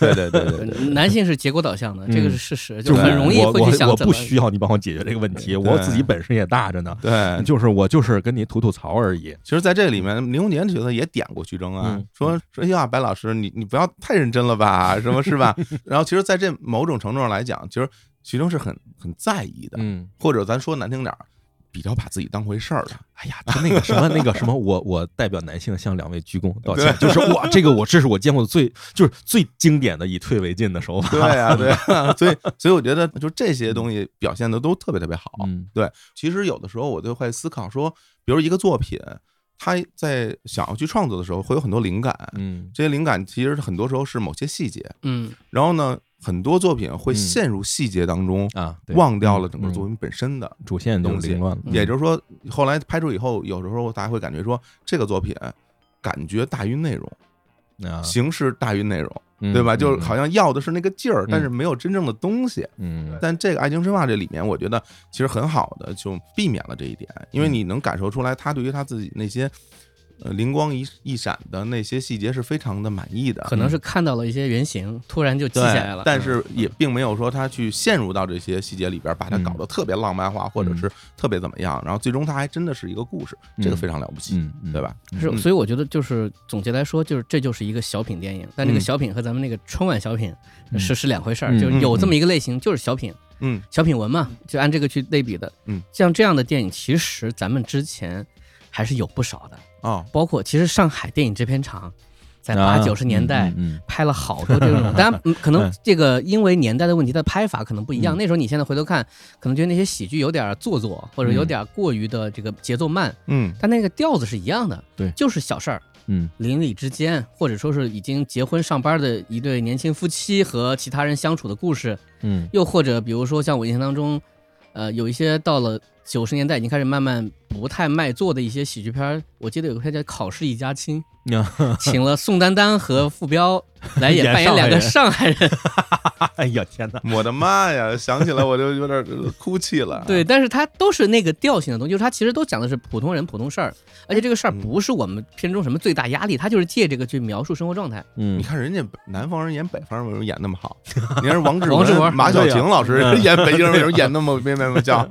Speaker 2: 对
Speaker 6: [laughs]
Speaker 2: 对对对对。
Speaker 5: 呃男性是结果导向的，这个是事实，就
Speaker 2: 对
Speaker 5: 很容易
Speaker 6: 我
Speaker 5: 会
Speaker 6: 我
Speaker 5: 去想
Speaker 6: 我
Speaker 5: 怎
Speaker 6: 不
Speaker 5: 么。
Speaker 6: 需要你帮我解决这个问题，我自己本身也大着呢，
Speaker 2: 对，
Speaker 6: 就是我就是跟你吐吐槽而已，
Speaker 2: 其实，在这里面，林红杰觉得也点过徐峥啊
Speaker 6: 嗯，
Speaker 2: 说说哎呀，白老师，你你不要太认真了吧，什么是吧？ [laughs] 然后，其实，在这某种程度上来讲，其实徐峥是很很在意的，
Speaker 6: 嗯。
Speaker 2: 或者咱说难听点儿，比较把自己当回事儿的。
Speaker 6: 哎呀，他那个什么那个什么，我我代表男性向两位鞠躬道歉，就是哇，这个我这是我见过的最就是最经典的以退为进的手 [laughs] 法。
Speaker 2: 对啊，对
Speaker 6: [laughs]
Speaker 2: 啊，所以所以我觉得，就这些东西表现的都特别特别好。
Speaker 6: 嗯
Speaker 2: 其实有的时候我就会思考说，比如一个作品，它在想要去创作的时候，会有很多灵感。
Speaker 6: 嗯
Speaker 2: 这些灵感其实很多时候是某些细节，
Speaker 5: 嗯，
Speaker 2: 然后呢，很多作品会
Speaker 6: 嗯
Speaker 2: 陷入细节当中，
Speaker 6: 啊，对
Speaker 2: 忘掉了整个
Speaker 6: 嗯
Speaker 2: 作品本身的。
Speaker 6: 主线都凌乱了。
Speaker 5: 嗯
Speaker 2: 也就是说，后来拍出以后，有时候大家会感觉说，这个作品感觉大于内容，
Speaker 6: 啊，
Speaker 2: 形式大于内容，
Speaker 6: 嗯
Speaker 2: 对吧？就
Speaker 6: 嗯
Speaker 2: 好像要的是那个劲儿，
Speaker 6: 嗯
Speaker 2: 但是没有真正的东西。
Speaker 6: 嗯
Speaker 2: 但这个《爱情神话》这里面，我觉得其实很好的就避免了这一点，因为你能感受出来，他对于他自己那些呃灵光一一闪的那些细节是非常的满意的，
Speaker 5: 可能是看到了一些原型，突然就记
Speaker 2: 对
Speaker 5: 起来了。嗯
Speaker 2: 但是也并没有说他去陷入到这些细节里边，把它搞得特别浪漫化，或者是特别怎么样，然后最终他还真的是一个故事，这个非常了不起，
Speaker 6: 嗯嗯，
Speaker 2: 对？吧？
Speaker 5: 是，
Speaker 2: 嗯
Speaker 5: 所以我觉得就是总结来说，就是这就是一个小品电影，但这个
Speaker 2: 嗯
Speaker 5: 小品和咱们那个春晚小品
Speaker 6: 嗯
Speaker 5: 是是两回事
Speaker 6: 嗯
Speaker 5: 儿，就
Speaker 2: 嗯
Speaker 5: 是有这
Speaker 6: 嗯
Speaker 5: 么一个类型，就是小品，
Speaker 2: 嗯，
Speaker 5: 小品文嘛，就按这个去类比的。
Speaker 2: 嗯，
Speaker 5: 像这样的电影，其实咱们之前还是有不少的，
Speaker 2: 哦，
Speaker 5: 包括其实上海电影制片厂在八九十年代
Speaker 6: 啊，嗯
Speaker 5: 拍了好多这
Speaker 6: [laughs]
Speaker 5: 种，当然嗯可能这个因为年代的问题，它拍法可能不一样。
Speaker 6: 嗯
Speaker 5: 那时候你现在回头看，可能觉得那些喜剧有点做作，或者
Speaker 6: 嗯
Speaker 5: 有点过于的这个节奏慢，
Speaker 2: 嗯，
Speaker 5: 但那个调子是一样的，
Speaker 6: 对
Speaker 5: 就是小事儿，
Speaker 6: 嗯
Speaker 5: 邻里之间，或者说是已经结婚上班的一对年轻夫妻和其他人相处的故事，
Speaker 6: 嗯
Speaker 5: 又或者比如说像我印象当中，呃，有一些到了九十年代已经开始慢慢不太卖座的一些喜剧片儿，我记得有个片叫《考试一家亲》。
Speaker 6: 嗯，
Speaker 5: [laughs] 请了宋丹丹和付彪来演
Speaker 6: 演
Speaker 5: 扮演
Speaker 6: 上海
Speaker 5: 两个
Speaker 6: 人
Speaker 5: 上海人，
Speaker 6: 哎呀天哪！
Speaker 2: 我的妈呀，想起来我就有点呃哭泣了。
Speaker 5: 对，但是他都是那个调性的东西，就是他其实都讲的是普通人普通事儿，而且这个事儿
Speaker 2: 嗯
Speaker 5: 不是我们片中什么最大压力，他就是借这个去描述生活状态。
Speaker 6: 嗯
Speaker 2: 你，看人家南方人演北方人为什么演那么
Speaker 6: [laughs]
Speaker 2: 好？你看王志
Speaker 5: 王志
Speaker 2: 文、
Speaker 5: 文
Speaker 2: 马小
Speaker 6: 对呀
Speaker 2: 晴老师
Speaker 6: 嗯
Speaker 2: 演北京人
Speaker 6: [laughs]
Speaker 2: 为什么演那么没没没叫？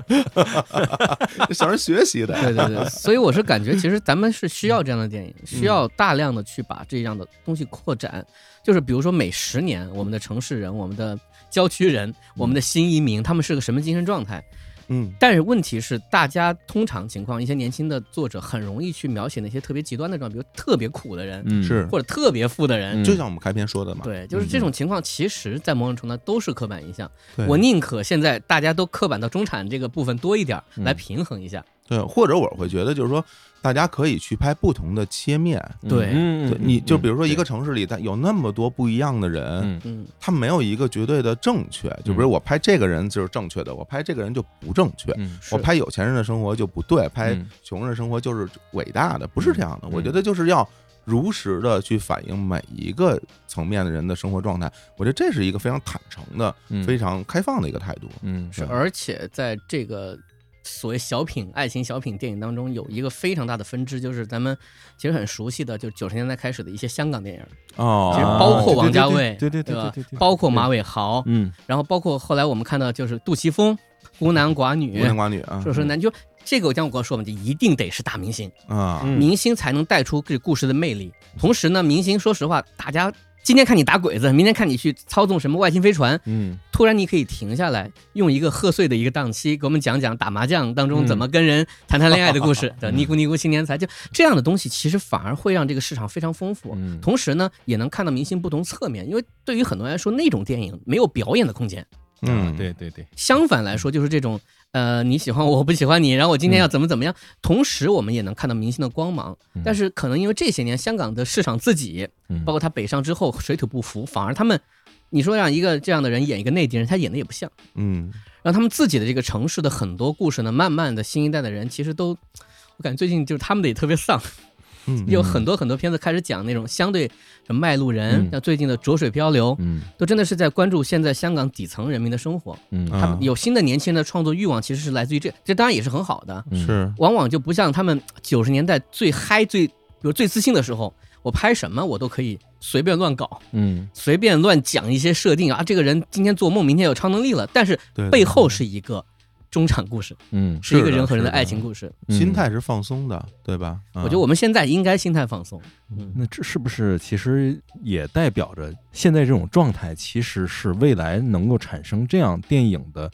Speaker 2: 向人学习的。
Speaker 5: 对对对，所以我是感觉，其实咱们是需要这样的电影，需要大量的去把这样的东西扩展。就是比如说每十年，我们的城市人、我们的郊区人、我们的新移民，他们是个什么精神状态？
Speaker 2: 嗯
Speaker 5: 但是问题是，大家通常情况，一些年轻的作者很容易去描写那些特别极端的状态，比如特别苦的人，
Speaker 6: 嗯
Speaker 2: 是
Speaker 5: 或者特别富的人。
Speaker 6: 嗯
Speaker 2: 就像我们开篇说的嘛，
Speaker 5: 对，就是这种情况，其实，在某种程度上都是刻板印象。
Speaker 2: 对
Speaker 5: 我宁可现在大家都刻板到中产这个部分多一点儿，
Speaker 6: 嗯
Speaker 5: 来平衡一下。
Speaker 2: 对，或者我会觉得就是说，大家可以去拍不同的切面。
Speaker 5: 对
Speaker 6: 嗯
Speaker 2: 对，你就比如说一个城市里，它有那么多不一样的人，
Speaker 6: 嗯
Speaker 5: 嗯，
Speaker 2: 他没有一个绝对的正确。就比如我拍这个人就是正确的，我拍这个人就不正确。
Speaker 6: 嗯
Speaker 2: 我
Speaker 5: 是
Speaker 2: 拍有钱人的生活就不对，拍
Speaker 6: 嗯
Speaker 2: 穷人的生活就是伟大的，不是这样的。
Speaker 6: 嗯
Speaker 2: 我觉得就是要如实的去反映每一个层面的人的生活状态，我觉得这是一个非常坦诚的、
Speaker 6: 嗯
Speaker 2: 非常开放的一个态度。
Speaker 6: 嗯
Speaker 5: 是，而且在这个所谓小品、爱情小品电影当中，有一个非常大的分支，就是咱们其实很熟悉的，就九十年代开始的一些香港电影，
Speaker 2: 哦
Speaker 5: 其实包括王家卫，
Speaker 6: 对对对
Speaker 5: 对
Speaker 6: 对
Speaker 5: 吧
Speaker 6: 对对，
Speaker 5: 包括马尾豪，
Speaker 6: 嗯
Speaker 5: 然后包括后来我们看到就是杜琪峰、孤男寡
Speaker 2: 孤
Speaker 5: 女
Speaker 2: 男，寡女啊，
Speaker 5: 说说男就这个我讲我刚说嘛，就一定得是大明星，
Speaker 7: 啊，
Speaker 6: 嗯
Speaker 5: 明星才能带出这故事的魅力。同时呢，明星说实话，大家今天看你打鬼子，明天看你去操纵什么外星飞船，
Speaker 6: 嗯
Speaker 5: 突然你可以停下来，用一个贺岁的一个档期给我们讲讲打麻将当中
Speaker 6: 嗯
Speaker 5: 怎么跟人谈谈恋爱的故事， [laughs] 对，尼姑尼姑新年财，就这样的东西，其实反而会让这个市场非常丰富。
Speaker 6: 嗯
Speaker 5: 同时呢，也能看到明星不同侧面，因为对于很多人来说，那种电影没有表演的空间。
Speaker 6: 嗯，对对对，
Speaker 5: 相反来说，就是这种呃，你喜欢我，我不喜欢你，然后我今天要怎么怎么样。同时，我们也能看到明星的光芒
Speaker 6: 嗯，
Speaker 5: 但是可能因为这些年香港的市场自己，
Speaker 6: 嗯
Speaker 5: 包括他北上之后水土不服，反而他们，你说让一个这样的人演一个内地人，他演的也不像。
Speaker 7: 嗯，
Speaker 5: 然后他们自己的这个城市的很多故事呢，慢慢的新一代的人其实都，我感觉最近就是他们的也特别丧，
Speaker 7: 嗯
Speaker 5: 有很多很多片子开始讲那种相对什么卖路
Speaker 6: 嗯
Speaker 5: 人，像最近的《浊水漂流》，
Speaker 6: 嗯
Speaker 5: 都真的是在关注现在香港底层人民的生活。
Speaker 6: 嗯
Speaker 7: 啊
Speaker 5: 他们有新的年轻人的创作欲望，其实是来自于这，这当然也是很好的。
Speaker 6: 嗯
Speaker 7: 是
Speaker 5: 往往就不像他们九十年代最嗨、最比如最自信的时候，我拍什么我都可以随便乱搞，
Speaker 6: 嗯
Speaker 5: 随便乱讲一些设定啊，这个人今天做梦，明天有超能力了，但是
Speaker 2: 对
Speaker 5: 背后是一个中场故事，
Speaker 6: 嗯，
Speaker 5: 是一个
Speaker 7: 是的
Speaker 5: 人和人的
Speaker 7: 是的
Speaker 5: 爱情故事。
Speaker 6: 嗯
Speaker 2: 心态是放松的，对吧？我
Speaker 5: 我觉得我们现在应该心态放松。
Speaker 6: 嗯那这是不是其实也代表着现在这种状态，其实是未来能够产生这样电影的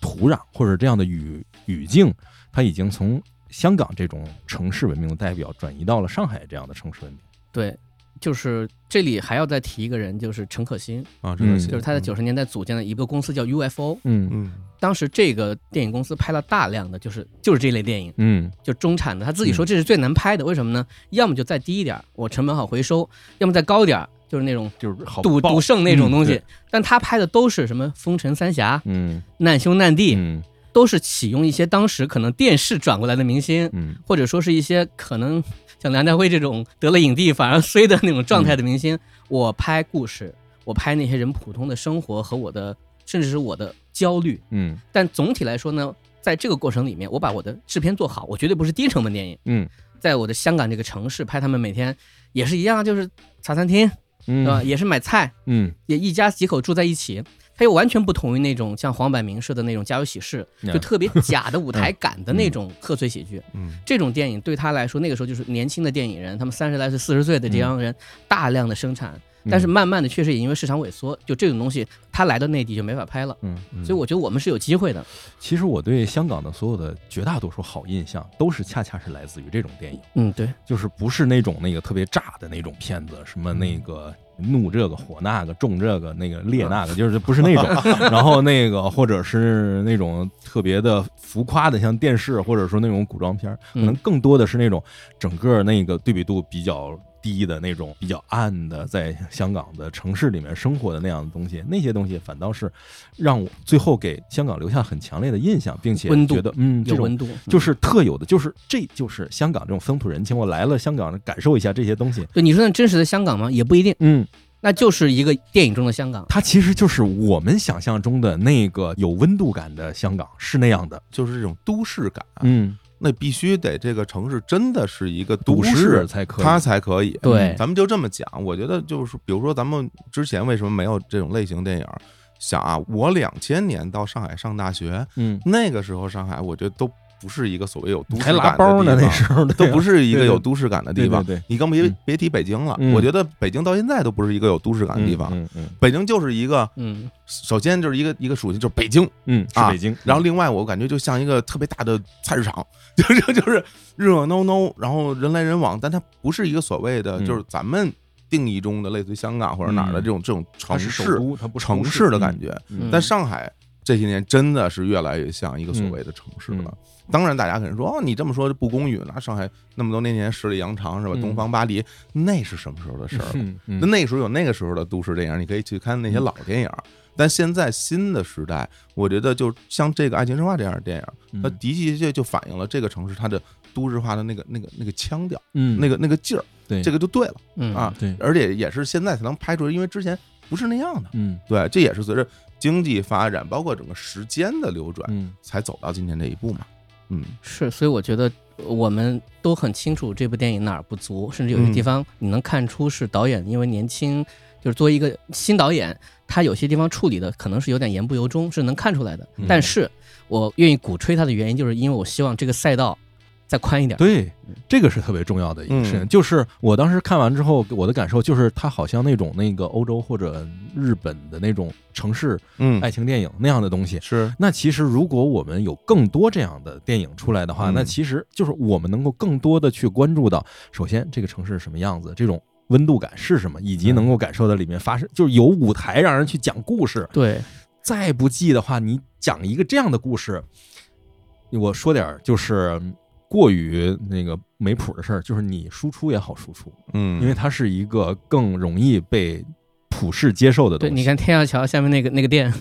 Speaker 6: 土壤或者这样的语语境，它已经从香港这种城市文明的代表转移到了上海这样的城市文明。
Speaker 5: 对，就是这里还要再提一个人，就是陈可辛，
Speaker 2: 啊，这个
Speaker 6: 嗯
Speaker 2: 心
Speaker 5: 就是他在
Speaker 2: 嗯
Speaker 5: 九十年代组建了一个公司叫 UFO，
Speaker 6: 嗯
Speaker 2: 嗯
Speaker 5: 当时这个电影公司拍了大量的就是就是这类电影。
Speaker 6: 嗯
Speaker 5: 就中产的，他自己说这是最难拍的，为什么呢？要么就再低一点儿，我成本好回收；要么再高一点儿，就是那种
Speaker 6: 就是好
Speaker 5: 赌
Speaker 6: 爆
Speaker 5: 赌圣那种东
Speaker 6: 嗯
Speaker 5: 西
Speaker 6: 对。
Speaker 5: 但他拍的都是什么《风尘三侠》
Speaker 6: 嗯
Speaker 5: 《难兄难弟》，
Speaker 6: 嗯
Speaker 5: 都是启用一些当时可能电视转过来的明星，
Speaker 6: 嗯
Speaker 5: 或者说是一些可能像梁家辉这种得了影帝反而衰的那种状态的明
Speaker 6: 嗯
Speaker 5: 星。我拍故事，我拍那些人普通的生活和我的，甚至是我的焦虑。
Speaker 6: 嗯
Speaker 5: 但总体来说呢，在这个过程里面，我把我的制片做好，我绝对不是低成本电影。
Speaker 6: 嗯
Speaker 5: 在我的香港这个城市拍，他们每天也是一样，啊就是茶餐厅，对吧？
Speaker 6: 嗯
Speaker 5: 也是买菜，
Speaker 6: 嗯，
Speaker 5: 也一家几口住在一起。它又完全不同于那种像黄百鸣式的那种家有喜事，就特别假的舞
Speaker 6: [laughs] 嗯
Speaker 5: 台感的那种贺岁喜剧。
Speaker 2: 嗯
Speaker 5: 这种电影对他来说，那个时候就是年轻的电影人，他们三十来岁、四十岁的这样人，大量的生产，但是慢慢的确实也因为市场萎缩，就这种东西，他来到内地就没法拍了。
Speaker 6: 嗯。
Speaker 2: 嗯
Speaker 5: 所以我觉得我们是有机会的。
Speaker 6: 其实我对香港的所有的绝大多数好印象，都是恰恰是来自于这种电影。
Speaker 5: 嗯，对，
Speaker 6: 就是不是那种那个特别炸的那种片子，什么那个怒这个火那个重这个那个烈那
Speaker 5: 嗯
Speaker 6: 个，就是不是那种。 [laughs] 然后那个或者是那种特别的浮夸的，像电视或者说那种古装片儿，可
Speaker 5: 嗯
Speaker 6: 能更多的是那种整个那个对比度比较。低的那种比较暗的，在香港的城市里面生活的那样的东西，那些东西反倒是让我最后给香港留下很强烈的印象，并且
Speaker 5: 温度
Speaker 6: 觉得嗯，这
Speaker 5: 有
Speaker 6: 种
Speaker 5: 温度，
Speaker 6: 就是特有的，就是这就是香港这种风土人情。我来了香港，感受一下这些东西。
Speaker 5: 嗯对你说那真实的香港吗？也不一定，
Speaker 6: 嗯，
Speaker 5: 那就是一个电影中的香港。
Speaker 6: 它其实就是我们想象中的那个有温度感的香港，是那样的。
Speaker 2: 就是这种都市感，
Speaker 6: 嗯，
Speaker 2: 那必须得这个城市真的是一个
Speaker 6: 都
Speaker 2: 都
Speaker 6: 市才可以。
Speaker 2: 它才可以。
Speaker 6: 哎
Speaker 5: 对
Speaker 2: 咱们就这么讲，我觉得就是，比如说咱们之前为什么没有这种类型电影？想啊，我两千年到上海上大学，
Speaker 6: 嗯，
Speaker 2: 那个时候上海，我觉得都不是一个所谓有都市
Speaker 6: 还
Speaker 2: 感的
Speaker 6: 拉包呢，
Speaker 2: 地
Speaker 6: 那
Speaker 2: 方
Speaker 6: 时候
Speaker 2: 都不
Speaker 6: 是。
Speaker 2: 是一个
Speaker 6: 对
Speaker 2: 有
Speaker 6: 对
Speaker 2: 都市感的地方。
Speaker 6: 对对对
Speaker 2: 你更别
Speaker 6: 嗯
Speaker 2: 别提北京了，
Speaker 6: 嗯
Speaker 2: 我觉得北京到现在都不是一个有都市感的地方。
Speaker 6: 嗯嗯
Speaker 2: 北京就是一个，
Speaker 5: 嗯，
Speaker 2: 首先就是一个一个属性就是北京，
Speaker 6: 嗯，是
Speaker 2: 啊
Speaker 6: 北京。
Speaker 2: 然后另外我感觉就像一个特别大的菜市场，就是就是热热闹闹，然后人来人往，但它不是一个所谓的
Speaker 6: 嗯
Speaker 2: 就是咱们定义中的类似于香港或者哪儿的这种这种城
Speaker 6: 它是
Speaker 2: 市
Speaker 6: 首都，它不是
Speaker 2: 城
Speaker 6: 都
Speaker 2: 市的感。觉。
Speaker 6: 嗯
Speaker 2: 但上海这些年真的是越来越像一个所谓的城市了。
Speaker 6: 嗯
Speaker 2: 当然，大家可能说哦，你这么说就不公允了。上海那么多年前十里洋场是吧？
Speaker 6: 嗯
Speaker 2: 东方巴黎那是什么时候的事儿了？
Speaker 6: 嗯
Speaker 2: 那
Speaker 6: 嗯
Speaker 2: 那时候有那个时候的都市电影，你可以去看那些
Speaker 6: 嗯
Speaker 2: 老电影。但现在新的时代，我觉得就像这个《爱情神话》这样的电影，它的
Speaker 6: 嗯
Speaker 2: 的确确就反映了这个城市它的都市化的那个那个那个腔调、
Speaker 6: 嗯，
Speaker 2: 那个那个劲儿，
Speaker 6: 对
Speaker 2: 这个就对了
Speaker 5: 嗯
Speaker 2: 啊。
Speaker 6: 对，
Speaker 2: 而且也是现在才能拍出来，因为之前不是那样的。
Speaker 6: 嗯
Speaker 2: 对，这也是随着经济发展，包括整个时间的流转，
Speaker 6: 嗯
Speaker 2: 才走到今天这一步嘛。嗯，
Speaker 5: 是，所以我觉得我们都很清楚这部电影哪儿不足，甚至有些地
Speaker 2: 嗯
Speaker 5: 方你能看出是导演因为年轻，就是作为一个新导演，他有些地方处理的可能是有点言不由衷，是能看出来的。但
Speaker 6: 嗯
Speaker 5: 是我愿意鼓吹它的原因，就是因为我希望这个赛道再宽一点。
Speaker 6: 对，这个是特别重要的一个事情。就是我当时看完之后，我的感受就是，它好像那种那个欧洲或者日本的那种城市
Speaker 2: 嗯，
Speaker 6: 爱情电影那样的东西。
Speaker 2: 是
Speaker 6: 那其实，如果我们有更多这样的电影出来的话，
Speaker 2: 嗯
Speaker 6: 那其实就是我们能够更多的去关注到，首先这个城市是什么样子，这种温度感是什么，以及能够感受到里面发生，就是有舞台让人去讲故事。
Speaker 5: 对，
Speaker 6: 再不济的话，你讲一个这样的故事，我说点儿就是过于那个没谱的事儿，就是你输出也好输出，
Speaker 2: 嗯，
Speaker 6: 因为它是一个更容易被普世接受的东
Speaker 5: 对，
Speaker 6: 西。
Speaker 5: 你看天下桥下面那个那个店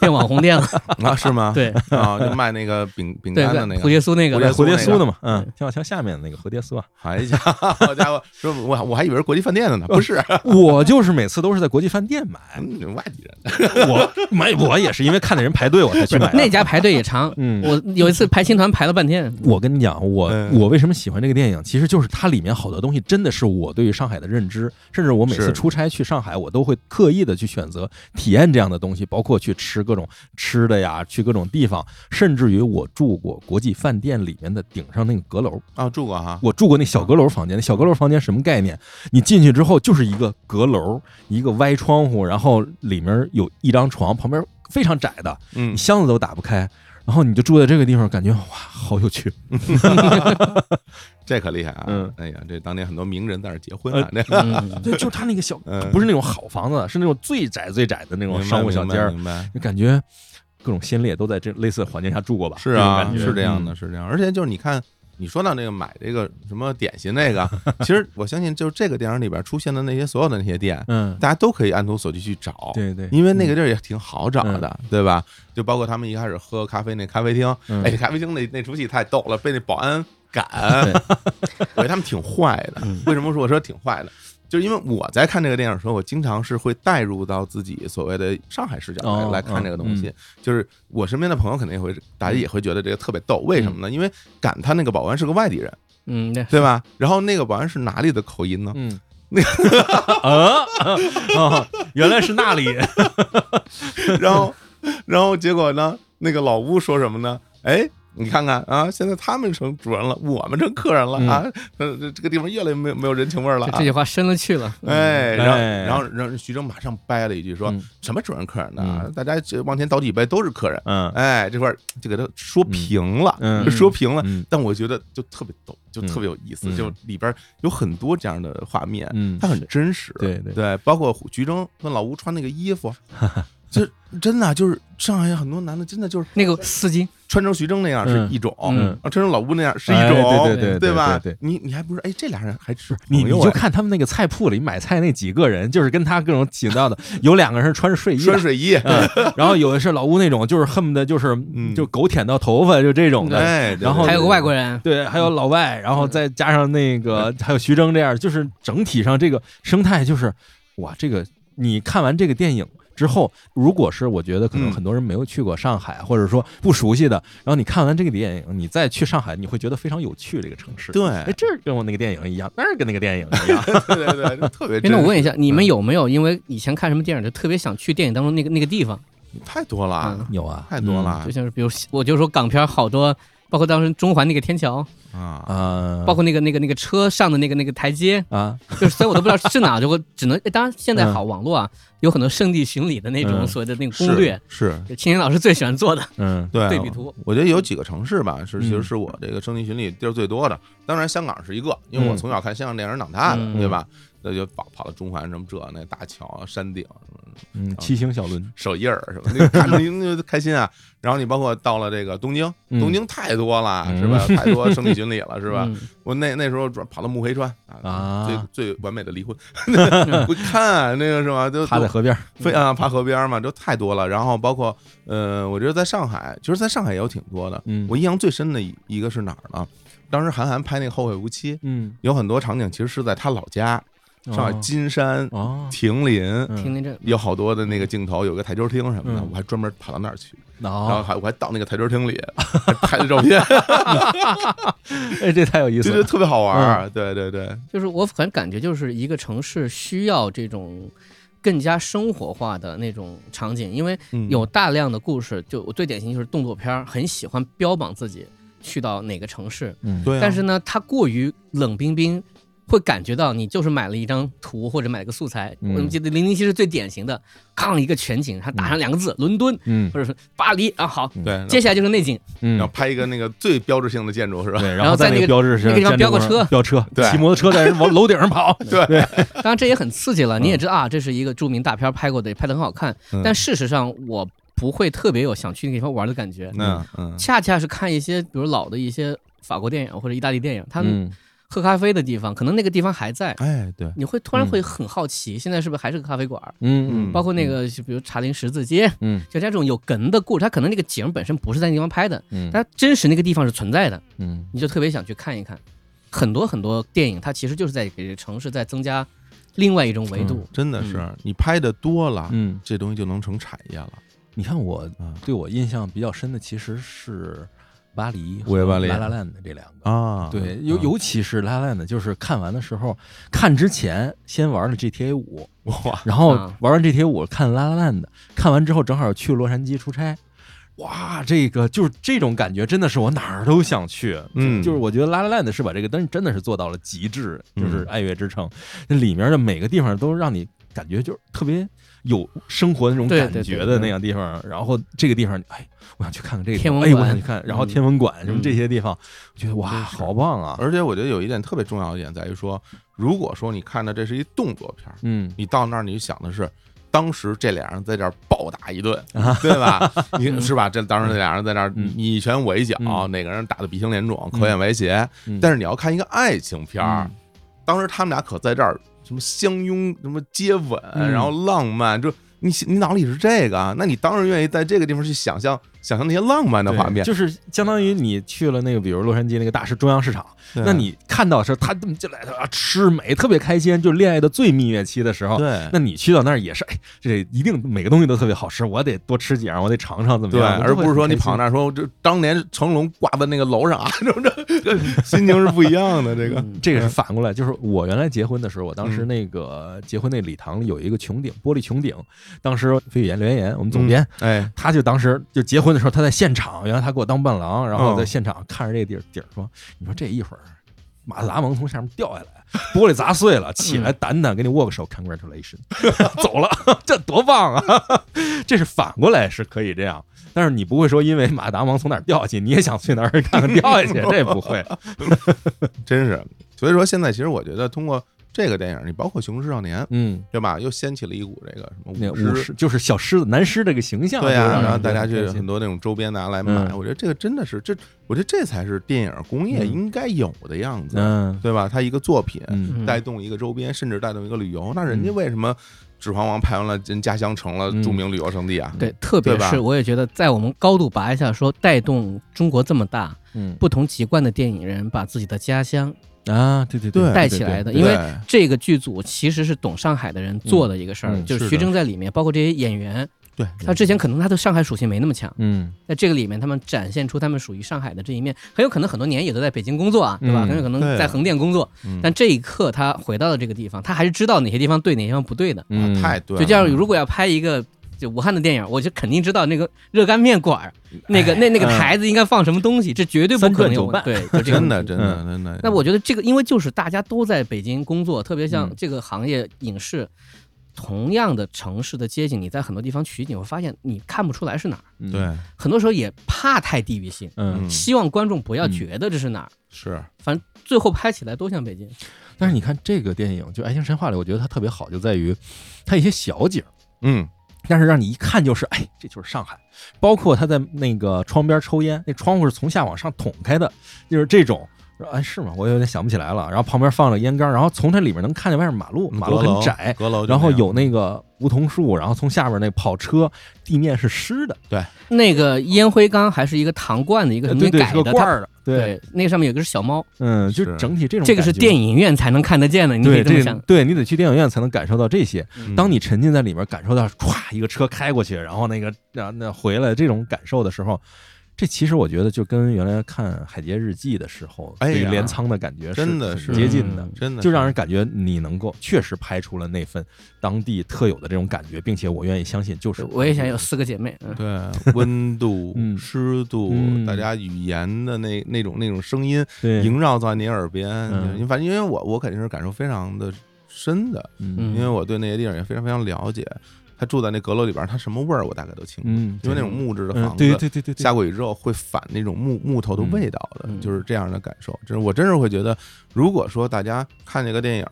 Speaker 5: 变网
Speaker 2: [laughs]
Speaker 5: 红店了，
Speaker 2: 啊是吗？
Speaker 5: [laughs] 对
Speaker 2: 啊，就卖那个饼饼
Speaker 5: 对
Speaker 2: 干的那，
Speaker 5: 蝴
Speaker 2: 个，
Speaker 5: 蝶酥那个
Speaker 2: 蝴蝶
Speaker 6: 蝴蝶酥
Speaker 2: 那
Speaker 6: 的
Speaker 2: 个
Speaker 6: 嘛，嗯，天桥桥下面那个蝴蝶 [laughs] 酥啊，
Speaker 2: 好家 [laughs] 伙，好家伙，说我我还以为是国际饭店的呢，不是，
Speaker 6: 我就是每次都是在国际饭店买，
Speaker 2: 嗯外地人，
Speaker 6: 我买我也是因为看的人排队我才去
Speaker 5: [laughs]
Speaker 6: 买的。
Speaker 5: 那家排队也长。
Speaker 6: 嗯，
Speaker 5: 我有一次排青团排了半天，
Speaker 2: [laughs]
Speaker 6: 我跟你讲，我
Speaker 2: 嗯
Speaker 6: 我为什么喜欢这个电影，其实就是它里面好多东西真的是我对于上海的认知，甚至我每次
Speaker 2: 是
Speaker 6: 出差去上海，我都会刻意的去选择体验这样的东西，包括去吃各种吃的呀，去各种地方，甚至于我住过国际饭店里面的顶上那个阁楼，
Speaker 2: 啊，住过哈，
Speaker 6: 我住过那小阁楼房间，那小阁楼房间什么概念？你进去之后就是一个阁楼，一个歪窗户，然后里面有一张床，旁边非常窄的，
Speaker 2: 嗯
Speaker 6: [laughs] 你，箱子都打不开，然后你就住在这个地方，感觉哇，好有趣。啊
Speaker 2: 这可厉害啊，
Speaker 6: 嗯，呃
Speaker 2: 哎呀，这当年很多名人在那儿结婚啊，那
Speaker 5: 嗯，
Speaker 6: 对，就是他那个小，
Speaker 2: 嗯
Speaker 6: 不是那种好房子，是那种最窄最窄的那种
Speaker 2: 明白
Speaker 6: 商务小
Speaker 2: 明白
Speaker 6: 间儿，
Speaker 2: 明白。
Speaker 6: 就感觉各种先烈都在这类似的环境下住过吧？
Speaker 2: 是
Speaker 6: 这种
Speaker 2: 啊，
Speaker 6: 感觉嗯
Speaker 2: 是这样的，。是这样。而且就是你看，你说到那个买这个什么点心那个，其实我相信就是这个电影里边出现的那些所有的那些店，
Speaker 6: 嗯，
Speaker 2: 大家都可以按图索骥去找。
Speaker 6: 对嗯对，
Speaker 2: 因为那个地儿也挺好找的，对吧？就包括他们一开始喝咖啡那咖啡厅，
Speaker 6: 嗯
Speaker 2: 哎，咖啡厅那那出戏太逗了，被那保安
Speaker 6: [laughs]
Speaker 2: 赶， [laughs] 我觉得他们挺坏的。
Speaker 6: 嗯
Speaker 2: 为什么说我说挺坏的？就是因为我在看这个电影的时候，我经常是会带入到自己所谓的上海视角来、
Speaker 6: 哦
Speaker 2: 来看这个东西。
Speaker 6: 嗯
Speaker 2: 就是我身边的朋友肯定也会，大家也会觉得这个特别逗。为什
Speaker 6: 嗯
Speaker 2: 么呢？因为赶他那个保安是个外地人，
Speaker 5: 嗯，对
Speaker 2: 对
Speaker 6: [laughs]
Speaker 2: 吧？然后那个保安是哪里的口音呢？
Speaker 6: 嗯，那个啊啊，原来是
Speaker 1: [laughs]
Speaker 6: 那里，
Speaker 2: 然后，然后结果呢？那个老乌说什么呢？哎，你看看啊，现在他们成主人了，我们成客人了
Speaker 6: 嗯
Speaker 2: 啊，呃，这这个地方越来越没有没有人情味儿了、
Speaker 5: 这
Speaker 2: 啊
Speaker 5: 这。句话深了去了。
Speaker 2: [laughs]
Speaker 5: 嗯
Speaker 2: 哎，然后，
Speaker 6: 哎
Speaker 2: 然后，然后徐峥马上掰了一句说：“
Speaker 6: 嗯
Speaker 2: 什么主人客人呢、
Speaker 6: 嗯
Speaker 2: 大家这往前倒几杯都是客人。
Speaker 6: 嗯
Speaker 2: 哎，这块儿就给他说平了，
Speaker 6: 嗯
Speaker 2: 就说平了。
Speaker 6: 嗯
Speaker 2: 但我觉得就特别逗，就
Speaker 6: 嗯
Speaker 2: 特别有意思，
Speaker 6: 嗯
Speaker 2: 就里边有很多这样的画面，
Speaker 6: 嗯
Speaker 2: 它很真实。
Speaker 6: 对对
Speaker 2: 对，包括徐峥跟老吴穿那个衣服，就真的就是上海很多男的真的就是
Speaker 5: 那个丝巾，
Speaker 2: 穿成徐峥那样是一种，
Speaker 5: 嗯
Speaker 2: 啊，穿成老吴那样是
Speaker 6: 哎
Speaker 2: 一种，
Speaker 6: 对对对
Speaker 2: 吧？
Speaker 6: 对对
Speaker 2: 你你还不是哎，这俩人还是
Speaker 6: 你
Speaker 2: 朋
Speaker 6: 你
Speaker 2: 友
Speaker 6: 就
Speaker 2: 哎
Speaker 6: 看他们那个菜铺里买菜那几个人，就是跟他各种请到的，有两个人是穿着睡衣的，
Speaker 2: 穿水衣，
Speaker 6: 嗯，然后有的是老吴那种，就是恨不得就是
Speaker 2: 嗯
Speaker 6: 就狗舔到头发就这种的，
Speaker 2: 哎，对
Speaker 6: 然后
Speaker 5: 还有个外国人，
Speaker 6: 对，还有
Speaker 2: 嗯
Speaker 6: 老外，然后再加上那个还有徐峥这样，就是整体上这个生态就是哇，这个你看完这个电影。之后，如果是我觉得可能
Speaker 2: 嗯
Speaker 6: 很多人没有去过上海，或者说不熟悉的，然后你看完这个电影，你再去上海，你会觉得非常有趣这个城市。
Speaker 2: 对
Speaker 6: 哎，这儿跟我那个电影一样，那儿跟那个电影一样。
Speaker 2: 对对对对，嗯特别
Speaker 5: 哎
Speaker 2: 真
Speaker 5: 那
Speaker 2: 实。
Speaker 5: 我问一下，你们有没有因为以前看什么电影就特别想去电影当中那个那个地方？
Speaker 2: 太多了
Speaker 5: 嗯，
Speaker 6: 有啊，
Speaker 2: 太多了
Speaker 5: 就像是比如我就说港片儿好多，包括当时中环那个天桥，
Speaker 2: 啊！
Speaker 6: 啊，
Speaker 5: 包括那个那个那个车上的那个那个
Speaker 2: [laughs]
Speaker 5: 台阶，
Speaker 6: 啊，
Speaker 5: 就是所以我都不知道是哪，就会只能哎当然现在好网络啊，有很多圣地巡礼的那
Speaker 6: 嗯
Speaker 5: 种所谓的那个
Speaker 2: 嗯是
Speaker 5: 攻略，
Speaker 2: 是，
Speaker 5: 就青年老师最喜欢做的
Speaker 6: 嗯
Speaker 2: 对啊
Speaker 5: 对比图。
Speaker 2: 我觉得有几个城市吧，是其
Speaker 6: 嗯
Speaker 2: 实是我这个圣地巡礼地儿最多的。当然，香港是一个，因为我
Speaker 6: 嗯
Speaker 2: 从小看香港电影长大的，
Speaker 5: 嗯
Speaker 2: 对吧？那就跑跑到中环什么这那大桥啊、山顶、哦
Speaker 6: 嗯，骑行小轮，
Speaker 2: 手印儿什么 [laughs] 的，看着您就开心啊。然后你包括到了这个东京，
Speaker 6: 嗯
Speaker 2: 东京太多了，
Speaker 6: 嗯
Speaker 2: 是
Speaker 6: [laughs]
Speaker 2: 吧？太多圣地巡礼了，是吧？
Speaker 5: 嗯？
Speaker 2: 我那那时候主要跑到慕黑川
Speaker 6: 啊
Speaker 2: 最最完美的离
Speaker 6: [laughs]
Speaker 2: 婚，我看那个是吧？就
Speaker 6: 趴在河边儿，
Speaker 2: 非啊，爬河边儿嘛，就太多了。然后包括呃，我觉得在上海，其实在上海也有挺多的。
Speaker 6: 嗯
Speaker 2: 我印象最深的一一个是哪儿呢？当时韩寒拍那个《后会无期》，
Speaker 6: 嗯，
Speaker 2: 有很多场景其实是在他老家，上海金山、
Speaker 6: 哦，
Speaker 2: 亭林。
Speaker 6: 嗯
Speaker 5: 听那阵
Speaker 2: 有好多的那个镜头，有个台球厅什么的，
Speaker 6: 嗯
Speaker 2: 我还专门跑到那儿去，然后
Speaker 6: 哦，
Speaker 2: 还我还到那个台球厅里还拍了照
Speaker 6: [laughs]
Speaker 2: 片，
Speaker 6: 哎，这太有意
Speaker 2: 就
Speaker 6: 思
Speaker 2: 觉得
Speaker 6: 了。
Speaker 2: 特别
Speaker 6: 嗯
Speaker 2: 好玩儿。对对对，
Speaker 5: 就是我反正感觉就是一个城市需要这种更加生活化的那种场景，因为
Speaker 2: 嗯
Speaker 5: 有大量的故事，就我最典型就是动作片儿，很喜欢标榜自己去到哪个城市，
Speaker 6: 嗯，
Speaker 2: 对啊，
Speaker 5: 但是呢，它过于冷冰冰，会感觉到你就是买了一张图或者买了个素材。
Speaker 6: 嗯
Speaker 5: 我们记得《零零七》是最典型的，扛一个全景，它打上两个字“伦敦”
Speaker 6: 嗯
Speaker 5: 或者是“巴黎”啊，好，
Speaker 2: 对，
Speaker 5: 接下来就是内景，
Speaker 6: 嗯
Speaker 2: 然后，拍一个那个最标志性的建筑是吧？
Speaker 6: 对，
Speaker 5: 然后在
Speaker 6: 在那
Speaker 5: 那个
Speaker 6: 个标志上
Speaker 5: 那个地方
Speaker 6: 建
Speaker 5: 标
Speaker 6: 筑
Speaker 5: 个
Speaker 6: 上
Speaker 5: 车
Speaker 6: 飙车，
Speaker 1: 哎
Speaker 2: [laughs] 对
Speaker 6: 骑摩托车在 [laughs] 人往楼顶上跑，
Speaker 5: 当然这也很刺激了。你也知道啊，这是一个著名大片拍过的，拍得很好看
Speaker 2: 嗯。
Speaker 5: 但事实上，我不会特别有想去那个地方玩的感觉，
Speaker 2: 那嗯，
Speaker 5: 恰恰是看一些比如老的一些法国电影或者意大利电影，他们
Speaker 6: 嗯
Speaker 5: 喝咖啡的地方，可能那个地方还在。
Speaker 2: 哎，对，
Speaker 5: 你会突然会很好奇，现在是不是还是个咖啡馆儿？
Speaker 6: 嗯嗯嗯，
Speaker 5: 包括那个，就比如茶陵十字街，
Speaker 6: 嗯
Speaker 5: 就这种有梗的故事，它可能那个景本身不是在那地方拍的，
Speaker 6: 嗯
Speaker 5: 但它真实那个地方是存在的，
Speaker 6: 嗯
Speaker 5: 你就特别想去看一看。很多很多电影，它其实就是在给城市在增加另外一种维度。
Speaker 2: 真的是你拍的多了，
Speaker 6: 嗯，
Speaker 2: 这东西就能成产业了。
Speaker 6: 你看我
Speaker 2: 啊
Speaker 6: 对我印象比较深的其实是巴黎啊
Speaker 2: 我也
Speaker 6: 和
Speaker 2: 巴黎
Speaker 6: 拉拉烂的这两个。
Speaker 2: 啊，
Speaker 6: 嗯对，尤尤其是拉拉烂的，就是看完的时候，看之前先玩了 GTA 五，
Speaker 2: 哇，
Speaker 6: 然后
Speaker 5: 啊
Speaker 6: 玩完 GTA 五看拉拉烂的，看完之后正好去洛杉矶出差，哇，这个就是这种感觉，真的是我哪儿都想去。
Speaker 2: 嗯
Speaker 6: 就是我觉得拉拉烂的是把这个，但是真的是做到了极致，就是
Speaker 2: 嗯
Speaker 6: 爱乐之城，那里面的每个地方都让你感觉就是特别有生活那种
Speaker 5: 对
Speaker 6: 感
Speaker 5: 对对
Speaker 6: 觉的那样地方。然后这个地方，哎，我想去看看这个地方，
Speaker 5: 天文
Speaker 6: 哎，
Speaker 5: 馆
Speaker 6: 我想去看，然后天文馆什么
Speaker 5: 嗯
Speaker 6: 这些地方，我觉得哇，好棒啊！
Speaker 2: 而且我觉得有一点特别重要的点在于说，如果说你看的这是一动作片儿，
Speaker 6: 嗯，
Speaker 2: 你到那儿你想的是。当时这俩人在这儿暴打一顿，对吧？
Speaker 6: [laughs]
Speaker 2: 你是吧？这当时这俩人在那儿，
Speaker 6: 啊嗯
Speaker 2: 你一拳我一脚，
Speaker 6: 嗯
Speaker 2: 哪个人打的鼻青脸肿，
Speaker 6: 嗯
Speaker 2: 口眼歪斜。
Speaker 6: 嗯
Speaker 2: 但是你要看一个爱情片儿
Speaker 6: 嗯，
Speaker 2: 当时他们俩可在这儿什么相拥，什么接吻，
Speaker 6: 嗯
Speaker 2: 然后浪漫，就你你脑子里是这个啊，那你当然愿意在这个地方去想象想象那些浪漫的
Speaker 6: 对
Speaker 2: 画面。
Speaker 6: 就是相当于你去了那个，比如洛杉矶那个大市中央市场，
Speaker 2: 对
Speaker 6: 那你看到的时候，他这么进来的啊，吃美特别开心，就是恋爱的最蜜月期的时候。
Speaker 2: 对
Speaker 6: 那你去到那儿也是，哎，这一定每个东西都特别好吃，我得多吃几样，我得尝尝怎么
Speaker 2: 对，
Speaker 6: 样，
Speaker 2: 而不是说你跑那
Speaker 6: 那
Speaker 2: 儿说这当年成龙挂在那个楼上啊， [laughs] 这这这心情是不一样的。这个
Speaker 5: 嗯
Speaker 6: 这个是反过来，就是我原来结婚的时候，我当时那个结婚那礼堂里有一个穹顶，玻璃穹顶，当时飞宇言刘岩岩，我们总监，
Speaker 2: [laughs] 哎，
Speaker 6: 他就当时就结婚的时候，他在现场，原来他给我当伴郎，然后
Speaker 2: 嗯
Speaker 6: 在现场看着这个顶顶说：“你说这一会儿，马自达蒙从下面掉下来，玻璃砸碎了，起来掸掸，给你握个手，congratulation，走了，这多棒啊！这是反过来是可以这样，但是你不会说因为马自达蒙从哪儿掉下去，你也想去哪儿看看掉下去，这不会。
Speaker 2: 真是。所以说现在其实我觉得通过这个电影，你包括《雄狮少年》，
Speaker 6: 嗯，
Speaker 2: 对吧？又掀起了一股这个
Speaker 6: 那
Speaker 2: 什么
Speaker 6: 舞
Speaker 2: 狮
Speaker 6: 狮就是小狮子男狮这个形象，
Speaker 2: 对
Speaker 6: 呀、
Speaker 2: 啊，
Speaker 5: 让
Speaker 2: 然后
Speaker 5: 人
Speaker 2: 大家
Speaker 6: 去
Speaker 2: 去很多那种周边拿来买，
Speaker 6: 嗯
Speaker 2: 我觉得这个真的是这，我觉得这才是电影工业
Speaker 6: 嗯
Speaker 2: 应该有的样子，
Speaker 6: 嗯
Speaker 2: 对吧？它一个作品
Speaker 6: 嗯
Speaker 5: 嗯
Speaker 2: 带动一个周边，甚至带动一个旅游，那人家为什么《指环王》拍完了，人家乡成了
Speaker 6: 嗯
Speaker 2: 著名旅游胜地啊？
Speaker 5: 对，特别
Speaker 2: 对吧
Speaker 5: 是我也觉得，在我们高度拔一下说，带动中国这么大
Speaker 6: 嗯
Speaker 5: 不同籍贯的电影人，把自己的家乡
Speaker 6: 啊，对对
Speaker 2: 对
Speaker 5: 带起来的，
Speaker 2: 对
Speaker 5: 因为这个剧组其实是懂上海的人做的一个事儿，
Speaker 6: 嗯嗯
Speaker 5: 就是是
Speaker 2: 的嗯
Speaker 5: 徐峥在里面，包括这些演员，
Speaker 2: 对
Speaker 5: 他之前可能他的上海属性没那么强，
Speaker 6: 嗯
Speaker 5: 在这个里面他们展现出他们属于上海的这一面，很有可能很多年也都在北京工作啊，对吧？
Speaker 6: 嗯
Speaker 5: 很有可能
Speaker 2: 对
Speaker 5: 在横店工作，
Speaker 2: 嗯
Speaker 5: 但这一刻他回到了这个地方，他还是知道哪些地方对，哪些地方不对的。
Speaker 6: 嗯，
Speaker 2: 啊太对了，
Speaker 5: 就这样，如果要拍一个。就武汉的电影，我就肯定知道那个热干面馆儿，那个那那个
Speaker 6: 嗯
Speaker 5: 台子应该放什么东西，这绝对不
Speaker 6: 三
Speaker 5: 可
Speaker 6: 转
Speaker 5: 能有
Speaker 6: 九
Speaker 5: 问
Speaker 6: 慢
Speaker 5: 对，就这个
Speaker 2: 真
Speaker 5: 问
Speaker 2: 的
Speaker 5: 题
Speaker 2: 真
Speaker 6: 嗯
Speaker 2: 的真的。
Speaker 5: 那我觉得这个，因为就是大家都在北京工作，特别像
Speaker 6: 嗯
Speaker 5: 这个行业影视，同样的城市的街景，你在很多地方取景，会发现你看不出来是哪儿。
Speaker 6: 嗯
Speaker 2: 对，
Speaker 5: 很多时候也怕太地域性，
Speaker 6: 嗯
Speaker 2: 嗯，
Speaker 5: 希望观众不要
Speaker 6: 嗯
Speaker 5: 觉得这是哪儿，
Speaker 2: 是
Speaker 5: 反正最后拍起来都像北京。
Speaker 6: 但是你看这个电影，就《爱情神话》里，我觉得它特别好，就在于 [sniffs] 它一些小景儿，
Speaker 2: 嗯
Speaker 6: 但是让你一看就是，哎，这就是上海。包括他在那个窗边抽烟，那窗户是从下往上捅开的，就是这种。哎，是吗？我有点想不起来了。然后旁边放着烟缸，然后从它里面能看见外面马路，马路嗯很窄，
Speaker 2: 嗯阁楼就那样，
Speaker 6: 然后有那个梧桐树，然后从下边那跑车，地面是湿的，
Speaker 5: 那个烟灰缸还是一个糖罐的一个什么
Speaker 6: 呃对对，
Speaker 5: 改
Speaker 6: 是个
Speaker 5: 的，
Speaker 6: 罐
Speaker 5: 它
Speaker 6: 儿的，，
Speaker 5: 对，那个上面有个是小猫，
Speaker 6: 嗯，就是整体这种
Speaker 5: 这个是
Speaker 6: 感觉
Speaker 5: 电影院才能看得见的，你可
Speaker 6: 对
Speaker 5: 以这么
Speaker 6: 这
Speaker 5: 想。
Speaker 6: 对你得去电影院才能感受到这些。
Speaker 2: 嗯
Speaker 6: 当你沉浸在里面，感受到唰一个车开过去，然后那个然后那回来这种感受的时候，这其实我觉得就跟原来看《海街日记》的时候
Speaker 2: 哎呀
Speaker 6: 对于镰仓的感觉
Speaker 2: 真的
Speaker 6: 是
Speaker 2: 是
Speaker 6: 挺接近的
Speaker 5: 嗯，
Speaker 2: 真的
Speaker 6: 就是让人感觉你能够确实拍出了那份当地特有的这种感觉，并且我愿意相信就是
Speaker 5: 我也想有四个姐妹，嗯，
Speaker 6: [laughs]
Speaker 2: 对温度
Speaker 6: 嗯、
Speaker 2: 湿度
Speaker 6: 嗯，
Speaker 2: 大家语言的那那种那种声音
Speaker 6: 对，
Speaker 2: 萦绕在你耳边，
Speaker 6: 嗯
Speaker 2: 你反正因为我我肯定是感受非常的深的，
Speaker 6: 嗯
Speaker 5: 嗯
Speaker 2: 因为我对那些地方也非常非常了解。他住在那阁楼里边，他什么味儿我大概都清楚，
Speaker 6: 嗯，
Speaker 2: 因为那种木质的
Speaker 6: 嗯
Speaker 2: 房
Speaker 6: 对
Speaker 2: 子，
Speaker 6: 对对对对
Speaker 2: 下过雨之后会反那种木木头的味道的，
Speaker 5: 嗯嗯
Speaker 2: 就是这样的感受。真是我真是会觉得，如果说大家看这个电影，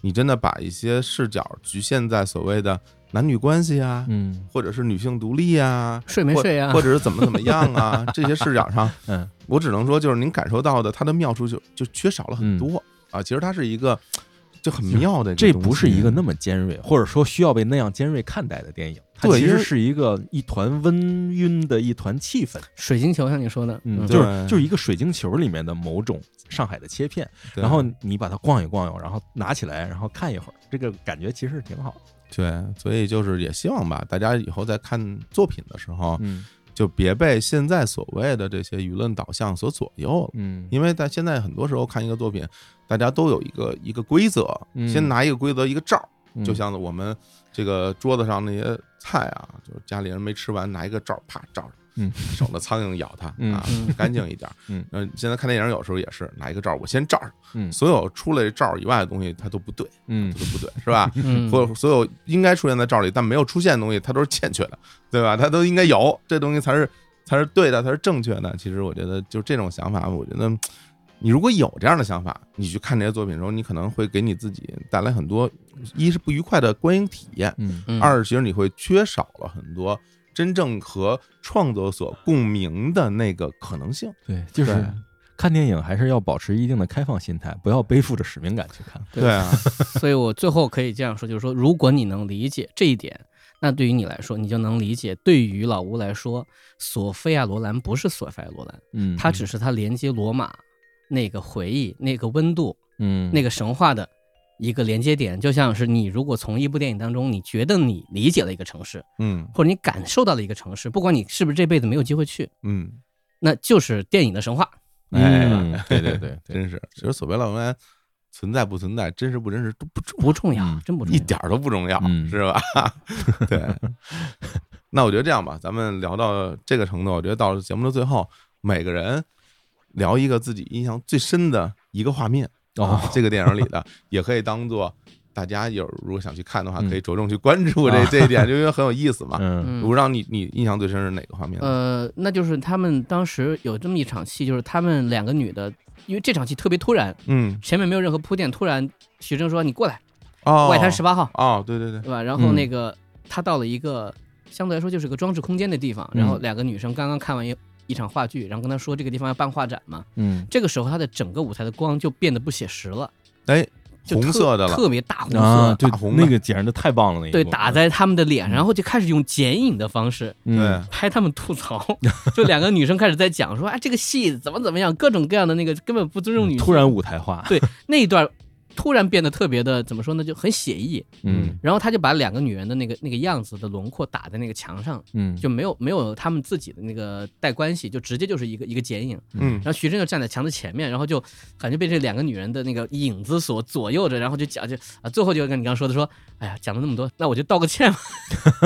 Speaker 2: 你真的把一些视角局限在所谓的男女关系啊，
Speaker 6: 嗯
Speaker 2: 或者是女性独立啊，
Speaker 5: 睡没
Speaker 2: 或
Speaker 5: 睡啊
Speaker 2: 或？者是怎么怎么样
Speaker 6: [laughs]
Speaker 2: 啊，这些视角上，
Speaker 6: 嗯
Speaker 2: 我只能说就是您感受到的它的妙处就就缺少了很多、啊。其实它是一个就很妙的
Speaker 6: 嗯这
Speaker 2: 个东西
Speaker 6: 不是一个那么尖锐，或者说需要被那样尖锐看待的电影，它
Speaker 2: 对
Speaker 6: 其
Speaker 2: 因
Speaker 6: 实
Speaker 2: 为
Speaker 6: 是一个一团温晕的一团气氛，
Speaker 5: 水晶球像你说的，
Speaker 6: 嗯，
Speaker 5: 嗯，
Speaker 2: 对
Speaker 6: 就是就是一个水晶球里面的某种上海的切片，
Speaker 2: 对
Speaker 6: 然后你把它逛一逛悠，然后拿起来，然后看一会儿，这个感觉其实挺好的。
Speaker 2: 对，所以就是也希望吧，大家以后在看作品的时候，
Speaker 6: 嗯
Speaker 2: 就别被现在所谓的这些舆论导向所左右了。
Speaker 6: 嗯
Speaker 2: 因为在现在很多时候看一个作品，大家都有一个一个规则，
Speaker 6: 嗯
Speaker 2: 先拿一个规则一个罩儿，
Speaker 6: 嗯
Speaker 2: 就像我们这个桌子上那些菜啊，就是家里人没吃完，拿一个罩儿啪罩着，
Speaker 6: 嗯
Speaker 2: 省得苍蝇咬它
Speaker 6: 嗯
Speaker 2: 啊
Speaker 5: 嗯，
Speaker 2: 干净一点。
Speaker 6: 嗯
Speaker 2: 呃，现在看电影有时候也是拿一个罩儿，我先罩上，
Speaker 6: 嗯
Speaker 2: 所有出来罩儿以外的东西它都不对，
Speaker 6: 嗯
Speaker 2: 它都不对，是吧？
Speaker 5: 嗯，
Speaker 2: 或者所有应该出现在罩里但没有出现的东西，它都是欠缺的， [laughs] 对吧？它都应该有，这东西才是才是对的，才是正确的。其实我觉得，就这种想法，我觉得嗯你如果有这样的想法，你去看这些作品的时候，你可能会给你自己带来很多，一是不愉快的观影体验，
Speaker 6: 嗯
Speaker 5: 嗯
Speaker 2: 二其实你会缺少了很多真正和创作所共鸣的那个可能性。
Speaker 6: 对，就是
Speaker 2: 对
Speaker 6: 看电影还是要保持一定的开放心态，不要背负着使命感去看。
Speaker 5: 对
Speaker 2: 啊，
Speaker 5: 所以我最后可以这样说，就是说，如果你能理解这一点，那对于你来说，你就能理解。对于老吴来说，索菲亚·罗兰不是索菲亚·罗兰，
Speaker 6: 嗯，
Speaker 5: 它只是它连接罗马那个回忆、那个温度、
Speaker 6: 嗯
Speaker 5: 那个神话的一个连接点。就像是你如果从一部电影当中，你觉得你理解了一个城市，
Speaker 2: 嗯
Speaker 5: 或者你感受到了一个城市，不管你是不是这辈子没有机会去，
Speaker 2: 嗯。
Speaker 5: 那就是电影的神话。
Speaker 6: 嗯，对对对对，
Speaker 2: 真是，其实所谓老文存在不存在，真实不真实都不重要，
Speaker 5: 不重要
Speaker 6: 嗯，
Speaker 5: 真不重
Speaker 2: 一
Speaker 5: 要。
Speaker 2: 点儿都不重要，
Speaker 6: 嗯
Speaker 2: 是
Speaker 6: [laughs]
Speaker 2: 吧？对。那我觉得这样吧，咱们聊到这个程度，我觉得到了节目的最后，每个人聊一个自己印象最深的一个画面
Speaker 6: 哦
Speaker 2: 啊这个电影里的 [laughs] 也可以当做大家有如果想去看的话，
Speaker 6: 嗯
Speaker 2: 可以着重去关注这、
Speaker 6: 啊
Speaker 2: 这一点，就因为很有意思嘛。
Speaker 6: 嗯
Speaker 5: 嗯
Speaker 2: 我不知道你你印象最深是哪个画面？
Speaker 5: 呃，那就是他们当时有这么一场戏，就是他们两个女的，因为这场戏特别突然，
Speaker 2: 嗯，
Speaker 5: 前面没有任何铺垫，突然徐峥说你过来，
Speaker 2: 哦，
Speaker 5: 外滩十八号，
Speaker 2: 哦，对对对，
Speaker 5: 对吧？然后那个、他到了一个相对来说就是个装置空间的地方，
Speaker 2: 嗯
Speaker 5: 然后两个女生刚刚看完一一场话剧，然后跟他说这个地方要办画展嘛，
Speaker 6: 嗯
Speaker 5: 这个时候他的整个舞台的光就变得不写实了，
Speaker 2: 哎，
Speaker 5: 就
Speaker 2: 红
Speaker 5: 特
Speaker 2: 色的了，
Speaker 5: 特别嗯大红色。
Speaker 2: 大
Speaker 6: 啊，对
Speaker 2: 红，的
Speaker 6: 那个简直太棒了，那一
Speaker 5: 对，
Speaker 6: 幕
Speaker 5: 打在他们的
Speaker 2: 嗯
Speaker 5: 脸，然后就开始用剪影的方式
Speaker 2: 对
Speaker 6: 嗯，
Speaker 5: 拍他们吐槽， [laughs] 就两个女生开始在讲说啊，这个戏怎么怎么样，各种各样的那个根本不尊重女性。
Speaker 6: 突然舞台化，
Speaker 5: 对那一段突然变得特别的怎么说呢，就很写意。
Speaker 6: 嗯
Speaker 5: 然后他就把两个女人的那个那个样子的轮廓打在那个墙上，
Speaker 6: 嗯，
Speaker 5: 就没有没有他们自己的那个带关系，就直接就是一个一个剪影。
Speaker 2: 嗯
Speaker 5: 然，后徐峥就站在墙的前面，然后就感觉被这两个女人的那个影子所左右着，然后就讲就啊，最后就跟你刚说的说，哎呀，讲了那么多，那我就道个歉吧。 [laughs]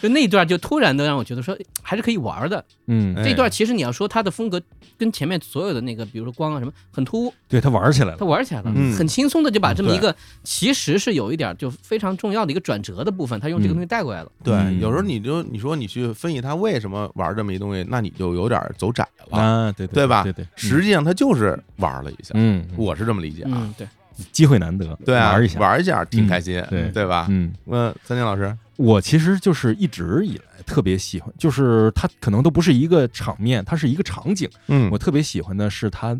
Speaker 5: 就那一段就突然的让我觉得说哎还是可以玩的。
Speaker 6: 嗯，
Speaker 2: 哎
Speaker 5: 这一段其实你要说他的风格跟前面所有的那个，比如说光啊什么很突兀，
Speaker 6: 对他玩起来
Speaker 5: 他
Speaker 6: 了，
Speaker 5: 玩起来了，
Speaker 2: 嗯
Speaker 5: 很轻松的就把这么一个其实是有一点就非常重要的一个转折的部分，他用这个东西带过来了。
Speaker 2: 对，
Speaker 6: 嗯
Speaker 2: 有时候你就你说你去分析他为什么玩这么一东西，那你就有点走窄了，
Speaker 6: 啊，对
Speaker 2: 对吧
Speaker 6: 对对，
Speaker 2: 实际上他就是玩了一下，
Speaker 6: 嗯，嗯
Speaker 2: 我是这么理解啊。
Speaker 5: 嗯，对，
Speaker 6: 机会难得，
Speaker 2: 对啊，
Speaker 6: 玩一下，嗯
Speaker 2: 玩一下挺开心，
Speaker 6: 对
Speaker 2: 对吧？
Speaker 6: 嗯，
Speaker 2: 嗯，三金老师，
Speaker 6: 我其实就是一直以来特别喜欢，就是它可能都不是一个场面，它是一个场景。
Speaker 2: 嗯
Speaker 6: 我特别喜欢的是她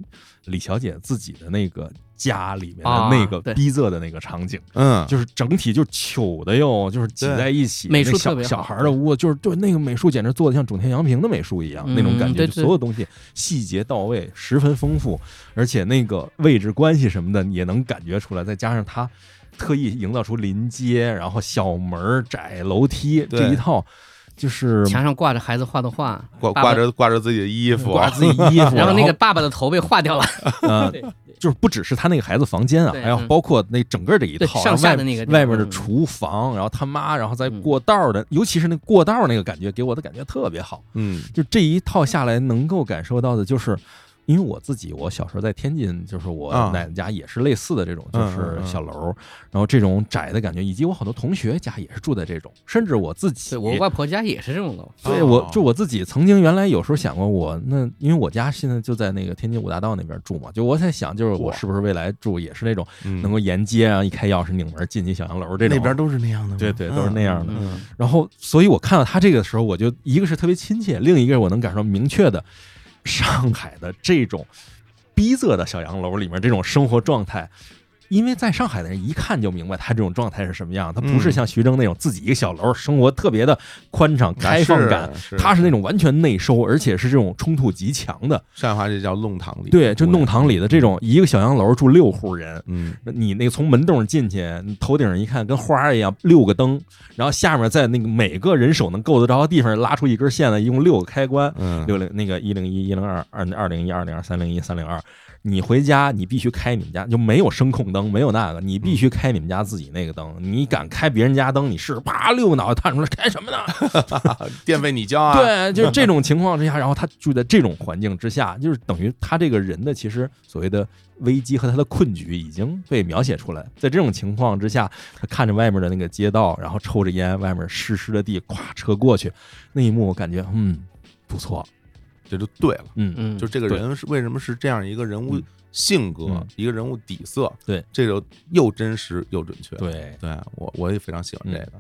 Speaker 6: 李小姐自己的那个家里面的
Speaker 5: 啊
Speaker 6: 那个
Speaker 5: 对
Speaker 6: 逼仄的那个场景，
Speaker 2: 嗯，
Speaker 6: 就是整体就糗的哟，就是挤在一起，
Speaker 5: 对美术
Speaker 6: 那小
Speaker 5: 特别好
Speaker 6: 小孩儿的屋，就是对那个美术简直做的像种田洋平的美术一样，
Speaker 5: 嗯
Speaker 6: 那种感觉，
Speaker 5: 对
Speaker 6: 就
Speaker 5: 对
Speaker 6: 所有东西细节到位，十分丰富，而且那个位置关系什么的也能感觉出来，再加上他特意营造出临街，然后小门儿窄楼梯
Speaker 2: 对
Speaker 6: 这一套。就是
Speaker 5: 墙上挂着孩子画的画，
Speaker 2: 挂
Speaker 5: 爸爸
Speaker 2: 挂着挂着自己的衣服，
Speaker 6: 挂自己衣服，
Speaker 5: 然后那个爸爸的头被画
Speaker 2: [laughs]
Speaker 5: 掉
Speaker 2: 啊
Speaker 5: 了，
Speaker 6: 呃，
Speaker 5: 对
Speaker 6: 就是不只是他那个孩子房间啊，
Speaker 5: 对
Speaker 6: 还要
Speaker 5: 嗯
Speaker 6: 包括那整个这一
Speaker 5: 对
Speaker 6: 套，
Speaker 5: 上
Speaker 6: 然后
Speaker 5: 下
Speaker 6: 外
Speaker 5: 的那个地
Speaker 6: 外
Speaker 5: 方
Speaker 6: 面的
Speaker 5: 嗯
Speaker 6: 厨房，然后他妈，然后再
Speaker 5: 嗯
Speaker 6: 过道的，尤其是那过道那个感觉，给我的感觉特别好。
Speaker 2: 嗯
Speaker 6: 就这一套下来，能够感受到的就是。因为我自己，我小时候在天津，就是我
Speaker 2: 啊
Speaker 6: 奶奶家也是类似的这种，就
Speaker 2: 嗯嗯
Speaker 6: 是
Speaker 2: 嗯
Speaker 6: 小楼，然后这种窄的感觉，以及我好多同学家也是住在这种，甚至我自己，
Speaker 5: 对我外婆家也是这种楼，
Speaker 6: 对
Speaker 2: 哦
Speaker 6: 我就我自己曾经原来有时候想过我那，因为我家现在就在那个天津五大道那边住嘛，就我在想，就是我
Speaker 2: 嚯
Speaker 6: 是不是未来住也是那种
Speaker 2: 嗯
Speaker 6: 能够沿街啊，一开钥匙拧门进去小洋楼这种。
Speaker 2: 那边都是那样的吗，
Speaker 6: 对对都是那样的
Speaker 2: 嗯
Speaker 5: 嗯，
Speaker 6: 然后，所以我看到他这个的时候，我就一个是特别亲切，另一个是我能感受明确的上海的这种呃逼仄的小洋楼里面这种生活状态。因为在上海的人一看就明白他这种状态是什么样，他不是
Speaker 2: 嗯
Speaker 6: 像徐峥那种自己一个小楼，生活特别的宽敞、
Speaker 2: 那
Speaker 6: 开
Speaker 2: 是
Speaker 6: 放感，，他
Speaker 2: 是
Speaker 6: 是那种完全内收，而且是这种冲突极强的。嗯
Speaker 2: 上海话这叫弄堂里，
Speaker 6: 对，就弄堂里的这种一个小洋楼住六户人，
Speaker 2: 嗯，
Speaker 6: 你那个从门洞进去，你头顶上一看跟花儿一样，六个灯，然后下面在那个每个人手能够得着的地方拉出一根线来，一共六个开关，
Speaker 2: 嗯
Speaker 6: 六零那个一零一、一零二、二二零一、二零二、三零一、三零二。你回家，你必须开你们家，就没有声控灯，没有那个，你必须开你们家自己那个灯。你敢开别人家灯，你试试，啪，六个脑袋探出来，开什么呢？
Speaker 2: 电费你交啊，
Speaker 6: 对，就这种情况之下， [laughs] 然后他住在这种环境之下，就是等于他这个人的其实所谓的危机和他的困局已经被描写出来。在这种情况之下，他看着外面的那个街道，然后抽着烟，外面湿湿的地，咵车过去，那一幕我感觉嗯不错，
Speaker 2: 这就对了。
Speaker 6: 嗯
Speaker 5: 嗯，
Speaker 2: 就这个
Speaker 6: 对
Speaker 2: 人是为什么是这样一个人物
Speaker 6: 嗯
Speaker 2: 性格，
Speaker 6: 嗯
Speaker 2: 一个人物底色，
Speaker 6: 对，
Speaker 2: 这就又真实又准确。，
Speaker 6: 对，嗯
Speaker 2: 对我我也非常喜欢这个。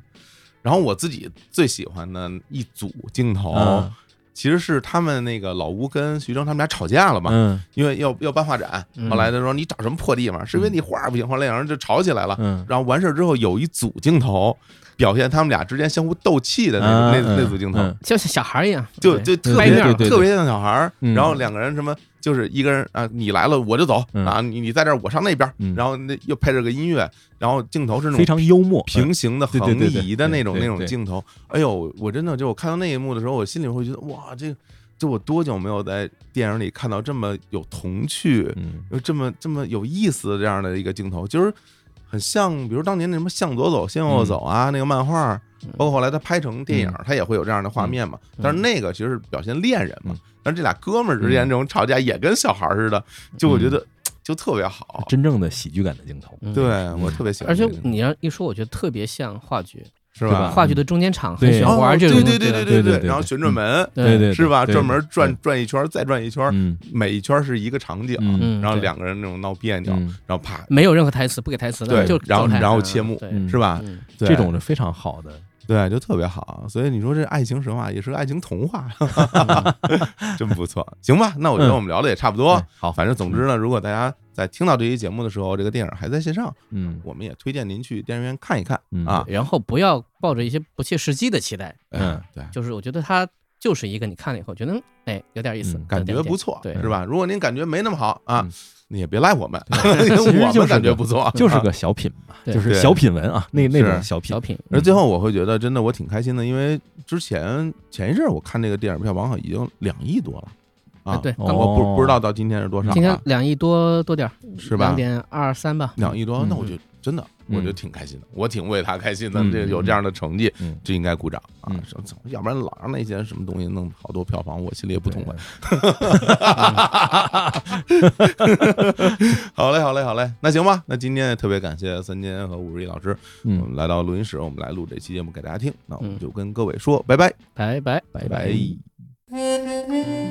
Speaker 2: 然后我自己最喜欢的一组镜头，
Speaker 6: 嗯
Speaker 2: 其实是他们那个老吴跟徐峥他们俩吵架了嘛，
Speaker 6: 嗯
Speaker 2: 因为要要办画展，
Speaker 5: 嗯
Speaker 2: 后来他说你找什么破地方，是因为你画不行，后来两人就吵起来了。
Speaker 6: 嗯
Speaker 2: 然后完事儿之后，有一组镜头表现他们俩之间相互斗气的那
Speaker 6: 嗯
Speaker 2: 种那那组镜头，
Speaker 6: 嗯
Speaker 5: 就像小孩一样，
Speaker 2: 就就
Speaker 5: 对
Speaker 2: 特
Speaker 5: 掰
Speaker 2: 别
Speaker 5: 面儿
Speaker 6: 对
Speaker 2: 特别像小孩儿，
Speaker 6: 嗯
Speaker 2: 然后两个人什么就是一个人啊，你来了我就走
Speaker 6: 嗯
Speaker 2: 啊，你你在这儿我上那边儿
Speaker 6: 嗯，
Speaker 2: 然后那又配着个音乐，然后镜头是那
Speaker 6: 非
Speaker 2: 种
Speaker 6: 常幽默，嗯
Speaker 2: 平行的
Speaker 6: 对对
Speaker 2: 横
Speaker 6: 对对
Speaker 2: 移的那种
Speaker 6: 对对
Speaker 2: 那种镜头。哎呦，我真的就我看到那一幕的时候，我心里会觉得哇，这这我多久没有在电影里看到这么有童趣、
Speaker 6: 嗯
Speaker 2: 有这么这么有意思的这样的一个镜头，就是。很像，比如当年那什么向左走，向右走啊，那个漫画儿，包括后来他拍成电影
Speaker 6: 嗯，
Speaker 2: 他也会有这样的画面嘛。
Speaker 5: 嗯
Speaker 2: 但是那个其实是表现恋人嘛
Speaker 6: 嗯，
Speaker 2: 但是这俩哥们儿之间
Speaker 6: 嗯
Speaker 2: 这种吵架也跟小孩儿似的，就我觉得就特别好。
Speaker 6: 真正的喜剧感的镜头，
Speaker 5: 嗯
Speaker 2: 对我特别喜欢
Speaker 5: 而且
Speaker 2: 这个，
Speaker 5: 你要一说，我觉得特别像话剧，
Speaker 2: 是
Speaker 6: 对吧
Speaker 2: 吧？
Speaker 5: 话剧的中间场很
Speaker 6: 对
Speaker 5: 喜
Speaker 2: 哦
Speaker 5: 欢玩这种，
Speaker 2: 对对对
Speaker 5: 对
Speaker 6: 对对对嗯
Speaker 2: 然后旋转门，
Speaker 6: 对对
Speaker 2: 是吧？
Speaker 6: 对
Speaker 2: 转门转
Speaker 6: 对
Speaker 2: 转一圈儿，再转一圈儿，
Speaker 6: 嗯
Speaker 2: 每一圈儿是一个场景，
Speaker 6: 嗯
Speaker 5: 嗯，
Speaker 2: 然后
Speaker 5: 对
Speaker 2: 两个人那种闹别扭，
Speaker 6: 嗯，
Speaker 2: 然后啪，
Speaker 5: 没有任何台词，不给台词的，
Speaker 2: 对
Speaker 5: 就
Speaker 2: 然后
Speaker 5: 走开
Speaker 2: 然后
Speaker 5: 嗯
Speaker 2: 切啊幕
Speaker 5: 对
Speaker 6: 嗯
Speaker 2: 是吧？
Speaker 5: 嗯
Speaker 2: 对
Speaker 6: 这种是非常好的，
Speaker 2: 对就特别好。所以你说这爱情神话也是个爱情童话， [laughs] 真不错。行吧，那我觉得
Speaker 6: 嗯
Speaker 2: 我们聊的也差不多。
Speaker 6: 嗯好
Speaker 2: 哦反正总之呢，如果大家在听到这期节目的时候，这个电影还在线上，
Speaker 6: 嗯
Speaker 2: 我们也推荐您去电影院看一看
Speaker 6: 嗯
Speaker 2: 啊。
Speaker 5: 然后不要抱着一些不切实际的期待，
Speaker 6: 嗯
Speaker 2: 哎，对。
Speaker 5: 就是我觉得它就是一个你看了以后觉得嗯哎有点意思
Speaker 6: 嗯，
Speaker 2: 感觉不错，
Speaker 5: 对
Speaker 2: 是吧？如果您感觉没那么好啊
Speaker 6: 嗯，
Speaker 2: 你也别赖我们，
Speaker 6: 其实
Speaker 2: 我
Speaker 6: 就
Speaker 2: 们
Speaker 6: 是
Speaker 2: 感觉
Speaker 6: 个
Speaker 2: 不错，
Speaker 6: 就是
Speaker 2: 啊
Speaker 6: 个小品嘛，
Speaker 5: 对
Speaker 6: 就是
Speaker 2: 对
Speaker 6: 小品文啊，那那种
Speaker 2: 是
Speaker 6: 小品
Speaker 5: 小，品，
Speaker 2: 而
Speaker 6: 嗯
Speaker 2: 最后我会觉得，真的我挺开心的，因为之前前一阵儿我看那个电影票房好像已经两亿多了啊，
Speaker 5: 啊对
Speaker 2: 但我
Speaker 6: 哦
Speaker 2: 不不知道到今天是多少啊，
Speaker 5: 今天两亿多多点儿
Speaker 2: 是吧
Speaker 5: 两点二三吧，
Speaker 2: 两亿多，
Speaker 6: 嗯
Speaker 2: 那我就真的
Speaker 6: 嗯
Speaker 2: 我就挺开心的，我挺为他开心的，
Speaker 6: 嗯
Speaker 2: 这有这样的成绩
Speaker 6: 嗯
Speaker 2: 就应该鼓掌啊
Speaker 6: 嗯，
Speaker 2: 什么要不然老让那些什么东西弄好多票房，我心里也
Speaker 6: 嗯
Speaker 2: 不痛快。
Speaker 6: 嗯
Speaker 2: [laughs] 好嘞，好嘞，好嘞，那行吧，那今天也特别感谢三金和武瑞老师，我
Speaker 6: 嗯
Speaker 2: 们来到录音室，我们来录这期节目给大家听，那我们
Speaker 5: 嗯
Speaker 2: 就跟各位说拜拜，
Speaker 5: 拜拜。
Speaker 6: 拜
Speaker 2: 拜拜。
Speaker 8: Thank you.